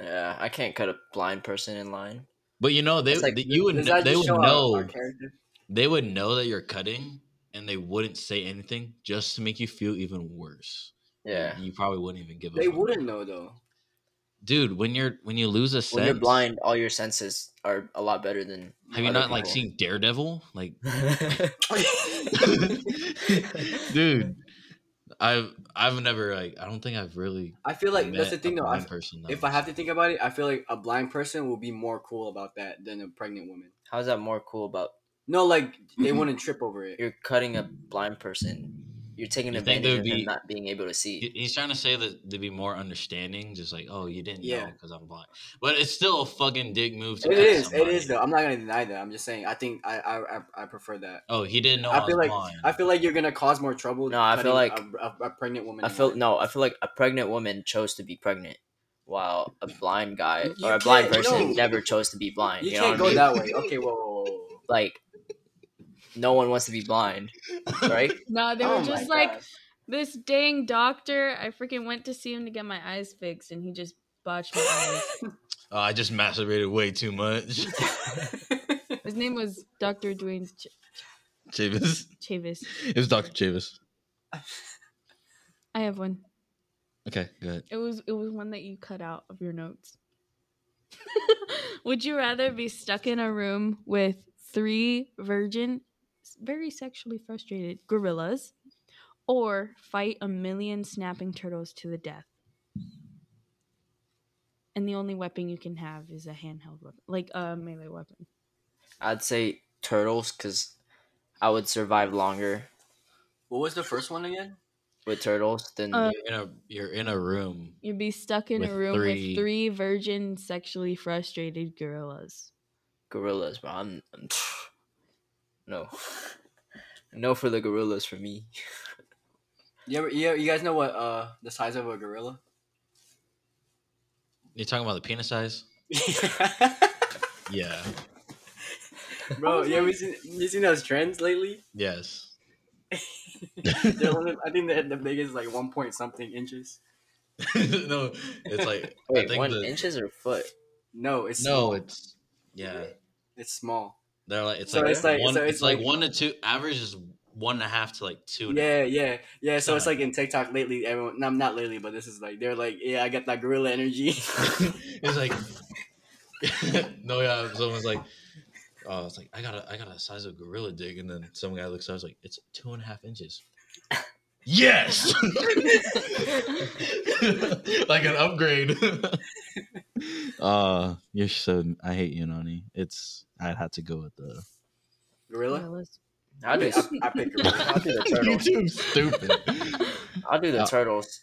S3: yeah, I can't cut a blind person in line.
S1: But you know, they
S3: It's like-
S1: you would
S4: Does that
S1: they
S4: just
S1: would
S4: show our-
S1: know.
S4: our character?
S1: they would know that you're cutting and they wouldn't say anything just to make you feel even worse.
S3: Yeah.
S1: You probably wouldn't even give a
S4: They
S1: fuck.
S4: wouldn't know though.
S1: Dude, when you're when you lose a sense
S3: When you're blind, all your senses are a lot better than.
S1: have you
S3: other
S1: not like
S3: people.
S1: seen Daredevil? Like Dude. I've I've never like I don't think I've really
S4: I feel like
S1: met
S4: that's the thing
S1: a
S4: though. I,
S1: blind person though.
S4: if I have to think about it, I feel like a blind person will be more cool about that than a pregnant woman.
S3: How's that more cool about
S4: No, like they
S1: Mm-hmm.
S4: wouldn't trip over it.
S3: you're cutting a blind person? You're taking
S1: You think they
S3: advantage of
S1: would
S3: him
S1: be-
S3: not being able to see.
S1: He- He's trying to say that to be more understanding, just like, oh, you didn't know
S4: Yeah.
S1: because I'm blind. But it's still a fucking dick move to
S4: It
S1: cut
S4: is. It
S1: somebody.
S4: is though. I'm not gonna deny that. I'm just saying. I think I I, I, I prefer that.
S1: Oh, he didn't know I,
S4: I
S1: was
S4: feel like
S1: blind.
S4: I feel like you're gonna cause more trouble.
S3: No, I feel
S4: cutting a, a, a pregnant woman.
S3: I
S4: in
S3: feel
S4: line.
S3: no. I feel like a pregnant woman chose to be pregnant, while a blind guy
S4: You
S3: or a blind
S4: can't-
S3: person
S4: no.
S3: never chose to be blind.
S4: You,
S3: You, know
S4: can't
S3: what
S4: go
S3: I
S4: that
S3: mean?
S4: way. Okay, whoa, whoa, whoa, whoa.
S3: Like, no one wants to be blind, right?
S2: No, they
S4: Oh
S2: were
S4: my
S2: just like
S4: gosh.
S2: this dang doctor. I freaking went to see him to get my eyes fixed, and he just botched my eyes.
S1: Oh, I just masturbated way too much.
S2: His name was Doctor Dwayne Ch-
S1: Chavis.
S2: Chavis.
S1: It was Dr. Chavis.
S2: I have one.
S1: Okay, go ahead.
S2: It was it was one that you cut out of your notes. Would you rather be stuck in a room with three virgin, very sexually frustrated gorillas, or fight a million snapping turtles to the death? And the only weapon you can have is a handheld weapon, like a melee weapon.
S3: I'd say turtles because I would survive longer
S4: What was the first one again?
S3: with turtles than
S4: Um,
S2: Uh,
S1: You're in a, you're in a room.
S2: You'd be stuck in
S1: With
S2: a room
S1: three-
S2: with three virgin, sexually frustrated gorillas.
S3: gorillas. But I'm, I'm no, no for the gorillas for me.
S4: You ever, you, you guys know what uh the size of a gorilla?
S1: You're talking about the penis size? Yeah.
S4: Bro, you ever seen you seen those trends lately?
S1: Yes.
S4: They're only, I think they're the biggest like one point something inches.
S1: no, it's like I
S3: Wait,
S1: think
S3: one
S1: the-
S3: inches or foot?
S4: No, it's
S1: No,
S4: small.
S1: it's yeah.
S4: it's small.
S1: They're like it's
S4: So
S1: like
S4: it's like-
S1: one,
S4: so
S1: it's,
S4: it's
S1: like,
S4: like-
S1: one to two. Average is one and a half to like two. and a half.
S4: Yeah, yeah, yeah. So it's
S1: Son.
S4: like in TikTok lately, everyone. No, not lately, but this is like they're like, yeah, I got that gorilla energy.
S1: it's like no, yeah. Someone's like, oh, it's like I got a I got a size of gorilla dig, and then some guy looks up, it's like it's two and a half inches. yes, like an upgrade. uh you're so I hate you, Nani. It's I'd have to go with the
S4: gorilla.
S2: Gorillas.
S3: I'll do,
S4: I, I pick gorilla.
S3: I'll do the turtles.
S1: too stupid.
S3: I'll do the
S1: Uh,
S3: turtles.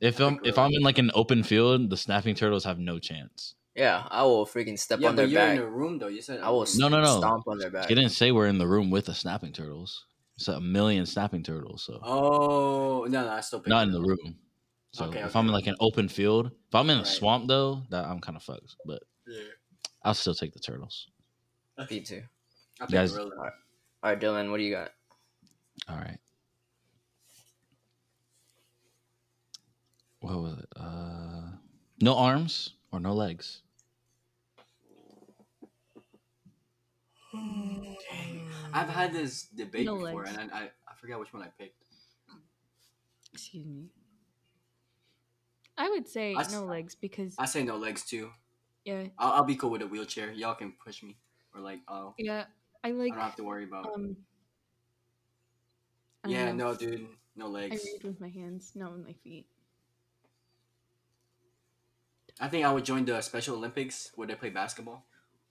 S1: If I'm if I'm in like an open field, the snapping turtles have no chance.
S3: Yeah, I will freaking step
S4: yeah,
S3: on their
S4: but you're
S3: back.
S4: in a room though. You said
S3: I will
S1: No, no, no.
S3: stomp on their back.
S1: They didn't say we're in the room with the snapping turtles. It's a million snapping turtles, so
S4: Oh no, no, I still pick.
S1: not in the
S4: gorilla.
S1: room. So
S4: Okay,
S1: if
S4: okay.
S1: I'm in like an open field, if I'm in a
S4: Right.
S1: swamp though, that I'm kind of fucked. But
S4: Yeah,
S1: I'll still take the turtles.
S3: Me too.
S4: I pick
S1: Guys-
S4: gorilla.
S3: All right, Dylan, what do you got?
S1: All right. What was it? Uh, no arms or no legs.
S4: I've had this debate
S2: No
S4: before,
S2: legs.
S4: and I, I I forgot which one I picked.
S2: Excuse me. I would say
S4: I s-
S2: no legs because
S4: I say no legs too.
S2: yeah,
S4: I'll, I'll be cool with a wheelchair. Y'all can push me or like oh,
S2: yeah. I
S4: I
S2: like
S4: don't have to worry about.
S2: um. I don't
S4: yeah,
S2: know.
S4: no, dude, no
S2: I
S4: legs.
S2: read with my hands, not with my feet.
S4: I think I would join the Special Olympics where they play basketball.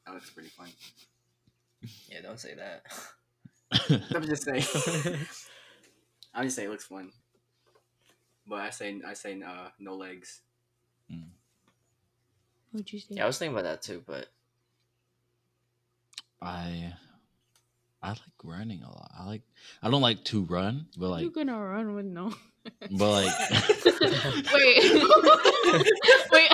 S4: That looks pretty fun.
S3: Yeah, don't say that.
S4: I'm just saying. I'm just saying it looks fun. But I say I say uh, no legs.
S2: What'd you say?
S3: Yeah, I was thinking about that too, but
S1: I I like running a lot. I like I don't like to run, but like
S2: you gonna run with no?
S1: but like
S2: Wait, wait.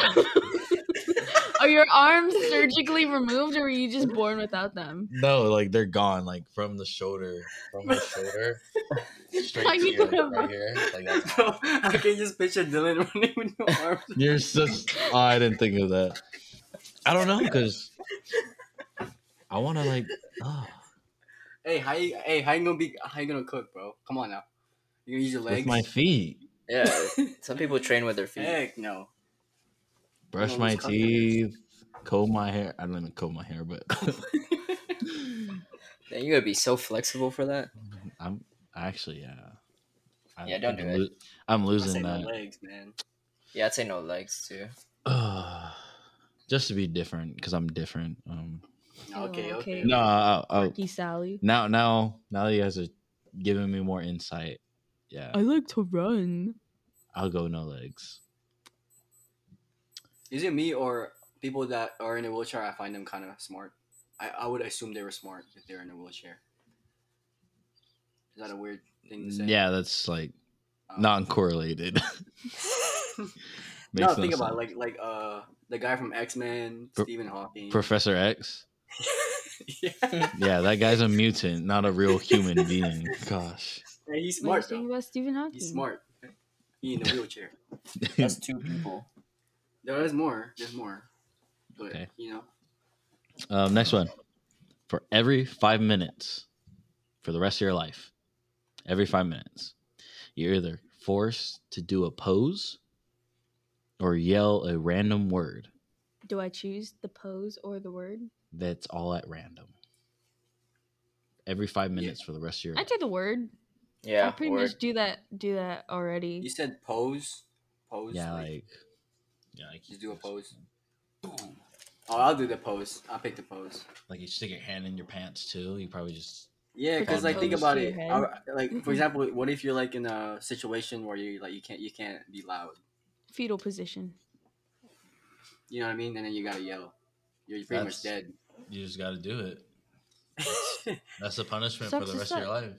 S2: Are your arms surgically removed, or were you just born without them?
S1: no, like they're gone, like from the shoulder, from the shoulder,
S2: Why
S1: straight
S2: you
S1: to your,
S2: gonna
S1: like, right here. Like that's,
S4: Bro, I can just picture Dylan running with no arms.
S1: you're just. Oh, I didn't think of that. I don't know because I want to like. ah,
S4: hey, how you hey how you gonna be how you gonna cook, bro? Come on now. You gonna use your
S1: with
S4: legs?
S1: my feet,
S3: yeah, some people train with their feet.
S4: Heck no.
S1: brush
S4: Well,
S1: my
S4: it's kind of-
S1: teeth, comb my hair. I don't even comb my hair, but
S3: Then you gotta be so flexible for that.
S1: I'm actually yeah. I,
S3: Yeah, don't
S1: I'm
S3: do it.
S1: lo- I'm
S4: I say
S1: losing
S4: no
S1: that.
S4: legs, man.
S3: Yeah, I'd say no legs too.
S1: Ugh. just to be different because I'm different. Um,
S4: No, okay,
S2: Oh,
S4: okay.
S2: okay.
S1: no, I, I,
S2: Lucky Sally.
S1: now, now, now that you guys are giving me more insight, yeah,
S2: like to run.
S1: I'll go no legs.
S4: Is it me or people that are in a wheelchair? I find them kind of smart. I, I would assume they were smart if they're in a wheelchair. Is that a weird thing to say?
S1: Yeah, that's like
S4: Um,
S1: non-correlated.
S4: no,
S1: Makes
S4: think about it,
S1: sense.
S4: like like uh the guy from X Men,
S1: Pro-
S4: Stephen Hawking.
S1: Professor X.
S4: yeah.
S1: Yeah, that guy's a mutant, not a real human being. Gosh.
S2: What do
S4: Hey, he's
S2: you
S4: smart
S2: think
S4: though.
S2: about Stephen Hawking?
S4: He's smart. He in a wheelchair.
S3: That's two people.
S4: No, there's more. There's more. But
S1: Okay.
S4: you know,
S1: Um, next one. For every five minutes, for the rest of your life, every five minutes, you're either forced to do a pose or yell a random word
S2: Do I choose the pose or the word?
S1: that's all at random. Every five minutes for the rest of your
S2: I
S1: life.
S2: do the word. I
S3: Yeah.
S2: pretty
S3: word.
S2: much do that. Do that
S4: you
S2: already.
S4: said pose, pose.
S1: Yeah, like. Yeah, like
S4: just do a pose. Oh, I'll do the pose. I'll pick the pose.
S1: Like you stick your hand in your pants too. You probably just
S4: Yeah,
S2: Pick
S4: because
S1: a
S4: like think
S1: pose
S4: about
S2: to your
S4: it.
S2: head.
S4: I, like for example, what if you're like in a situation where you like you can't you can't be loud.
S2: Fetal position.
S4: You know what I mean? And then you gotta yell. You're pretty much
S1: That's-
S4: dead.
S1: you just got to do it. That's the punishment
S2: Sucks to
S1: life.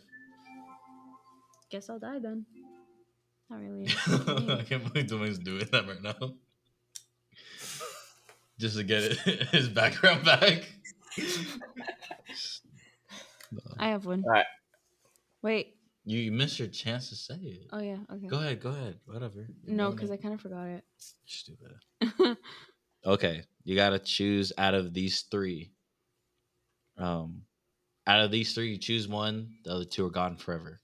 S2: Guess I'll die then. Not really. Mm-hmm.
S1: I can't believe Dwayne's doing that right now. Just to get it, his background back.
S2: I have one.
S3: Alright.
S2: Wait.
S1: You, you missed your chance to say it.
S2: Oh yeah. Okay.
S1: Go ahead, go ahead. Whatever. You're
S2: No,
S1: doing
S2: because I
S1: it.
S2: kind of forgot it.
S1: Stupid. Okay, you gotta choose out of these three. Um, out of these three, you choose one. The other two are gone forever.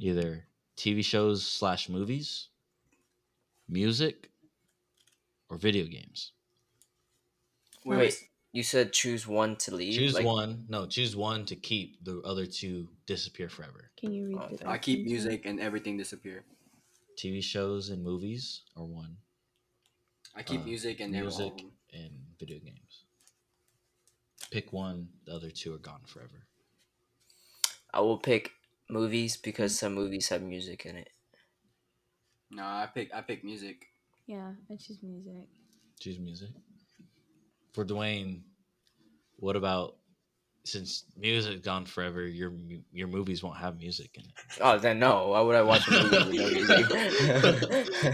S1: Either TV shows slash movies, music, or video games.
S3: Wait, you said choose one to leave.
S1: Choose
S3: like,
S1: one. No, choose one to keep. The other two disappear forever.
S2: Can you read
S3: Oh,
S2: the?
S4: I keep
S2: options?
S4: music and everything disappear.
S1: TV shows and movies are one.
S4: I keep
S1: Uh,
S4: music and music.
S1: music and video games. Pick one. The other two are gone forever.
S3: I will pick movies because some movies have music in it.
S4: No, I pick I pick music.
S2: Yeah, I choose music.
S1: Choose music. For Dwayne, what about since music gone forever? Your mu- your movies won't have music in it.
S3: Oh, then no. Why would I watch a movie? with no music?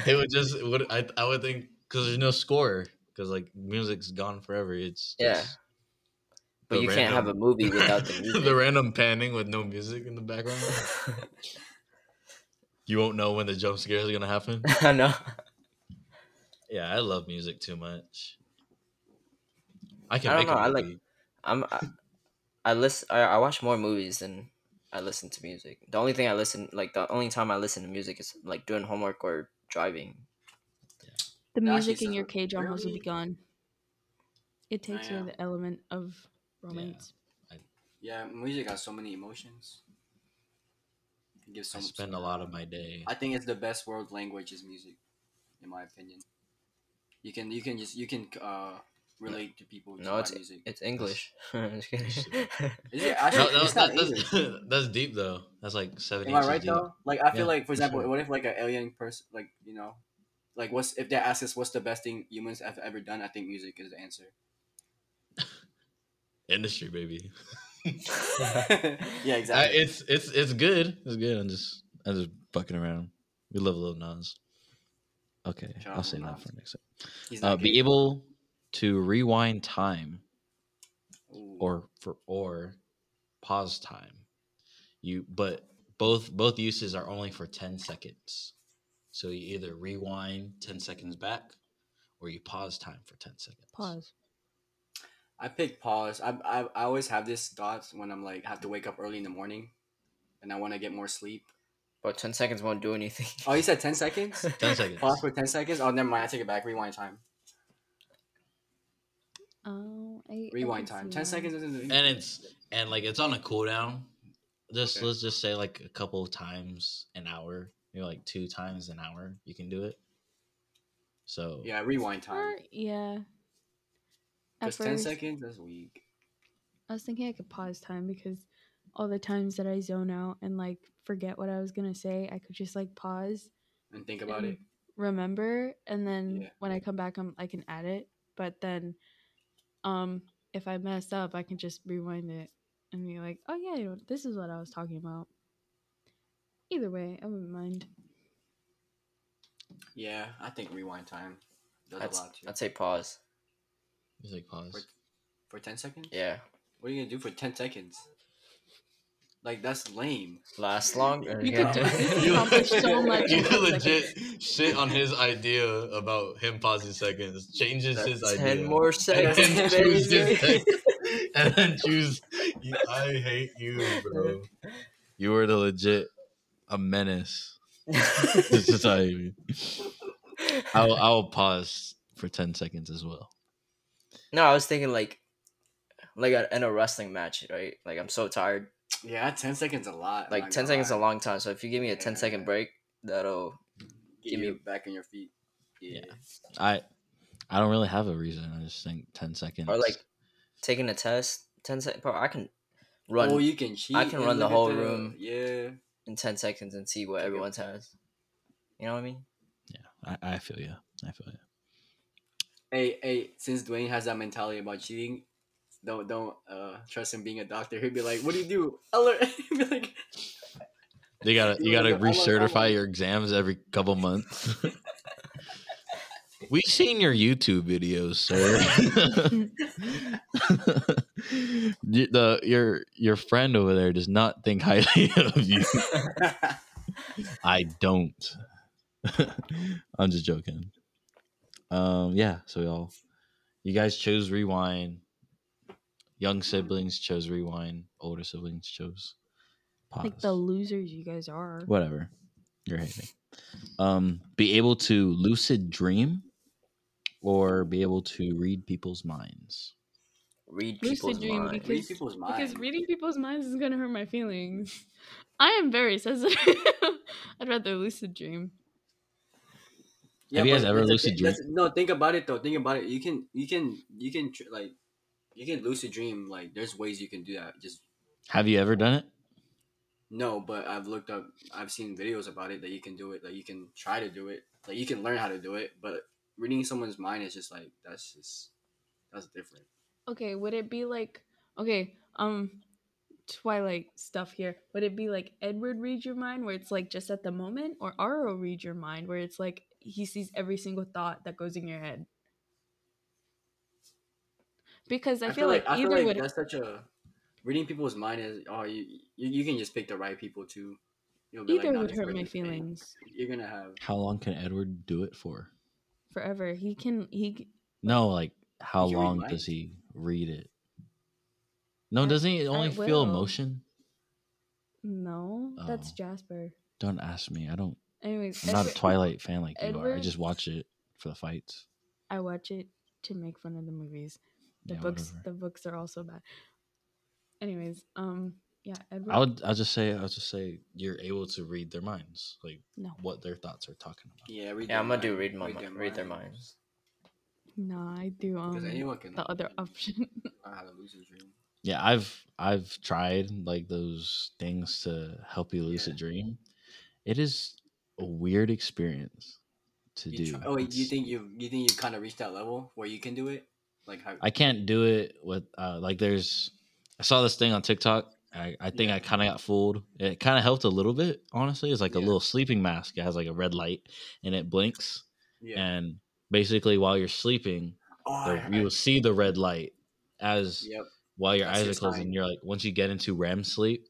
S1: it would just it would I I would think because there's no score because like music's gone forever. It's
S3: Yeah.
S1: just-
S3: but you can't have a movie without the music.
S1: the random panning with no music in the background. you won't know when the jump scare is gonna happen.
S3: I know.
S1: Yeah, I love music too much. I can
S3: I don't
S1: make a
S3: know, I like-
S1: movie.
S3: I'm. I, I listen. I, I watch more movies than I listen to music. The only thing I listen, like the only time I listen to music is like doing homework or driving.
S2: The
S4: That
S2: music
S4: actually
S2: in your
S4: sounds
S2: K dramas will
S4: really-
S2: be gone. It takes away
S4: yeah.
S2: the element of romance.
S4: Yeah, music has so many emotions. It gives so
S1: I
S4: much-
S1: spend a lot of my day.
S4: I think it's the best world language is music, in my opinion. You can you can just you can uh relate to people just
S3: No,
S4: by
S3: it's
S4: music.
S3: it's English. Just kidding.
S4: Is it
S1: No,
S4: actually
S1: no,
S4: it's
S1: that-
S4: not
S1: that's,
S4: English?
S1: that's deep though. That's like seven.
S4: Am I
S1: inches
S4: right
S1: deep.
S4: though? Like I feel
S1: Yeah,
S4: like
S1: for
S4: for example,
S1: sure.
S4: what if like an alien person like you know, like what's if they ask us what's the best thing humans have ever done? I think music is the answer.
S1: Industry, baby.
S4: yeah,
S1: I,
S4: exactly.
S1: it's it's it's good. It's good. I'm just I'm just fucking around. We love Lil Nas. Okay,
S4: Shout out
S1: I'll say
S4: Lil
S1: that
S4: Nas.
S1: for next
S4: He's
S1: time. Uh,
S4: not
S1: be
S4: gay.
S1: able to rewind time
S4: Ooh.
S1: or for or pause time. You but both both uses are only for 10 seconds. So you either rewind 10 seconds back or you pause time for 10 seconds.
S2: Pause.
S4: I pick pause. I, I I always have this thought when I'm like have to wake up early in the morning, and I want to get more sleep.
S3: but ten seconds won't do anything.
S4: Oh, you said ten seconds.
S1: 10 seconds.
S4: Pause for ten seconds. Oh, never mind. I take it back. Rewind time.
S2: Oh, I, I
S4: Rewind
S2: can
S4: time.
S2: see
S4: Ten
S2: that.
S4: seconds isn't.
S1: and it's and like it's on a cooldown. Just
S4: Okay.
S1: let's just say like a couple of times an hour, maybe like two times an hour, you can do it. So
S4: yeah, rewind time.
S2: Or- yeah. At
S4: Because ten
S2: first,
S4: seconds that's weak.
S2: I was thinking I could pause time because all the times that I zone out and like forget what I was gonna say, I could just like pause,
S4: And think about
S2: and
S4: it.
S2: remember, and then
S4: Yeah.
S2: when I come back, I'm I can add it. But then, um, if I mess up, I can just rewind it and be like, oh yeah, you know, this is what I was talking about. Either way, I wouldn't mind.
S4: Yeah, I think rewind time does
S3: I'd,
S4: a lot too.
S3: I'd say pause.
S1: it's like pause.
S4: For ten seconds.
S3: Yeah.
S4: What are you gonna do for ten seconds? Like that's lame.
S3: Last long? Or
S2: You
S3: yeah,
S2: could-
S3: dude.
S2: you could accomplish so much
S1: You
S2: in ten
S1: legit shit on his idea about him pausing seconds, changes
S3: That's
S1: his idea.
S3: Ten more
S1: and
S3: seconds,
S1: then choose
S3: baby.
S1: his text. And then choose. you- I hate you, bro. You were the legit a menace to society.
S4: Uh,
S1: I'll, I'll pause for 10 seconds as well.
S3: no, I was thinking like, like a, in a wrestling match, right? Like I'm so tired.
S4: Yeah, ten seconds a lot. I'm
S3: Like
S4: not
S3: ten
S4: gonna
S3: seconds is a
S4: lie.
S3: long time. So if you give me a ten
S4: Oh
S3: second
S4: Yeah.
S3: break, that'll.
S4: Get
S3: give
S4: you
S3: me-
S4: back on your feet. Yeah.
S1: I I don't really have a reason. I just think 10 seconds.
S3: Or like taking a test, ten seconds. Bro, I can run
S4: Oh, you can cheat.
S3: can
S4: and
S3: run the
S4: look at
S3: whole room.
S4: Yeah.
S3: in ten seconds and see what
S4: Take a-
S3: everyone's has. You know what I mean?
S1: yeah, I, I feel you. I feel you.
S4: Hey, hey. Since Dwayne has that mentality about cheating, don't don't uh trust him being a doctor. He'd be like, "What do you do?" Alert. He'd be like,
S1: They gotta you
S4: Yeah,
S1: gotta
S4: I like- I
S1: recertify
S4: like-
S1: your exams every couple months. We've seen your YouTube videos, sir. Y- the your your friend over there does not think highly of you. I don't. I'm just joking. Um, yeah. So we all, you guys chose rewind. Young siblings chose rewind. Older siblings chose pause
S2: Like the losers you guys are.
S1: whatever you're hating um be able to lucid dream or be able to read people's minds
S3: Read
S8: Lucid
S3: people's
S8: dream,
S3: minds.
S8: because-
S4: "Read people's minds."
S8: Because reading people's minds is gonna hurt my feelings. I am very sensitive. I'd rather lucid dream.
S1: Have you guys
S4: but
S1: ever
S4: that's the
S1: lucid
S4: thing-
S1: dream-
S4: that's- No, think about it though. Think about it. You can, you can, you can tr- like, you can lucid dream. Like, there's ways you can do that. Just
S1: have you ever done it
S4: no, but I've looked up. I've seen videos about it that you can do it. Like, you can try to do it. Like, you can learn how to do it. But reading someone's mind is just like that's just that's different.
S8: Okay, would it be like okay, um Twilight stuff here. Would it be like Edward read your mind where it's like just at the moment or Aro read your mind where it's like he sees every single thought that goes in your head? Because I, feel, like,
S4: I feel
S8: either
S4: like
S8: would
S4: that's such a reading people's mind is. Oh, you you, you can just pick the right people too. You'll be like,
S8: either
S4: "Nah,
S8: would
S4: this
S8: hurt my
S4: person's fake."
S8: feelings
S4: You're gonna have
S1: how long can edward do it for
S8: forever. He can he c-
S1: no like how
S4: He can read
S1: long
S4: minds.
S1: does he read it no
S8: I-
S1: doesn't he only feel
S8: will.
S1: emotion
S8: no, that's
S1: Oh.
S8: Jasper.
S1: don't ask me i don't
S8: Anyways,
S1: i'm not a
S8: Edward-
S1: twilight fan like you are i
S8: Edward-
S1: just watch it for the fights
S8: I watch it to make fun of the movies. The
S1: yeah,
S8: books
S1: whatever.
S8: the books are also bad. Anyways, um yeah, Edward
S1: i would i'll just say i'll just say you're able to read their minds like
S8: no.
S1: what their thoughts are talking about
S4: yeah. Read
S3: Yeah,
S4: their
S3: I'm gonna do
S4: mind,
S3: read my mi- read their minds.
S8: Nah, I do
S4: Because
S8: um
S4: anyone can
S8: the other option.
S4: learn how to lucid dream.
S1: yeah i've i've tried like those things to help you lucid dream it is a weird experience to
S4: You
S1: do
S4: try- oh, wait, you
S1: It's-
S4: think you you think you kind of reached that level where you can do it? Like how?
S1: i can't do it with uh like there's i saw this thing on tiktok i, I think i kind of got fooled it kind of helped a little bit honestly it's like a
S4: Yeah.
S1: little sleeping mask it has like a red light and it blinks
S4: yeah.
S1: and basically while you're sleeping
S4: oh,
S1: the-
S4: I-
S1: you
S4: I-
S1: will see the red light as
S4: yep.
S1: while your
S4: That's
S1: eyes
S4: your
S1: are closed
S4: sign.
S1: and you're like once you get into REM sleep,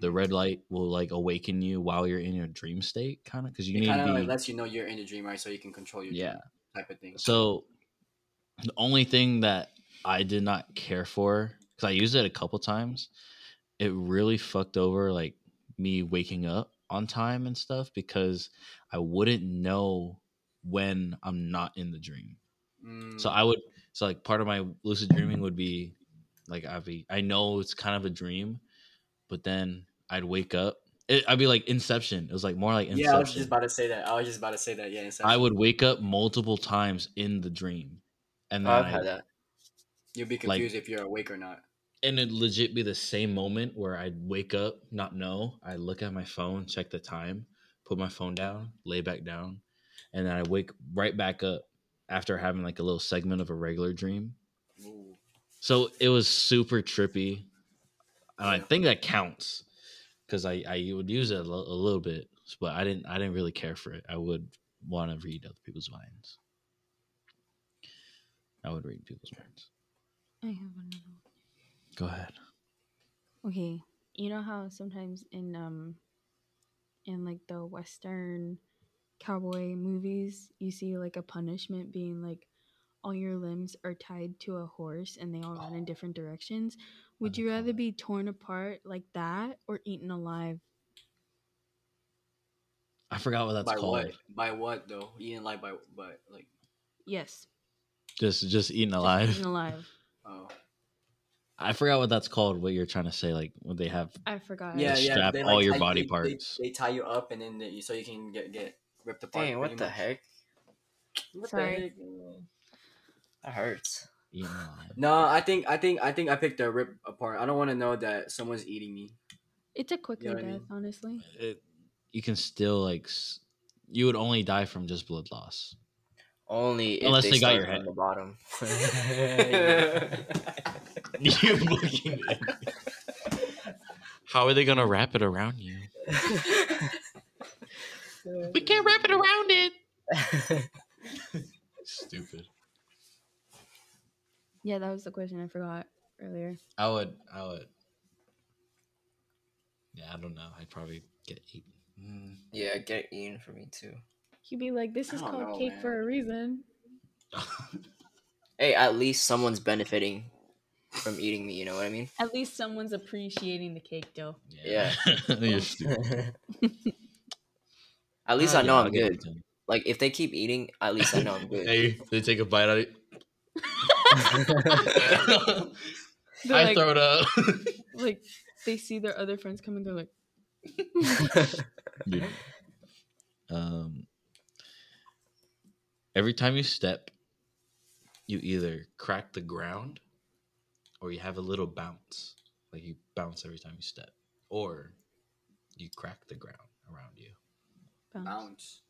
S1: the
S4: Mhm.
S1: red light will like awaken you while you're in your dream state kind of because you
S4: It
S1: need
S4: kind of
S1: to be
S4: like lets you know you're in a dream, right? So you can control your
S1: yeah.
S4: dream type of thing.
S1: So the only thing that I did not care for because I used it a couple times, it really fucked over like me waking up on time and stuff because I wouldn't know when I'm not in the dream.
S4: Mm,
S1: So I would so like part of my lucid dreaming would be like I'd be I know it's kind of a dream, but then I'd wake up. It, I'd be like Inception. It was like more like
S4: yeah, I was just
S1: Inception.
S4: about to say that. I was just about to say that. Yeah, Inception.
S1: I would wake up multiple times in the dream, and then
S3: I've
S1: I-
S3: had that.
S4: You'd be
S1: like-
S4: confused if you're awake or not.
S1: and it'd legit be the same moment where I'd wake up, not know. I would look at my phone, check the time, put my phone down, lay back down, and then I wake right back up after having like a little segment of a regular dream.
S4: Ooh.
S1: So it was super trippy, and I
S4: Yeah.
S1: think that counts because I I would use it a, lo- a little bit, but I didn't I didn't really care for it. I would want to read other people's minds. I would read people's minds.
S8: I have another one.
S1: Go ahead.
S2: Okay. You know how sometimes in um in like the western cowboy movies you see like a punishment being like all your limbs are tied to a horse and they all run in different directions. Would
S1: That's
S2: you rather
S1: cool.
S2: be torn apart like that or eaten alive?
S1: I forgot what that's
S4: by
S1: called.
S4: what? By what though? Eating like by but like
S2: Yes.
S1: Just just eaten
S2: just
S1: alive.
S2: Eaten alive.
S4: oh
S1: I forgot what that's called. What you're trying to say? Like when they have
S2: I forgot.
S1: Yeah, yeah. strap all your body
S4: they- they-
S1: parts.
S4: They, tie you up and then they, so you can get get ripped apart.
S3: Dang, what
S4: pretty
S3: the
S4: much.
S3: heck?
S4: What
S2: Sorry.
S4: the heck? man?
S3: That hurts.
S1: eaten alive.
S4: No, I think I think I think I picked a rip apart. I don't want to know that someone's eating me.
S2: It's a quicker
S4: You know what I
S2: death,
S4: mean?
S2: honestly.
S1: It, you can still like s- you would only die from just blood loss.
S3: Only if
S1: Unless
S3: they,
S1: they got
S3: start
S1: your
S3: from
S1: head.
S3: the bottom.
S1: you fucking. How are they gonna wrap it around you? We can't wrap it around it. Stupid.
S2: Yeah, that was the question I forgot earlier.
S1: I would. I would. Yeah, I don't know. I'd probably get eaten. Mm.
S3: yeah, get eaten for me too.
S2: He'd be like, "This
S4: I
S2: is
S4: don't
S2: called
S4: know,
S2: cake for
S4: man.
S2: a reason."
S3: Hey, at least someone's benefiting from eating me. You know what I mean?
S8: At least someone's appreciating the cake dough.
S1: yeah. You're stupid.
S3: at least I know
S1: Oh, Yeah,
S3: I'm
S1: I'll get
S3: good.
S1: eaten.
S3: Like if they keep eating, at least I know I'm good.
S1: Hey, they take a bite out of
S8: They're like,
S1: it up.
S8: like they see their other friends coming, they're like,
S1: Um, every time you step, you either crack the ground or you have a little bounce. Like you bounce every time you step, or you crack the ground around you.
S8: bounce.
S4: Bounce.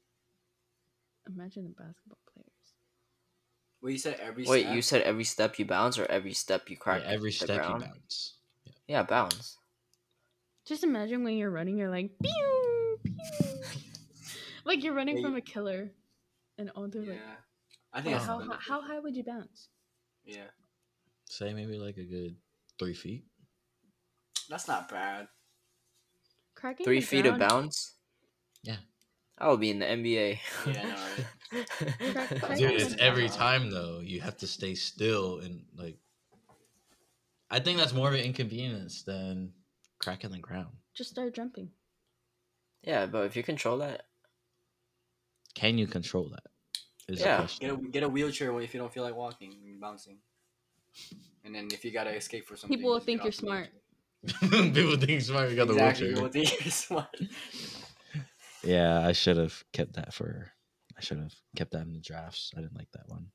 S8: Imagine the basketball players.
S4: Well, you said every.
S3: Wait,
S4: snap?
S3: you said every step you bounce or every step you crack?
S1: Yeah, every
S3: the
S1: step
S3: ground?
S1: you bounce.
S3: Yeah, bounce.
S2: Just imagine when you're running, you're like, pew, pew. like you're running
S4: Yeah,
S2: from
S4: you-
S2: a killer, and all they're
S4: Yeah.
S2: like,
S4: I think
S2: "Wait,
S4: that's
S2: how,
S4: better.
S2: hi- how high would you bounce?"
S4: Yeah,
S1: Say maybe like a good three feet.
S4: that's not bad.
S2: Cracking
S3: Three
S2: the
S3: feet of
S2: ground-
S3: bounce.
S1: Yeah.
S3: I would be in the NBA.
S4: Yeah, I know, right?
S2: Crack- crack
S1: Dude,
S2: the
S1: it's
S2: ground.
S1: every time though. You have to stay still and like. I think that's more of an inconvenience than cracking the ground.
S2: Just start jumping.
S3: yeah, but if you control that,
S1: Can you control that? Is the
S3: Yeah.
S1: question.
S4: Get a get a wheelchair when- if you don't feel like walking and bouncing. And then if you gotta escape for something,
S8: People will
S4: just
S8: think
S4: get
S8: you're
S4: off the
S8: smart.
S4: wheelchair.
S1: People think smart. You got
S4: exactly,
S1: the wheelchair.
S4: people will think you're smart.
S1: Yeah, I should have kept that for. I should have kept that in the drafts. I didn't like that one.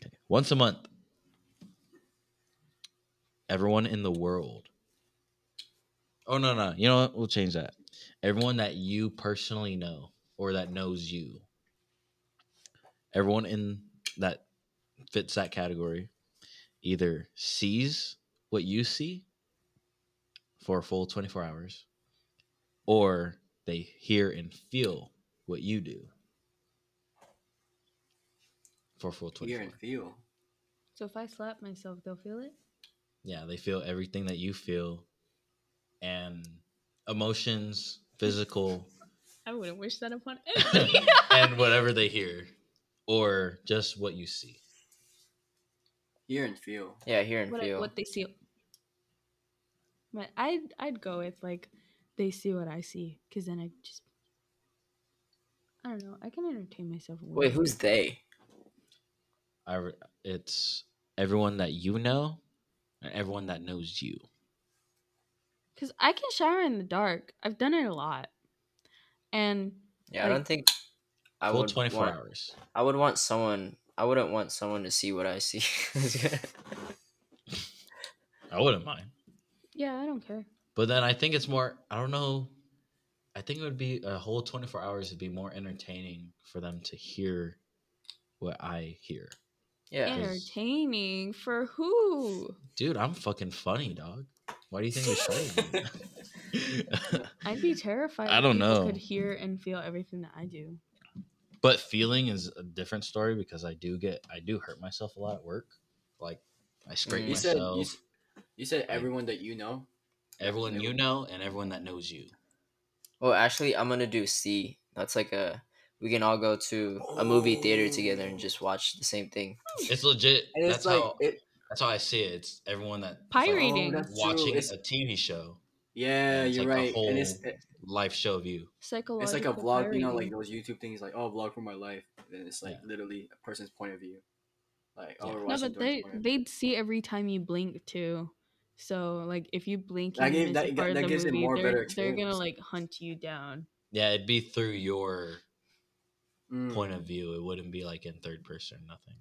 S1: Okay, once a month. Everyone in the world. Oh no no! You know what? We'll change that. Everyone that you personally know or that knows you. Everyone in that fits that category, either sees what you see for a full twenty four hours, or they hear and feel what you do for a full
S4: Hear
S1: 24
S4: and feel.
S2: So if I slap myself, they'll feel it.
S1: yeah they feel everything that you feel and emotions physical
S8: I wouldn't wish that upon anybody.
S1: and whatever they hear or just what you see
S4: Hear and feel.
S3: yeah, hear and
S8: what, I,
S3: feel.
S8: what they see.
S2: But I'd I'd go with like, they see what I see, because then I just, I don't know. I can entertain myself. a
S3: Wait,
S2: little
S3: who's they?
S1: I, re- it's everyone that you know and everyone that knows you
S2: Because I can shower in the dark. I've done it a lot. And
S3: Yeah, I
S2: Like-
S3: don't think I
S1: full
S3: would
S1: 24
S3: want,
S1: hours
S3: I would want someone. I wouldn't want someone to see what I see.
S1: i wouldn't mind
S2: yeah, I don't care.
S1: But then I think it's more. I don't know. I think it would be a whole twenty four hours would be more entertaining for them to hear what I hear.
S3: yeah,
S1: Yeah.
S2: Entertaining for who?
S1: Dude, I'm fucking funny, dog. Why do you think you're showing me?
S2: I'd be terrified.
S1: I
S2: if
S1: don't
S2: people
S1: know.
S2: Could hear and feel everything that I do.
S1: but feeling is a different story because I do get I do hurt myself a lot at work. Like I scrape
S3: Mm.
S4: You
S1: myself.
S4: said you, s- You said everyone that you know.
S1: Everyone you know and everyone that knows you.
S3: Well, actually, I'm gonna do C. That's like a we can all go to a movie theater together and just watch the same thing.
S1: It's legit.
S4: And it's
S1: that's
S4: like
S1: how
S4: it, Oh,
S1: that's how I see it. It's everyone that it's like
S2: Pirating.
S4: that's true.
S1: watching a
S4: It's-
S1: TV show,
S4: yeah,
S1: It's
S4: you're
S1: like a
S4: right. And it's
S1: whole- live show of you.
S8: Psychological.
S4: it's like a vlog, you know,
S8: pirating.
S4: like those YouTube things, like oh, vlog for my life. And it's like literally a person's point of view. Like oh,
S1: Yeah.
S4: we're
S2: No,
S4: watching
S2: but they
S4: Dorothy's point of view.
S2: they'd see every time you blink too. So like if you blink,
S4: That
S2: and you
S4: gave-
S2: miss
S4: that-
S2: a part of
S4: that
S2: the
S4: gives it
S2: movie,
S4: more
S2: they're,
S4: better
S2: they're gonna
S4: experience.
S2: like hunt you down.
S1: Yeah, it'd be through your
S4: Mm.
S1: point of view. It wouldn't be like in third person or nothing.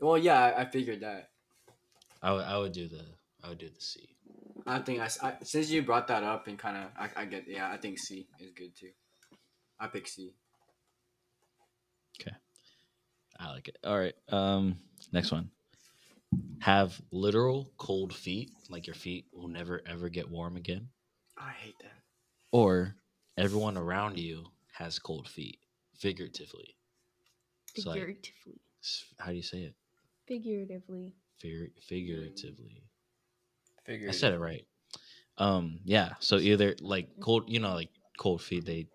S4: Well, yeah, I, I figured that.
S1: I would I would do the I would do the C.
S4: I think I, s- I- since you brought that up and kind of I, I get yeah, I think C is good too. I pick C.
S1: I like it. All right. Um next one. Have literal cold feet, like your feet will never ever get warm again.
S4: I hate that.
S1: Or everyone around you has cold feet, figuratively. So, like,
S2: Figuratively.
S1: s- how do you say it?
S8: figuratively.
S1: Fig- figuratively.
S3: Figure.
S1: I said it right. Um, yeah. So either like cold, you know, like cold feet, they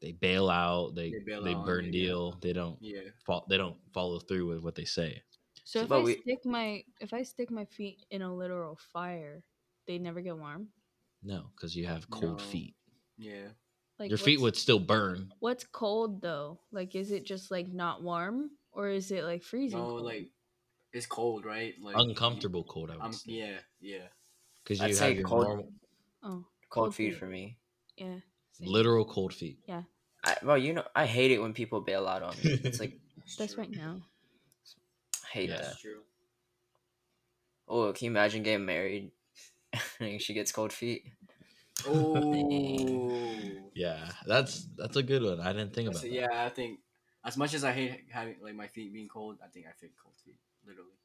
S1: they bail out, they
S4: They bail
S1: they
S4: out and
S1: burn
S4: they bail
S1: deal, they don't
S4: Yeah.
S1: fo- they don't follow through with what they say.
S2: So if
S3: But
S2: I
S3: we-
S2: stick my if I stick my feet in a literal fire, they never get warm.
S1: No, because you have cold
S4: No.
S1: feet.
S4: Yeah.
S2: Like
S1: Your feet would
S2: what's-
S1: still burn.
S2: What's cold though? Like is it just like not warm or is it like freezing?
S4: No,
S2: cold?
S4: like it's cold, right? Like
S1: Uncomfortable cold, I
S4: Um,
S1: would say.
S4: yeah, yeah.
S1: Because
S3: I'd
S1: you
S3: say
S1: have your
S3: cold-
S1: normal,
S2: oh
S3: Cold feet
S2: feet.
S3: for me.
S2: yeah. same.
S1: literal cold feet.
S3: I, well, you know, I hate it when people bail out on me. It's like
S2: That's right now.
S3: I hate
S1: Yeah.
S3: that.
S4: That's true.
S3: Oh, can you imagine getting married? and she gets cold feet.
S4: Oh.
S1: Yeah, that's that's a good one. I didn't think
S4: That's-
S1: about that.
S4: yeah, I think as much as I hate having like my feet being cold, I think I fit cold feet literally.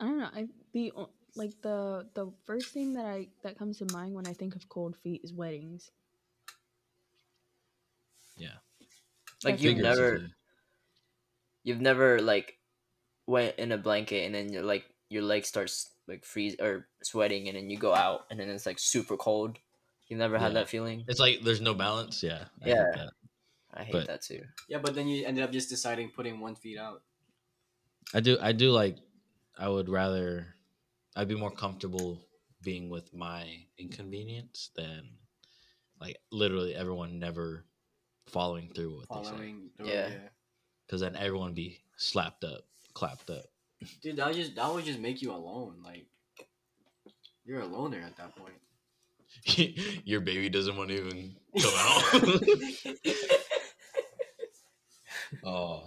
S2: I don't know. I the o- like the the first thing that I that comes to mind when I think of cold feet is weddings.
S3: Like
S2: That's
S3: you've never,
S1: Figuratively.
S3: you've never like went in a blanket and then you're like your leg starts like freeze or sweating and then you go out and then it's like super cold. You've never had
S1: Yeah.
S3: that feeling.
S1: It's like there's no balance. Yeah. I hate
S3: Yeah.
S1: that.
S3: I hate
S1: But-
S3: that too.
S4: Yeah, but then you ended up just deciding putting one feet out.
S1: I do. I do like. I would rather. I'd be more comfortable being with my inconvenience than, like, literally everyone never following through with what they say.
S4: Following the
S3: Yeah.
S1: Because then everyone be slapped up, clapped up.
S4: Dude, that would just that would just make you alone. Like you're a loner at that point.
S1: Your baby doesn't want to even come out. oh.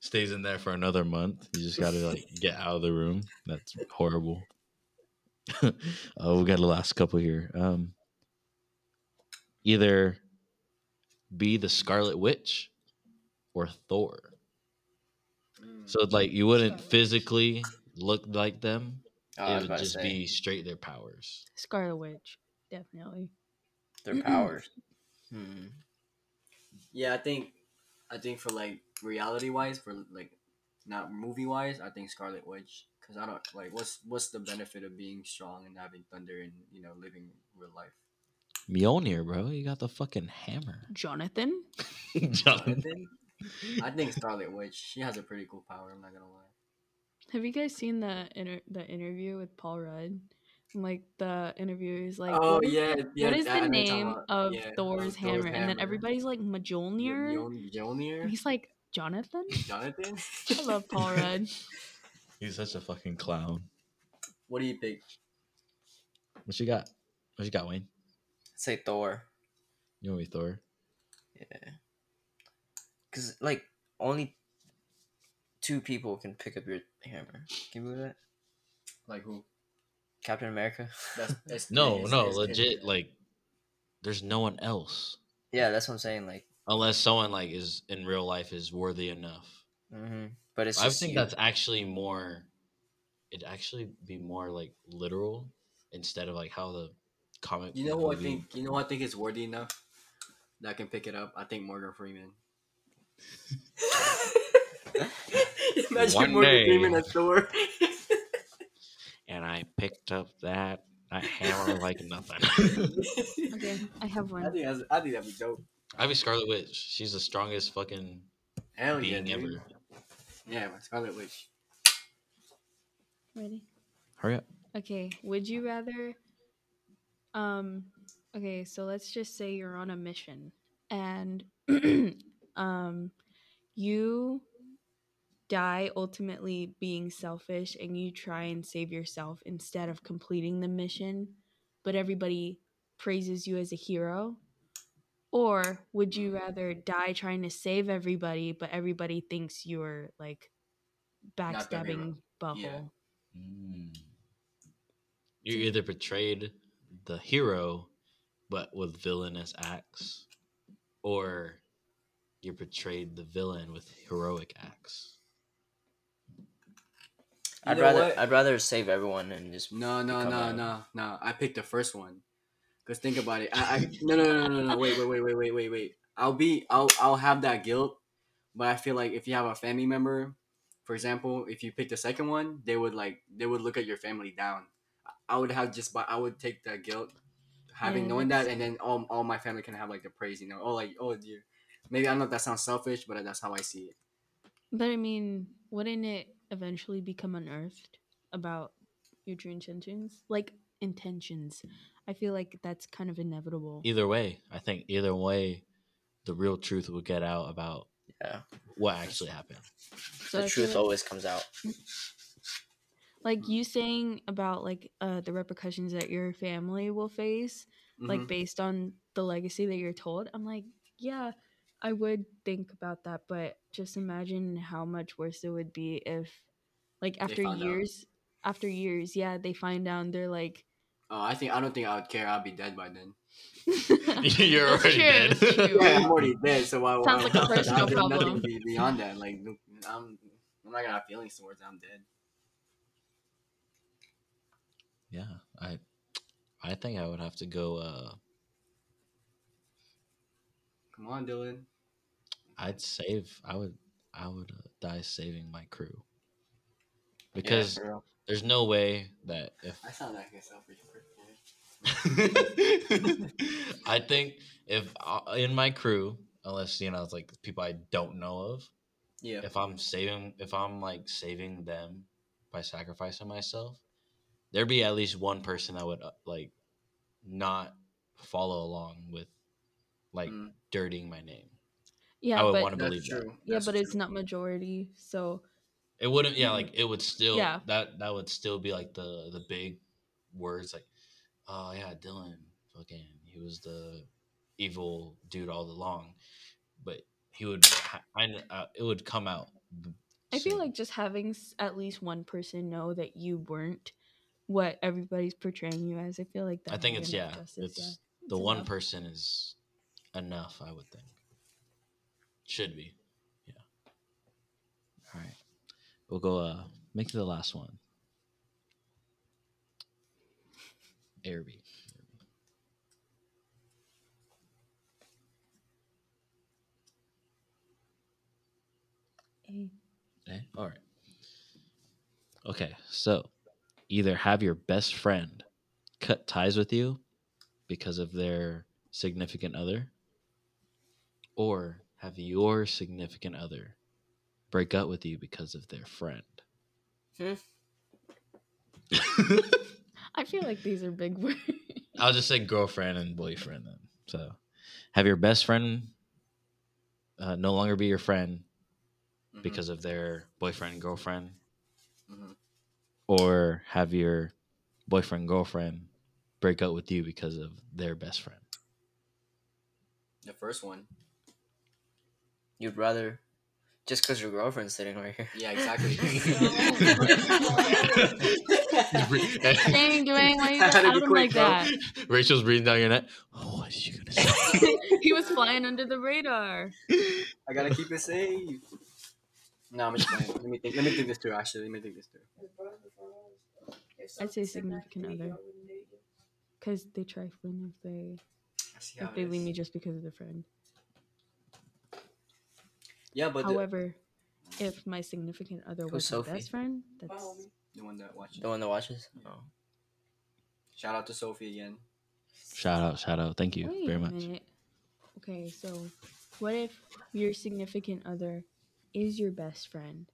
S1: Stays in there for another month. You just gotta like get out of the room. That's horrible. oh, we got a last couple here. Um either be the Scarlet Witch or Thor.
S3: Hmm.
S1: So like you wouldn't physically look like them.
S3: Oh, I was
S1: it
S3: about
S1: would
S3: to
S1: just
S3: say
S1: be straight their powers.
S2: Scarlet Witch, definitely.
S3: their powers. Hmm.
S4: Yeah, I think I think for like reality wise, for like not movie wise, I think Scarlet Witch. Cause I don't like what's what's the benefit of being strong and having thunder and you know living real life.
S1: Mjolnir, bro. You got the fucking hammer.
S2: Jonathan?
S1: Jonathan.
S4: I think Scarlet Witch. She has a pretty cool power. I'm not gonna lie.
S2: Have you guys seen the inter- the interview with Paul Rudd? And, like the interviewer is like,
S4: oh
S2: "What is-
S4: yeah, yeah.
S2: what is
S4: I
S2: the
S4: know you're talking
S2: name
S4: about-
S2: of
S4: yeah,
S2: Thor's, hammer? And then
S4: hammer.
S2: everybody's like Mjolnir.
S4: Mjoln-
S2: And
S4: Mjolnir,
S2: he's like Jonathan.
S4: Jonathan.
S2: I love Paul Rudd.
S1: He's such a fucking clown.
S4: What do you think?
S1: What you got? What you got, Wayne?
S3: Say Thor.
S1: You want me Thor?
S3: Cause like only two people can pick up your hammer. Can you believe that?
S4: Like who?
S3: Captain America.
S4: That's, that's
S1: No,
S4: it's-
S1: no,
S4: it's- it's-
S1: legit. Like, there's no one else
S3: yeah, that's what I'm saying. Like,
S1: unless someone like is in real life is worthy enough.
S3: hmm but it's.
S1: I
S3: Just
S1: think
S3: you.
S1: that's actually more. It'd actually be more like literal instead of like how the comic.
S4: You know who I
S1: movie-
S4: think? You know who I think is worthy enough that I can pick it up. I think Morgan Freeman. Imagine
S1: One
S4: Morgan
S1: day.
S4: Freeman as Thor.
S1: And I
S9: picked up that that hammer like nothing.
S2: Okay, I have
S4: I
S2: one.
S4: think that's, I think that'd be dope.
S1: I be Scarlet Witch. She's the strongest fucking
S4: Hell yeah,
S1: being
S4: dude.
S1: ever.
S4: Yeah, my Scarlet Witch.
S2: Ready?
S1: Hurry up.
S2: Okay, would you rather um okay, so let's just say you're on a mission and um you die ultimately being selfish and you try and save yourself instead of completing the mission, but everybody praises you as a hero. Or would you rather die trying to save everybody, but everybody thinks you're like
S4: Not the hero.
S2: backstabbing butthole?
S4: Yeah.
S1: Mm. You either portrayed the hero, but with villainous acts, or you portrayed the villain with heroic acts.
S3: I'd
S4: Either
S3: rather
S4: way-
S3: I'd rather save everyone and just
S4: No, no,
S3: become
S4: no,
S3: a-
S4: no, no. I picked the first one. Cause think about it. I, I no, no, no, no, no, no. Wait, wait, wait, wait, wait, wait, wait. I'll be, I'll, I'll have that guilt. But I feel like if you have a family member, for example, if you pick the second one, they would like, they would look at your family down. I would have just, but I would take that guilt, having
S2: Yeah,
S4: knowing that, and then all, all my family can have like the praise, you know. Oh, like, oh dear. Maybe I don't know if that sounds selfish, but that's how I see it.
S2: But I mean, wouldn't it eventually become unearthed about your true intentions? Like intentions. I feel like that's kind of inevitable.
S1: Either way, I think either way, the real truth will get out about
S3: Yeah.
S1: what actually happened.
S2: So
S3: The
S2: I feel
S3: truth
S2: like-
S3: always comes out.
S2: Like you saying about like uh, the repercussions that your family will face, like
S4: Mhm.
S2: based on the legacy that you're told. I'm like, yeah, I would think about that, but just imagine how much worse it would be if, like, after
S4: found out.
S2: years, after years, yeah, they find out and they're like.
S4: oh, I think I don't think I would care. I'd be dead by then.
S1: You're
S8: That's
S1: already
S8: true,
S1: dead.
S8: that's true.
S4: Yeah, I'm already dead, so why?
S8: Sounds
S4: why-
S8: like a personal
S4: there's nothing
S8: problem.
S4: be- beyond that, like no- I'm, I'm not gonna have feelings towards. it, I'm dead.
S1: yeah, I, I think I would have to go. Uh,
S4: Come on, Dylan.
S1: I'd save. I would. I would uh, die saving my crew. Because
S3: yeah, for real.
S1: there's no way that if
S4: I sound like a selfish person.
S1: I think if I, in my crew, unless you know, it's like people I don't know of,
S4: Yeah.
S1: if I'm saving, if I'm like saving them by sacrificing myself, there'd be at least one person I would uh, like not follow along with, like
S4: Mm.
S1: dirtying my name.
S2: Yeah,
S1: I would
S2: but
S1: want to believe
S4: That's
S1: that.
S4: true.
S2: yeah
S4: That's
S2: but it's
S4: true.
S2: not majority so
S1: It wouldn't. Yeah, like it would still.
S2: Mm-hmm. Yeah.
S1: That that would still be like the the big words like, oh yeah, Dylan, fucking, he was the evil dude all along, but he would. ha- I, kn- uh, it would come out.
S2: i feel
S1: soon.
S2: like just having s- at least one person know that you weren't what everybody's portraying you as i feel like that
S1: I think it's yeah. it's the
S2: It's
S1: one
S2: enough.
S1: person is enough. I would think. Should be. Yeah. All right. We'll go. Uh, make it the last one. Airby. Eh? All right. Okay, so either have your best friend cut ties with you because of their significant other, or have your significant other break up with you because of their friend.
S3: Hmm.
S2: i feel like these are big words
S1: I'll just say girlfriend and boyfriend then. So have your best friend uh, no longer be your friend
S4: Mhm,
S1: because of their boyfriend, girlfriend,
S4: mhm.
S1: or have your boyfriend girlfriend break up with you because of their best friend
S4: the first one.
S3: You'd rather just because your girlfriend's sitting right here.
S4: Yeah, exactly.
S2: dang doing why you
S4: I
S2: got
S4: had to be
S2: out him
S4: quick,
S2: like
S4: bro.
S2: that
S1: rachel's breathing down your neck oh what is she gonna say
S2: he was flying under the radar
S4: I gotta keep it safe. No, I'm just playing. Let me think. Let me think this through. Actually, let me think this through.
S2: I'd say significant other. because they trifling if they
S4: I see how
S2: if
S4: it
S2: they leave
S4: is.
S2: me just because of their friend
S4: Yeah, but the,
S2: however if my significant other
S3: Who's
S2: was my
S3: Sophie?
S2: best friend that's
S6: Follow me.
S4: the one that watched.
S3: The one that watches. Oh.
S4: Shout out to Sophie again.
S1: Shout out, shout out. Thank you
S2: Wait
S1: very
S2: a
S1: much.
S2: minute. Okay, so what if your significant other is your best friend?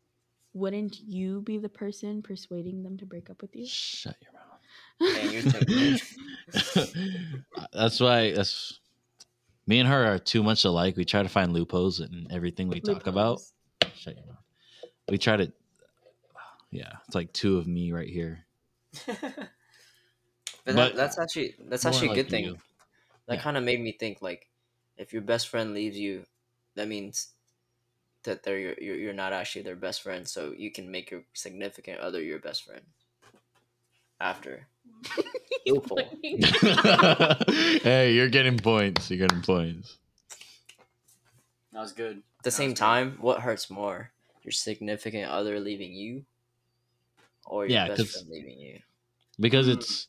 S2: Wouldn't you be the person persuading them to break up with you?
S1: Shut your mouth.
S3: Dang, you're taking-
S1: Uh, that's why that's me and her are too much alike. We try to find loopholes in everything we talk about.
S2: Loopholes.
S1: Shut your mouth. We try to yeah, it's like two of me right here.
S3: But,
S1: But-
S3: that, that's actually that's
S1: More
S3: actually a
S1: like
S3: good thing.
S1: you.
S3: That
S1: Yeah.
S3: kind of made me think like, if your best friend leaves you, that means that they're your, you're you're not actually their best friend. So you can make your significant other your best friend. After. Loophole.
S1: hey, you're getting points. You're getting points.
S4: That was good.
S3: At the same time, what hurts more, your significant other leaving you, or your
S1: Yeah,
S3: best
S1: 'cause-
S3: friend leaving you?
S1: Because
S4: Mm.
S1: it's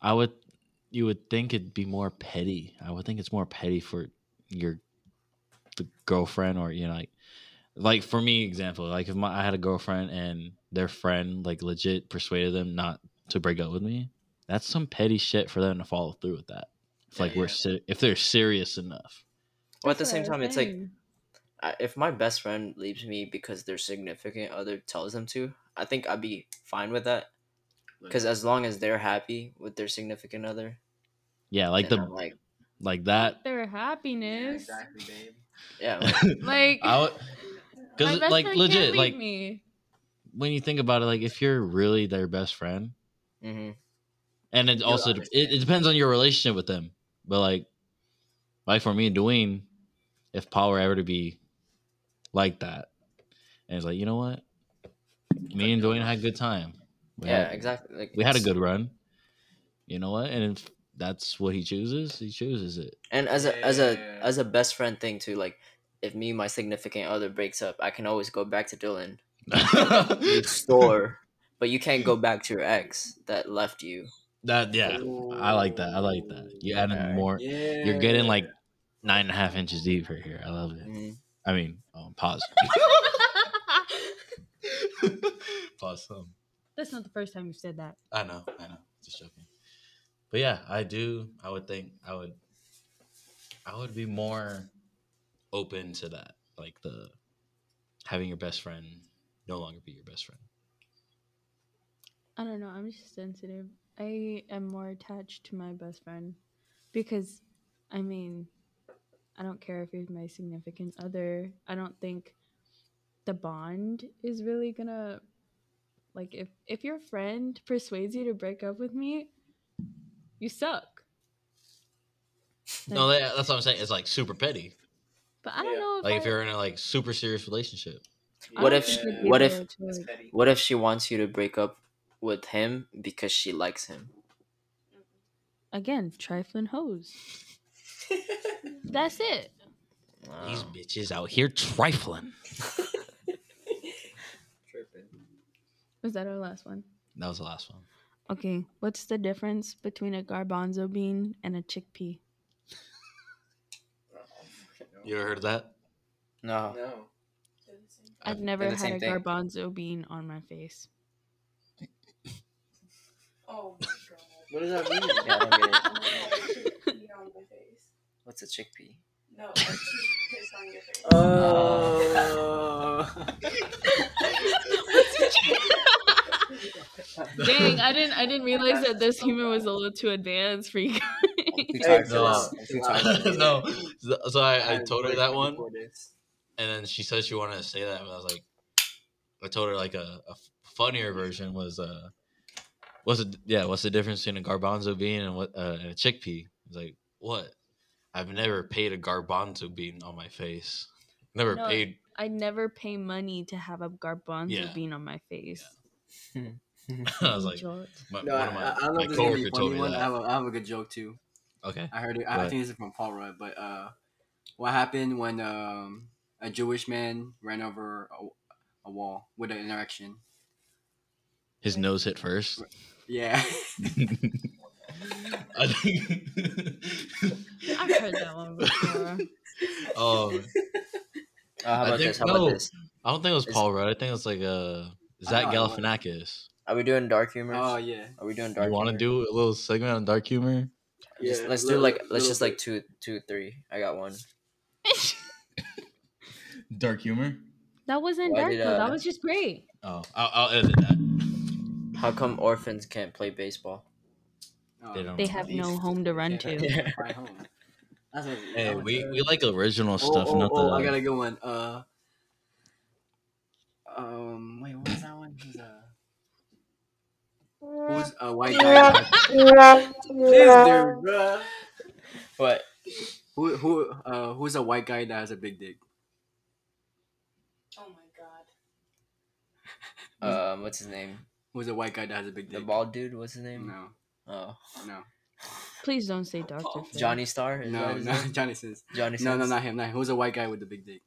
S1: I would you would think it'd be more petty. I would think it's more petty for your the girlfriend or you know like like for me example like if my I had a girlfriend and their friend like legit persuaded them not to break up with me that's some petty shit for them to follow through with that if like we're ser- if they're serious enough
S3: Well, at
S2: That's
S3: the
S2: what I
S3: same
S2: was
S3: time, it's like
S2: saying.
S3: I- if my best friend leaves me because their significant other tells them to, I think I'd be fine with that. Because as long as they're happy with their significant other,
S1: yeah like
S3: then
S1: the
S3: I'm like
S1: like that
S2: their
S4: Yeah,
S2: happiness.
S4: exactly, babe.
S3: yeah, like,
S1: like
S2: Like
S1: I would
S2: my
S1: because
S2: best
S1: like
S2: friend can't
S1: legit
S2: leave
S1: like
S2: me.
S1: when you think about it like if you're really their best friend
S3: hmm
S1: and it
S4: You'll
S1: also it,
S4: understand.
S1: it depends on your relationship with them. But like, like for me and Dwayne, if Paul were ever to be like that, and it's like you know what, me and Dwayne had a good time. We
S3: yeah,
S1: had-
S3: exactly. Like
S1: We had a
S3: it's-
S1: good run. You know what? And if that's what he chooses, he chooses it.
S3: and as a as a
S4: Yeah.
S3: as a best friend thing too. Like if me and my significant other breaks up, I can always go back to Dylan restore, but you can't go back to your ex that left you.
S1: that yeah, I like that. I like that. You added
S3: Alright.
S1: more.
S4: Yeah.
S1: You're getting like nine and a half inches deep right here. I love it.
S3: Mhm.
S1: I mean, um, pause. pause. Um,
S2: That's not the first time you've said that.
S1: I know, I know. Just joking. But yeah, I do. I would think I would. I would be more open to that, like the having your best friend no longer be your best friend.
S2: I don't know. I'm just sensitive. I am more attached to my best friend because, I mean, I don't care if he's my significant other. I don't think the bond is really gonna like if if your friend persuades you to break up with me, you suck.
S1: No, that, that's what I'm saying. It's like super petty.
S2: But I don't
S4: Yeah.
S2: know if
S1: Like
S2: I-
S1: if you're in a like super serious relationship.
S2: I
S3: What
S2: don't
S3: if-
S2: think I'd be
S3: what
S2: able
S3: if-
S2: to, like-
S3: What if she wants you to break up with him because she likes him?
S2: again trifling hoes? That's it.
S1: These
S3: Wow.
S1: bitches out here trifling.
S2: Was that our last one?
S1: That was the last one.
S2: Okay, what's the difference between a garbanzo bean and a chickpea?
S1: You ever heard of that?
S3: No.
S4: No.
S2: I've
S3: They're
S2: never
S3: the
S2: had
S3: same
S2: a
S3: thing.
S2: garbanzo bean on my face.
S6: Oh my god.
S4: What does that mean?
S3: Yeah, I don't get it.
S6: Oh my god, you on my face.
S3: What's a chickpea?
S6: No, I piss on your face.
S4: Uh. Oh.
S2: Dang, I didn't I didn't realize that this human was a little too advanced for you guys.
S4: Hey,
S3: Chickpeas.
S4: chill out.
S3: Chickpeas.
S4: Chill out.
S1: no. So, so I, I told her
S4: Wait,
S1: that one.
S4: before this.
S1: and then she said she wanted to say that, and I was like, I told her like a, a funnier version was uh, what's it? Yeah, what's the difference between a garbanzo bean and what uh, and a chickpea? I was like, what? I've never paid a garbanzo bean on my face. Never
S2: No.
S1: paid.
S2: I never pay money to have a garbanzo
S1: Yeah.
S2: bean on my face.
S1: I was like,
S2: Jolt.
S1: my,
S4: No,
S1: Uh, one of
S4: I, I
S1: my,
S4: don't know
S1: my
S4: if this is gonna be
S1: coworker
S4: a
S1: told
S4: funny
S1: me
S4: one. I
S1: that.
S4: have, a, I have a good joke too.
S1: Okay.
S4: I heard it. I
S1: Right.
S4: think this is from Paul Rudd, but uh, what happened when um, a Jewish man ran over a, a wall with an erection?
S1: His nose hit first.
S4: Yeah,
S1: I think.
S2: I've heard that one before.
S1: oh,
S3: Oh, how
S1: I
S3: about
S1: think-
S3: this? How
S1: no.
S3: about this?
S1: I don't think it was
S3: Is-
S1: Paul Rudd. I think it was like uh,
S4: I
S1: Zach
S4: know it was.
S1: Galifianakis.
S3: Are we doing dark humor?
S4: Oh yeah.
S3: Are we doing dark?
S1: Uh, You want to do
S3: humor?
S1: a little segment on dark humor?
S3: Just,
S4: Yeah,
S3: let's
S4: little-
S3: do like let's
S4: little
S3: just
S4: bit.
S3: like two, two, three. I got one.
S1: Dark humor?
S8: That wasn't
S3: Why
S8: dark
S3: did,
S8: though.
S3: uh,
S8: That was just great.
S1: Oh, I'll, I'll edit that.
S3: How come orphans can't play baseball?
S4: Oh,
S1: They don't-
S2: They have no home to run
S4: Yeah.
S2: to.
S4: Right home. That's what-
S1: Hey,
S4: that was
S1: we,
S4: good.
S1: we like original
S4: Oh,
S1: stuff,
S4: oh,
S1: not
S4: oh,
S1: the.
S4: I got a good one. Uh, um, wait, what was that one? Who's uh, who's a white guy? This dude, bruh.
S3: What?
S4: Who who uh who's a white guy that has a big dick?
S6: Oh my god.
S3: Um, what's his name?
S4: Who's a white guy that has a big
S3: The
S4: Hmm? dick?
S3: bald dude. What's his name?
S4: No,
S3: Oh,
S4: no,
S2: Please don't say
S1: Oh,
S2: Dr. Phil.
S3: Johnny Star. Is that
S4: no,
S3: his
S4: no.
S3: name?
S4: Johnny says.
S3: Johnny.
S4: No, no,
S3: Sins?
S4: not him. Not him. Who's a white guy with the big dick?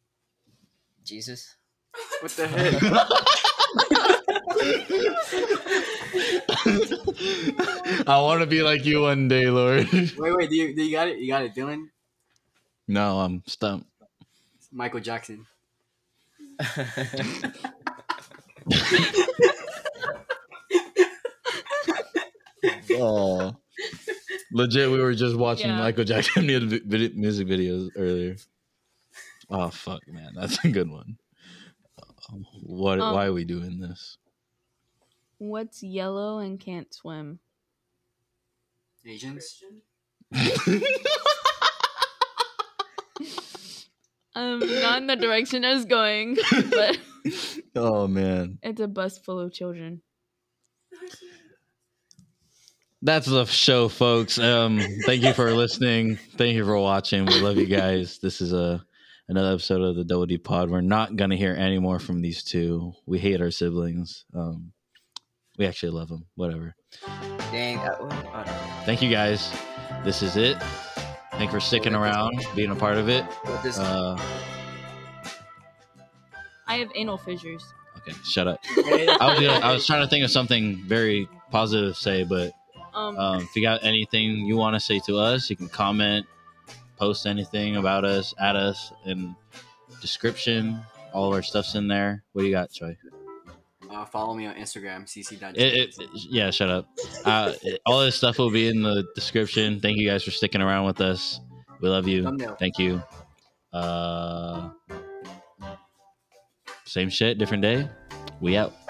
S3: Jesus.
S4: What the heck?
S1: I want to be like you one day, Lord.
S4: Wait, wait. Do you do you got it? You got it, Dylan.
S1: No, I'm stumped.
S4: Michael Jackson.
S1: Oh. Legit, we were just watching
S8: Yeah.
S1: Michael Jackson mu- vid- music videos earlier. Oh fuck, man, that's a good one. Um, What?
S8: Um,
S1: why are we doing this?
S8: What's yellow and can't swim?
S4: Asians.
S6: Christian.
S8: Um, not in the direction I was going, but
S1: oh man,
S8: it's a bus full of children.
S1: that's the show, folks. Um, thank you for listening. Thank you for watching. We love you guys. This is a another episode of the Double D Pod. We're not gonna hear any more from these two. We hate our siblings. Um, we actually love them. Whatever.
S3: Dang. That one. I don't know.
S1: thank you guys. This is it. Thank you for sticking around, being a part of it.
S3: What this-
S1: Uh,
S8: I have anal fissures.
S1: okay, shut up. I was, gonna, I was trying to think of something very positive to say, but
S8: Um,
S1: um, if you got anything you want to say to us, you can comment, post anything about us, at us, and description. All of our stuff's in there. What do you got, Troy?
S4: Uh, follow me on Instagram. cc. dot
S1: It, it, yeah, shut up. Uh, it- all this stuff will be in the description. Thank you guys for sticking around with us. We love you.
S4: Thumbnail.
S1: Thank you. Uh, same shit, different day. We out.